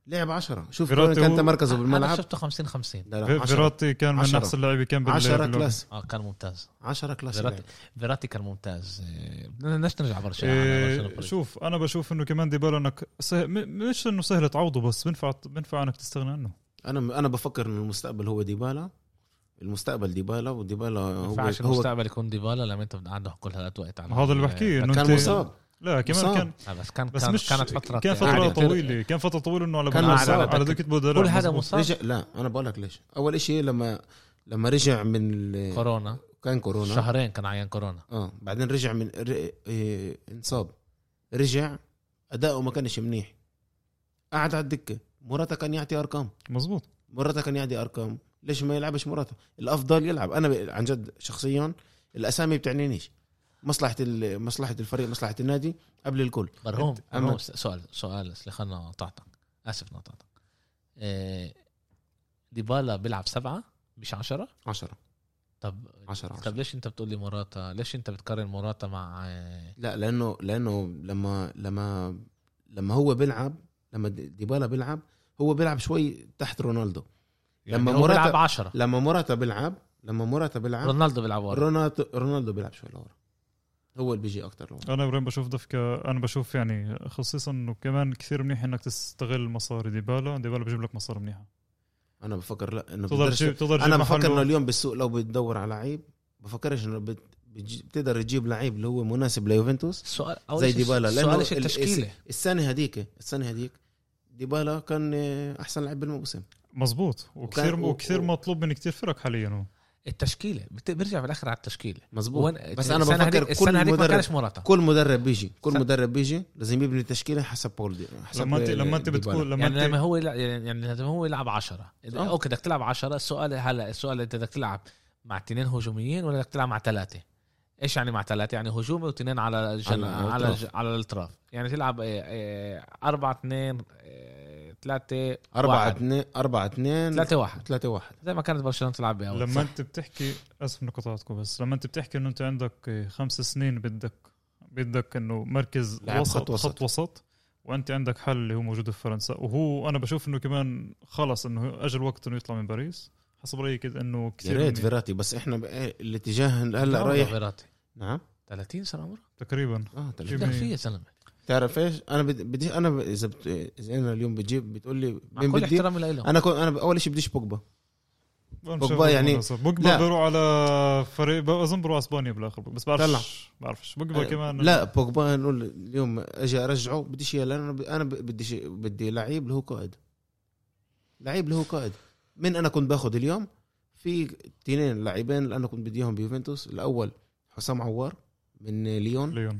لعب 10 شوف فيراتي كان هو- تمركزه انا بالملعب شفته 50 50 لا لا في- 10 فيراتي كان من عشرة. احسن اللعيبه كان بال 10 بالوقت. كلاس اه كان ممتاز 10 كلاس يعني. فيراتي- لعب. فيراتي كان ممتاز إيه، بدناش نرجع برشلونه على برشلونة إيه فريق. شوف انا بشوف انه كمان ديبالا انك سه... م- مش انه سهل تعوضه بس بنفع بنفع انك تستغنى عنه انا انا بفكر ان المستقبل هو ديبالا المستقبل ديبالا وديبالا ما هو ينفعش هو المستقبل يكون ديبالا لما انت بدك عندك كل هذا وقت على هذا اللي بحكيه انه كان أنت- مصاب لا كمان مصاب. كان آه، بس كان بس كان مش كانت فتره كان فتره يعني كتير- طويله كان فتره طويله انه على كان على- مصاب. على دكه بودر كل هذا مظبوط. مصاب رجع لا انا بقول لك ليش اول شيء لما لما رجع من ال- كورونا كان كورونا شهرين كان عيان كورونا اه بعدين رجع من ر- إيه، انصاب رجع اداؤه ما كانش منيح قعد على الدكه مراته كان يعطي ارقام مزبوط مراته كان يعطي ارقام ليش ما يلعبش مراته الافضل يلعب انا ب- عن جد شخصيا الاسامي بتعنينيش مصلحه ال- مصلحه الفريق مصلحه النادي قبل الكل برهوم أما- برهوم س- سؤال سؤال سوري خلنا قطعتك اسف إني قطعتك إيه، ديبالا بيلعب سبعه مش عشرة 10 طب 10 طب ليش انت بتقول لي موراتا ليش انت بتقارن موراتا مع إيه، لا لانه لانه لما لما لما هو بيلعب لما دي- ديبالا بيلعب هو بيلعب شوي تحت رونالدو لما يعني هو موراتا- بيلعب 10 لما موراتا بيلعب لما موراتا بيلعب رونالدو بيلعب ورا رونالدو رونالدو بيلعب شوي لورا هو اللي بيجي اكثر لورا انا ابراهيم بشوف دفكه انا بشوف يعني خصيصا انه كمان كثير منيح انك تستغل مصاري ديبالا ديبالا بجيب لك مصاري منيحه انا بفكر لا انه تقدر بيقدرش- تجيب تقدر تجيب انا بفكر انه محله. اليوم بالسوق لو بتدور على لعيب بفكرش انه بت... بتجي- بتقدر تجيب لعيب اللي هو مناسب ليوفنتوس سؤال أول زي شي- ديبالا سؤال لانه إيش التشكيله الس- السنه هذيك السنه هذيك ديبالا كان آه، احسن لعيب بالموسم مزبوط وكثير وكان- و- وكثير و- مطلوب من كثير فرق حاليا هو التشكيله بت- بيرجع بالاخر على التشكيله مزبوط وين- بس أنا السنة بفكر هذيك- كل السنه هذيك ما مدرب- كانش موراتا كل مدرب بيجي كل صح. مدرب بيجي لازم يبني تشكيله حسب بول دي حسب لما انت لما انت ديبالا. بتقول لما يعني لما انت هو يلعب يعني يعني لما هو يلعب 10 آه. اوكي بدك تلعب 10 السؤال هلا السؤال انت بدك تلعب مع اثنين هجوميين ولا بدك تلعب مع ثلاثه ايش يعني مع ثلاثه يعني هجومي واثنين على جن... على على الأطراف. على, على الاطراف يعني تلعب آه، 4 2 آه، 3 4 2 4 2 3 1 3 1 زي ما كانت برشلونه تلعب باول لما صح؟ انت بتحكي اسف اني قطعتكم بس لما انت بتحكي انه انت عندك خمس سنين بدك بدك انه مركز لاعب وسط يعني خط وسط. خط وسط, وانت عندك حل اللي هو موجود في فرنسا وهو انا بشوف انه كمان خلص انه اجل وقت انه يطلع من باريس حسب رايي كده انه يا كثير ريت منيح. فيراتي بس احنا بقى- الاتجاه هلا عمره رايح فيراتي. نعم 30 سنه عمره تقريبا اه تلاتة. جيب بدك مين؟ فيه يا زلمه تعرف ايش انا بد- بديش انا ب- اذا بت... اذا انا اليوم بجيب بتقول لي مع مين كل بدي احترامي له انا كنت انا ب- اول شيء بديش بوجبا بوجبا يعني- يعني بوجبا لا. بيروح على فريق اظن بيروح اسبانيا بالاخر بس طلع. بعرفش بعرفش بوجبا كمان أه، لا بوجبا نقول اليوم اجي ارجعه بديش اياه لانه ب- انا ب- بديش بدي لعيب اللي هو قائد لعيب اللي هو قائد من انا كنت باخذ اليوم في اثنين لاعبين اللي انا كنت بدي اياهم بيوفنتوس الاول حسام عوار من ليون ليون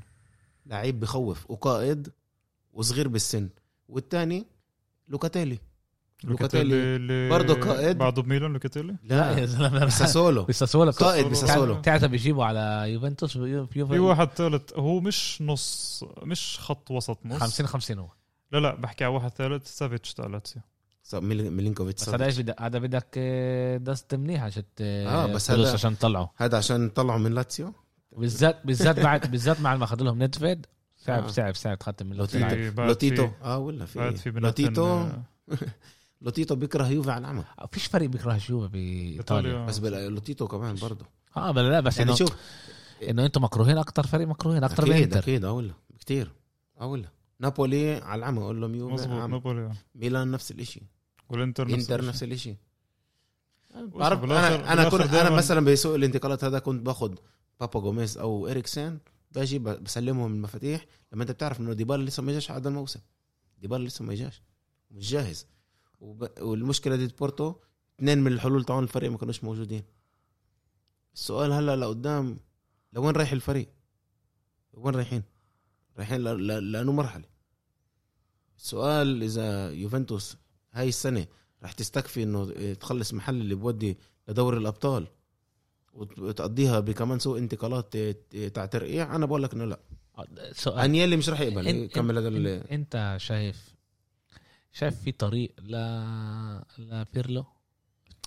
لعيب بخوف وقائد وصغير بالسن والثاني لوكاتيلي لوكاتيلي. اللي- برضه قائد. بعده بميلان لوكاتيلي لا يا زلمه بساسولو بيساسولا قائد بساسولو بيساسولو. بتعرف بيجيبوا على يوفنتوس بيو- في بيوفي واحد ثالث هو مش نص مش خط وسط نص 50 50 هو لا لا بحكي على واحد ثالث سافيتش تاع لاتسيو صار ميل- ميلينكوفيتش بس صار. هذا ايش بدك هذا بدك آه، دست منيحه عشان آه، بس فلوس هذا- عشان تطلعوا هذا عشان طلعوا من لاتسيو بالذات بالذات بعد بالذات مع ما اخذ لهم ندفيد صعب آه. صعب صعب تختم من لوتيتو. لوتيتو. في- بعد لوتيتو في- اه ولا في بعد في بنات لوتيتو إن- لوتيتو بيكره يوفي على العمى فيش فريق بيكره الشوفه بايطاليا ايطاليا بس بلا- لوتيتو كمان برضه اه بلا لا بس يعني انه شوف انه انتم مكروهين اكثر فريق مكروهين اكثر من اكيد انتر اكيد اه ولا كثير اه ولا نابولي على العمى اقول لهم يوفي على مظبوط العمى نابولي ميلان نفس الشيء والانتر نفس نعم. انتر الشيء. نفس الشيء وصل بعرف بالآخر- انا انا بالآخر كنت انا دايماً مثلا بسوق الانتقالات هذا كنت باخذ بابا جوميز او اريكسن باجي ب- بسلمهم المفاتيح لما انت بتعرف انه ديبالا لسه ما جاش على هذا الموسم ديبالا لسه ما جاش مش جاهز وب... والمشكله دي بورتو اثنين من الحلول تاعون الفريق ما كانوش موجودين السؤال هلا لقدام لوين رايح الفريق؟ وين رايحين؟ رايحين ل... ل... لانه مرحله السؤال اذا يوفنتوس هاي السنه راح تستكفي انه تخلص محل اللي بودي لدوري الابطال وت- وتقضيها بكمان سوق انتقالات تاع ترقيع انا بقول لك انه لا آه، سؤال انيلي مش راح يقبل إن- يكمل هذا إن- ال- انت شايف شايف في طريق ل لبيرلو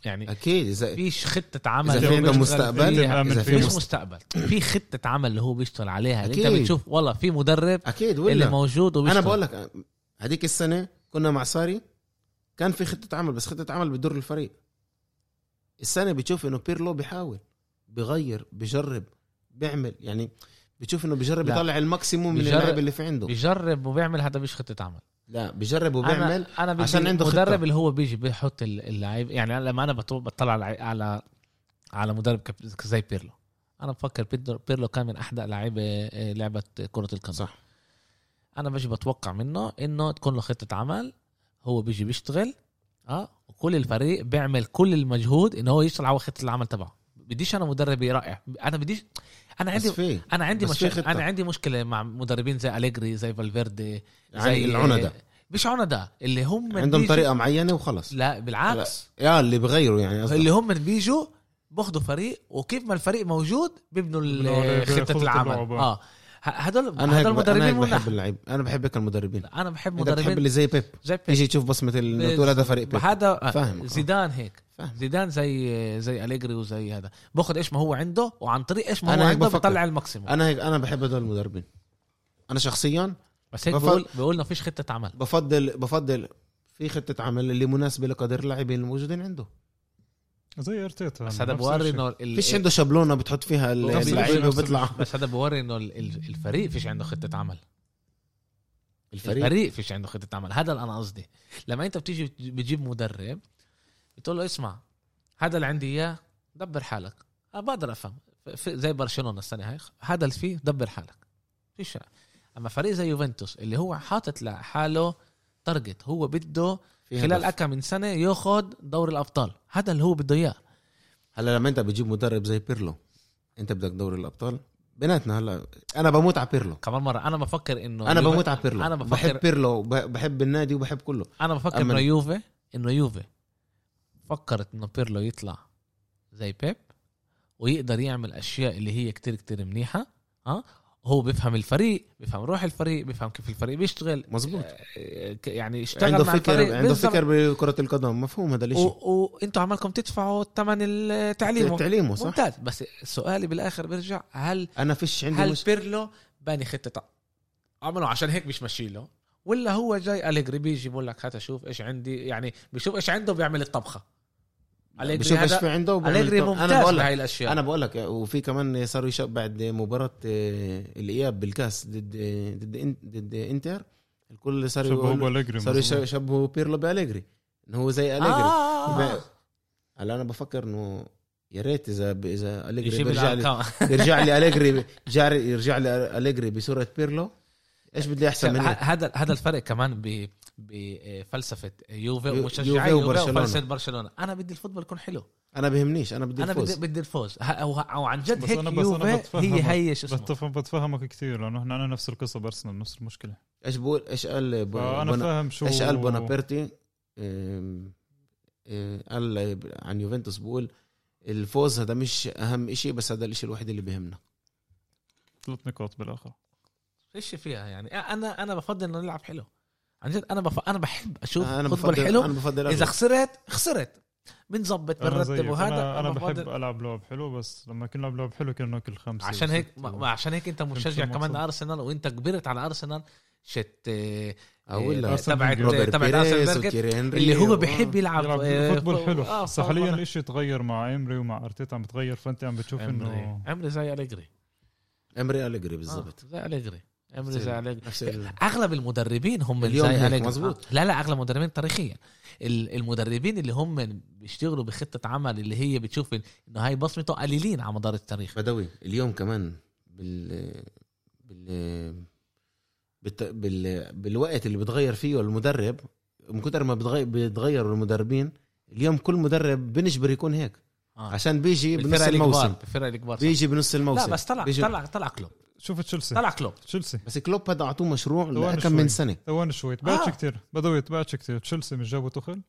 يعني اكيد اذا فيش خطه عمل اذا هو في عنده بيشتغل مستقبل فيها. بتآمن اذا في فيه. فيش مست- مستقبل في خطه عمل اللي هو بيشتغل عليها اللي انت أكيد. بتشوف والله في مدرب اكيد اللي ولا موجود وبيشتغل انا بقول لك هذيك السنه كنا مع ساري كان في خطه عمل بس خطه عمل بتضر الفريق السنه بتشوف انه بيرلو بيحاول بيغير بيجرب بيعمل يعني بتشوف انه بيجرب لا. يطلع الماكسيموم من بيجرب- اللاعب اللي في عنده بيجرب وبيعمل هذا مش خطه عمل لا بيجرب وبيعمل انا, أنا بدي عشان عنده خطة. مدرب اللي هو بيجي بيحط ال- اللعيب يعني أنا لما انا بطو- بطلع على على, على مدرب كب- زي بيرلو انا بفكر بيدر- بيرلو كان من احدى لعيبه لعبه كره القدم صح انا باجي بتوقع منه انه تكون له خطه عمل هو بيجي بيشتغل اه وكل الفريق بيعمل كل المجهود انه هو يشتغل على خطه العمل تبعه بديش انا مدرب يرقع انا بديش انا بس عندي في انا عندي بس في مشكله خطة. انا عندي مشكله مع مدربين زي اليجري زي فالفيردي يعني العنده مش عنده اللي هم عندهم بيجوا- طريقه معينه وخلص لا بالعكس يا اللي بغيروا يعني قصدك. اللي هم بيجوا باخذوا فريق وكيف ما الفريق موجود بيبنوا بيبنوا- ال- خطه خطة العمل اللعب. آه. اه ه- هدول انا هيك هدول ب- انا المدربين هيك منح. بحب اللعيب انا بحب هيك المدربين إيه. انا بحب انت بتحب مدربين اللي زي بيب زي بيب. يجي تشوف بصمه ال- بيب. تقول هذا فريق بيب هذا فاهمك، آه. زيدان هيك فاهمك. زيدان زي زي اليجري وزي هذا باخذ ايش ما هو عنده وعن طريق ايش ما أنا هو هيك عنده بفكر. بطلع الماكسيموم انا هيك انا بحب هدول المدربين انا شخصيا بس هيك بفضل- بقول بقول ما فيش خطه عمل بفضل بفضل في خطه عمل اللي مناسبه لقدر اللاعبين الموجودين عنده زي ارتيتا بس يعني هذا نفس بوري الشيء. انه ال- فيش عنده شابلونه بتحط فيها ال- بس- اللعيبه بس- وبيطلع بس هذا بوري انه ال- ال- الفريق فيش عنده خطه عمل الفريق الفريق فيش عنده خطه عمل هذا اللي انا قصدي لما انت بتيجي بت- بتجيب مدرب بتقول له اسمع هذا اللي عندي اياه دبر حالك أنا بقدر افهم ف- ف- زي برشلونه السنه هاي هذا اللي فيه دبر حالك فيش اما فريق زي يوفنتوس اللي هو حاطط لحاله تارجت هو بده في خلال هدف. اكم من سنه ياخذ دوري الابطال هذا اللي هو بده اياه هلا لما انت بتجيب مدرب زي بيرلو انت بدك دوري الابطال بيناتنا هلا انا بموت على بيرلو كمان مره انا بفكر انه انا يوفن- بموت على بيرلو أنا بفكر- بحب بيرلو وب- بحب النادي وبحب كله انا بفكر أما- انه يوفي انه يوفي فكرت انه بيرلو يطلع زي بيب ويقدر يعمل اشياء اللي هي كتير كتير منيحه اه هو بيفهم الفريق بيفهم روح الفريق بيفهم كيف الفريق بيشتغل مظبوط آه، ك- يعني اشتغل عنده مع الفريق فكر عنده بالظبط. فكر بكره القدم مفهوم هذا الشيء و- وانتوا عمالكم تدفعوا ثمن التعليم تعليمه صح ممتاز بس سؤالي بالاخر بيرجع هل انا فيش عندي هل مش... بيرلو باني خطه عمله عشان هيك مش ماشي له ولا هو جاي اليجري بيجي بقول لك هات شوف ايش عندي يعني بشوف ايش عنده وبيعمل الطبخه اليجري بشوف ايش في هذا عنده وبعمل اليجري طب- ممتاز انا بقول بهاي لك الاشياء انا بقول لك وفي كمان صاروا يشق بعد مباراه آه، الاياب بالكاس ضد آه، ضد إن- ضد انتر الكل صار شبهه يقول بأليجري صاروا مظبوط. يش- شبهوا بيرلو باليجري انه هو زي اليجري آه. هلا انا بفكر انه يا ريت اذا ب... اذا اليجري يجيب بيرجع لي الأرقام. يرجع لي اليجري يرجع لي- يرجع لي اليجري بصوره بيرلو ايش بدي احسن ه- منه هذا هذا الفرق كمان ب بفلسفه يوفي يو- ومشجعي يوفي يوفي وبرشلونة. وفلسفه برشلونه انا بدي الفوتبول يكون حلو انا بهمنيش انا بدي انا الفوز بدي بدي الفوز ه- او أو عن جد بس هيك أنا- بس أنا يوفي هي بتفهمك. هي شو اسمه بتفهم بتفهمك كثير لانه احنا عندنا نفس القصه بارسنال نفس المشكله ايش بقول ايش قال بو- انا بونا- فاهم شو ايش قال بونابرتي أم- أه، قال عن يوفنتوس بقول الفوز هذا مش اهم شيء بس هذا الشيء الوحيد اللي بيهمنا ثلاث نقاط بالاخر ايش فيها يعني انا انا بفضل انه نلعب حلو عن جد انا بف... انا بحب اشوف انا فوتبول بفضل حلو انا بفضل اذا إذا خسرت خسرت بنظبط انا بنرتب زيك وهذا انا, أنا بفضل- بحب العب لعب حلو بس لما كنا نلعب لعب حلو كنا ناكل خمسه عشان هيك وستة ما ما عشان هيك انت مشجع المقصود. كمان ارسنال وانت كبرت على ارسنال شت آه، اقول آه، لك أرسنال تبعت روبرت تبعت بيريز ارسنال بيرجت وتيري هنري اللي هو و- بحب يلعب يلعب آه، فوتبول فوق- حلو آه، بس فوق- حاليا آه. الشيء تغير مع امري ومع ارتيتا عم بتغير فانت عم بتشوف عمري انه عمري زي اليجري امري اليجري آه، بالضبط زي اليجري عمري زي اليجري نفس ال- اغلب المدربين هم اليوم زي هيك أليجري. مظبوط. آه. لا لا اغلب المدربين تاريخيا ال- المدربين اللي هم بيشتغلوا بخطه عمل اللي هي بتشوف إن- انه هاي بصمته قليلين على مدار التاريخ بدوي اليوم كمان بال بال بالت... بال... بالوقت اللي بتغير فيه المدرب من كتر ما بتغير بيتغيروا المدربين اليوم كل مدرب بنجبر يكون هيك آه. عشان بيجي بنص الفرق الكبار الموسم الفرق الكبار صح. بيجي بنص لا الموسم بس طلع بيجي... طلع طلع كلوب شوف تشيلسي طلع كلوب تشيلسي بس كلوب هذا اعطوه مشروع طوال لكم شوي. من سنه ثواني شوي تبعتش آه. كثير بدوي تبعتش كثير تشيلسي مش جابوا تخل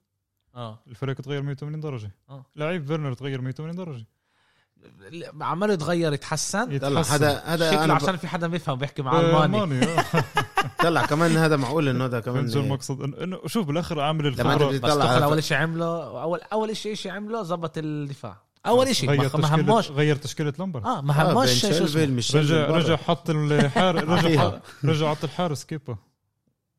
اه الفريق تغير 180 درجه آه. لعيب فيرنر تغير 180 درجه عمال يتغير يتحسن طلع يتحسن هذا هذا شكله انا ب... عشان في حدا بيفهم بيحكي مع آه، الماني آه. طلع كمان هذا معقول انه هذا كمان فهمت شو المقصد إنه- انه شوف بالاخر عامل لما انت الخبره بس بتطلع تخل على اول شيء عمله اول اول شيء شيء عمله ظبط الدفاع اول شيء غير ما ما تشكيله هموش غير تشكيله لامبر اه ما آه، هموش شو بنشيلفيل، اسمه ميشيل رجع بالبرد. رجع حط الحارس رجع أعطيها. حط- رجع حط الحارس كيبا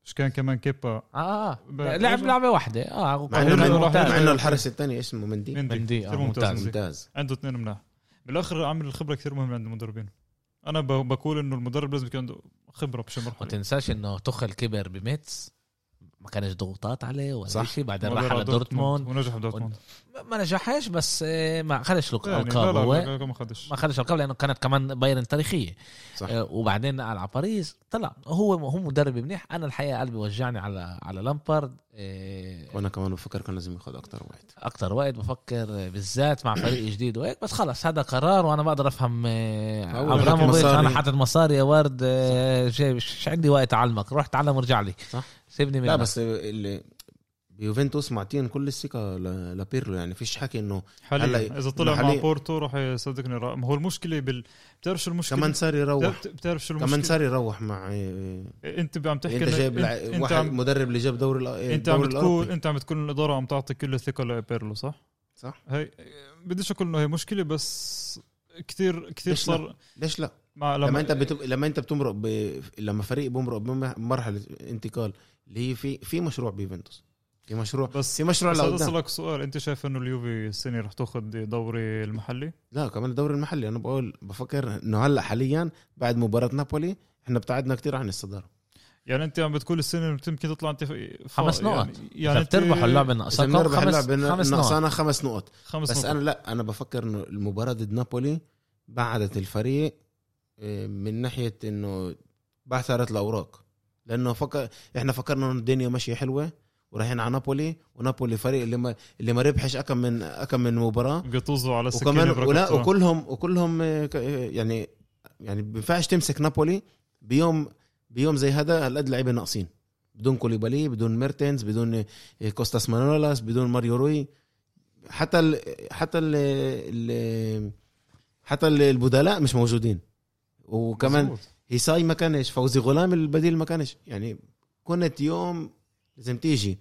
مش كان كمان كيبا اه اه ب- لعب رجع. لعبه واحده اه وكان مع انه رجع مع راح- ممتاز. انه الحارس الثاني اسمه مندي مندي، مندي آه، كتير ممتاز، ممتاز مندي. ممتاز عنده اثنين مناح بالاخر عامل الخبره كثير مهمه عند المدربين انا ب- بقول انه المدرب لازم يكون عنده خبره بشي ما مرحله تنساش انه تخل كبر بميتس ما كانش ضغوطات عليه ولا صح. شيء بعدين مرة راح على دورتموند ونجح بدورتموند ما- ما نجحش بس آه، ما خدش له يعني القاب لا هو لا لا ما خدش ما خدش القاب لانه كانت كمان بايرن تاريخيه صح. آه، وبعدين نقل على باريس طلع هو هو مدرب منيح انا الحقيقه قلبي وجعني على على لامبارد وانا كمان بفكر كان لازم ياخذ اكثر وقت اكتر وقت بفكر بالذات مع فريق جديد وهيك بس خلص هذا قرار وانا بقدر افهم آه، أول ابراموفيتش مصاري. انا حاطط مصاري يا ورد آه، جاي- مش عندي وقت اعلمك روح تعلم وارجع لي صح. سيبني من لا بس اللي بيوفنتوس معطين كل الثقه ل- لبيرلو يعني فيش حكي انه حاليا هلا- اذا طلع مع حاليا- بورتو راح يصدقني رأ- ما هو المشكله بال بتعرف شو المشكله كمان صار يروح بتعرف- بتعرف شو كمان المشكله صار يروح مع إيه، انت عم تحكي انت إنه- جايب لع- انت, انت واحد عم مدرب اللي جاب دوري الأ- انت الدوري عم بتكون الأوروبي. انت عم تكون الاداره عم تعطي كل الثقه لبيرلو صح؟ صح هي بديش اقول انه هي مشكله بس كثير كثير ليش لا؟ صار ليش لا مع لما انت بت... لما انت بتمرق ب... لما فريق بمرق بمرحله انتقال اللي هي في في مشروع بيوفنتوس في مشروع بس في مشروع بس لقدام اسالك سؤال انت شايف انه اليوفي السنه رح تاخذ دوري المحلي؟ لا كمان الدوري المحلي انا بقول بفكر انه هلا حاليا بعد مباراه نابولي احنا ابتعدنا كتير عن الصداره يعني انت عم بتقول السنه يمكن تطلع انت ف- خمس ف- نقط يعني, يعني يعني انت بتربح اللعبه اذا ناقصاك بنربح خمس اللعب خمس نقط ناقصانا خمس نقط خمس بس نقط انا لا انا بفكر انه المباراه ضد نابولي بعدت الفريق اه، من ناحيه انه بعثرت الاوراق لانه فكر احنا فكرنا انه الدنيا ماشيه حلوه ورايحين على نابولي ونابولي فريق اللي ما اللي ما ربحش اكم من اكم من مباراه قطوزوا على السكينه وكمان بركضوا. ولا وكلهم وكلهم اه، ك- اه، يعني يعني ما بينفعش تمسك نابولي بيوم بيوم زي هذا هالقد لعيبه ناقصين بدون كوليبالي بدون ميرتنز بدون اه، كوستاس مانولاس بدون ماريو روي حتى ال حتى ال ال حتى ال- البدلاء مش موجودين وكمان مزبوط. هيساي ما كانش فوزي غلام البديل ما كانش يعني كنت يوم لازم تيجي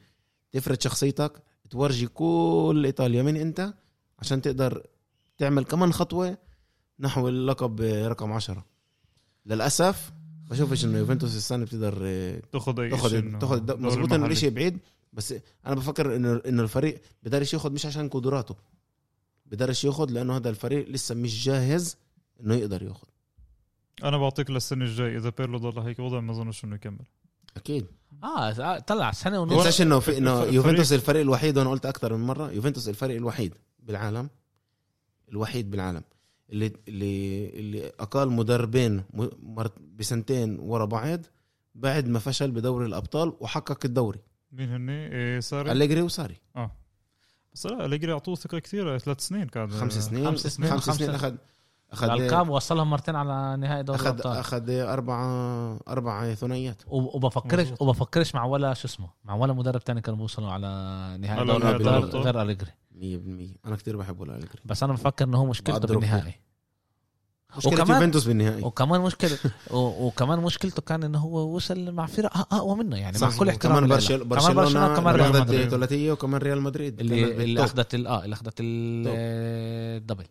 تفرد شخصيتك تورجي كل ايطاليا من انت عشان تقدر تعمل كمان خطوه نحو اللقب رقم عشرة للاسف بشوفش انه يوفنتوس السنه بتقدر آه، تاخذ اي شيء تاخذ إنه تاخذ دوري مظبوط انه المحلي. الشيء بعيد بس انا بفكر انه انه الفريق بقدرش ياخذ مش عشان قدراته بقدرش ياخذ لانه هذا الفريق لسه مش جاهز انه يقدر ياخذ انا بعطيك للسنه الجاي اذا بيرلو ضل هيك وضع ما اظنش انه يكمل اكيد اه طلع سنه ما ونص تنساش انه في انه فريق- يوفنتوس الفريق الوحيد وانا قلت اكثر من مره يوفنتوس الفريق الوحيد بالعالم الوحيد بالعالم اللي اللي اللي اقال مدربين م- مرت- بسنتين ورا بعض بعد ما فشل بدوري الابطال وحقق الدوري مين هن؟ إيه ساري أليجري وساري اه بس لا اليجري اعطوه ثقه كثيره ثلاث سنين كان خمس سنين آه. خمس سنين خمس سنين وخمسة- اخذ اخذ الالقاب وصلهم مرتين على نهائي دوري اخذ الابطال اخذ اربعه اربع ثنائيات وب- وبفكرش مظبوط. وبفكرش مع ولا شو اسمه مع ولا مدرب تاني كانوا بيوصلوا على نهائي على دوري نهائي الابطال دوري غير اليجري 100% انا كثير بحبه اليجري بس انا بفكر انه هو مشكلته بقدره كتير. بالنهائي مشكله وكمان- يوفنتوس بالنهائي وكمان مشكلة و- وكمان مشكلته كان انه هو وصل مع فرق أ- اقوى منه يعني مع صح، كل احترام كمان لإله. برشل- كمان برشلونه برشلونه كمان اللي ريال برشلونة. اخذت مدريد مدريد. ثلاثيه وكمان ريال مدريد اللي اللي بالتوب. اخذت ال- اه اللي اخذت ال- توب. الدبل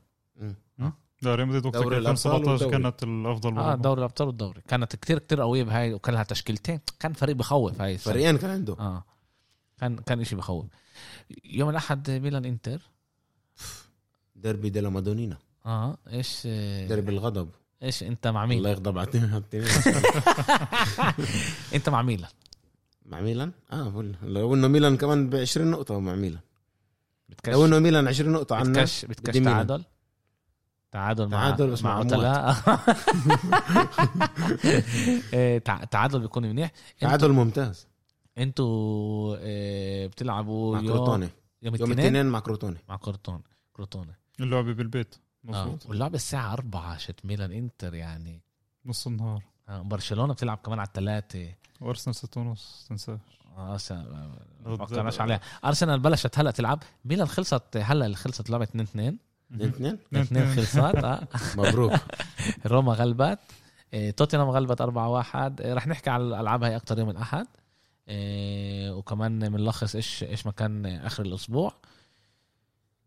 مم. لا ريال مدريد وقتها دوري الأبطال 2017 والدوري. كانت الافضل اه آه دوري الابطال والدوري كانت كتير كتير قويه بهاي وكان لها تشكيلتين كان فريق بخوف هاي السنة. فريقين كان عنده اه كان كان شيء بخوف يوم الاحد ميلان انتر ديربي ديلا مادونينا اه ايش ديربي الغضب ايش انت مع مين الله يغضب على التنين- على التنين. انت مع ميلان مع ميلان اه فل لو انه ميلان كمان ب 20 نقطه مع ميلان بتكش لو انه ميلان 20 نقطه عنا بتكش بتكش بدي ميلان. تعادل تعادل مع تعادل بس مع عتلة. إيه، تع- تعادل بيكون منيح تعادل ممتاز انتوا إيه، بتلعبوا مع يوم كروتوني يوم يوم الاثنين الاثنين مع كروتوني مع آه. كروتون كروتون اللعبه بالبيت آه. اه مظبوط واللعبه الساعه 4 شت ميلان انتر يعني نص النهار آه، برشلونه بتلعب كمان على الثلاثه وارسنال 6 ونص تنساه ارسنال ضد- ما فكرناش عليها ارسنال بلشت هلا تلعب ميلان خلصت هلا اللي خلصت لعبه 2 2 الاثنين 2 اثنين اثنين. 2 خلصت آه. مبروك روما غلبت إيه، توتنهام غلبت 4-1 إيه، رح نحكي على الالعاب هاي اكثر يوم الاحد إيه، وكمان بنلخص ايش ايش ما كان اخر الاسبوع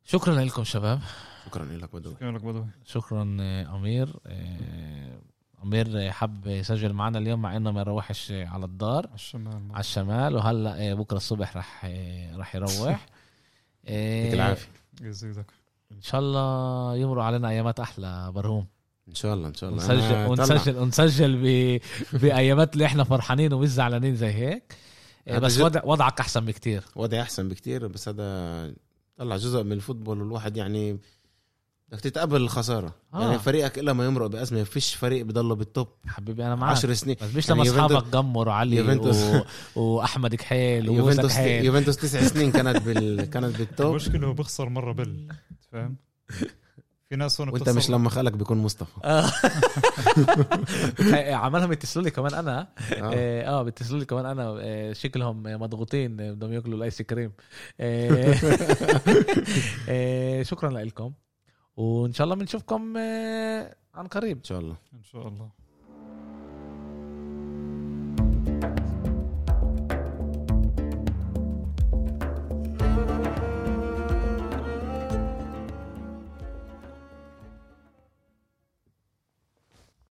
شكرا لكم شباب شكرا لك بدوي إيه. شكرا لك بدوي شكرا آه، امير آه، امير آه، حب يسجل معنا اليوم مع انه ما يروحش آه، على الدار على الشمال على الشمال وهلا آه، بكره الصبح رح آه، رح يروح يعطيك آه، العافيه يزيدك ان شاء الله يمروا علينا ايامات احلى برهوم ان شاء الله ان شاء الله ونسجل أنا ونسجل ونسجل ب... بايامات اللي احنا فرحانين ومش زعلانين زي هيك آه، هذا بس جد. وضع وضعك احسن بكتير وضعي احسن بكتير بس هذا طلع جزء من الفوتبول والواحد يعني بدك تتقبل الخساره آه. آه. يعني فريقك الا ما يمرق بازمه فيش فريق بضله بالتوب حبيبي انا معك 10 سنين بس مش يعني لما يوفنتوس- اصحابك جمر علي و... يوفنتوس- واحمد كحيل وموسى يوفنتوس كحيل يوفنتوس تسع سنين كانت بال كانت بالتوب المشكله هو بخسر مره بال فاهم في ناس هون وانت بتخسر مش لما خلقك بيكون مصطفى آه. عمالهم يتصلوا لي كمان انا آه. اه, آه بيتصلوا لي كمان انا آه شكلهم آه، مضغوطين آه، بدهم ياكلوا الايس كريم آه آه شكرا لكم وان شاء الله بنشوفكم آه عن قريب ان شاء الله ان شاء الله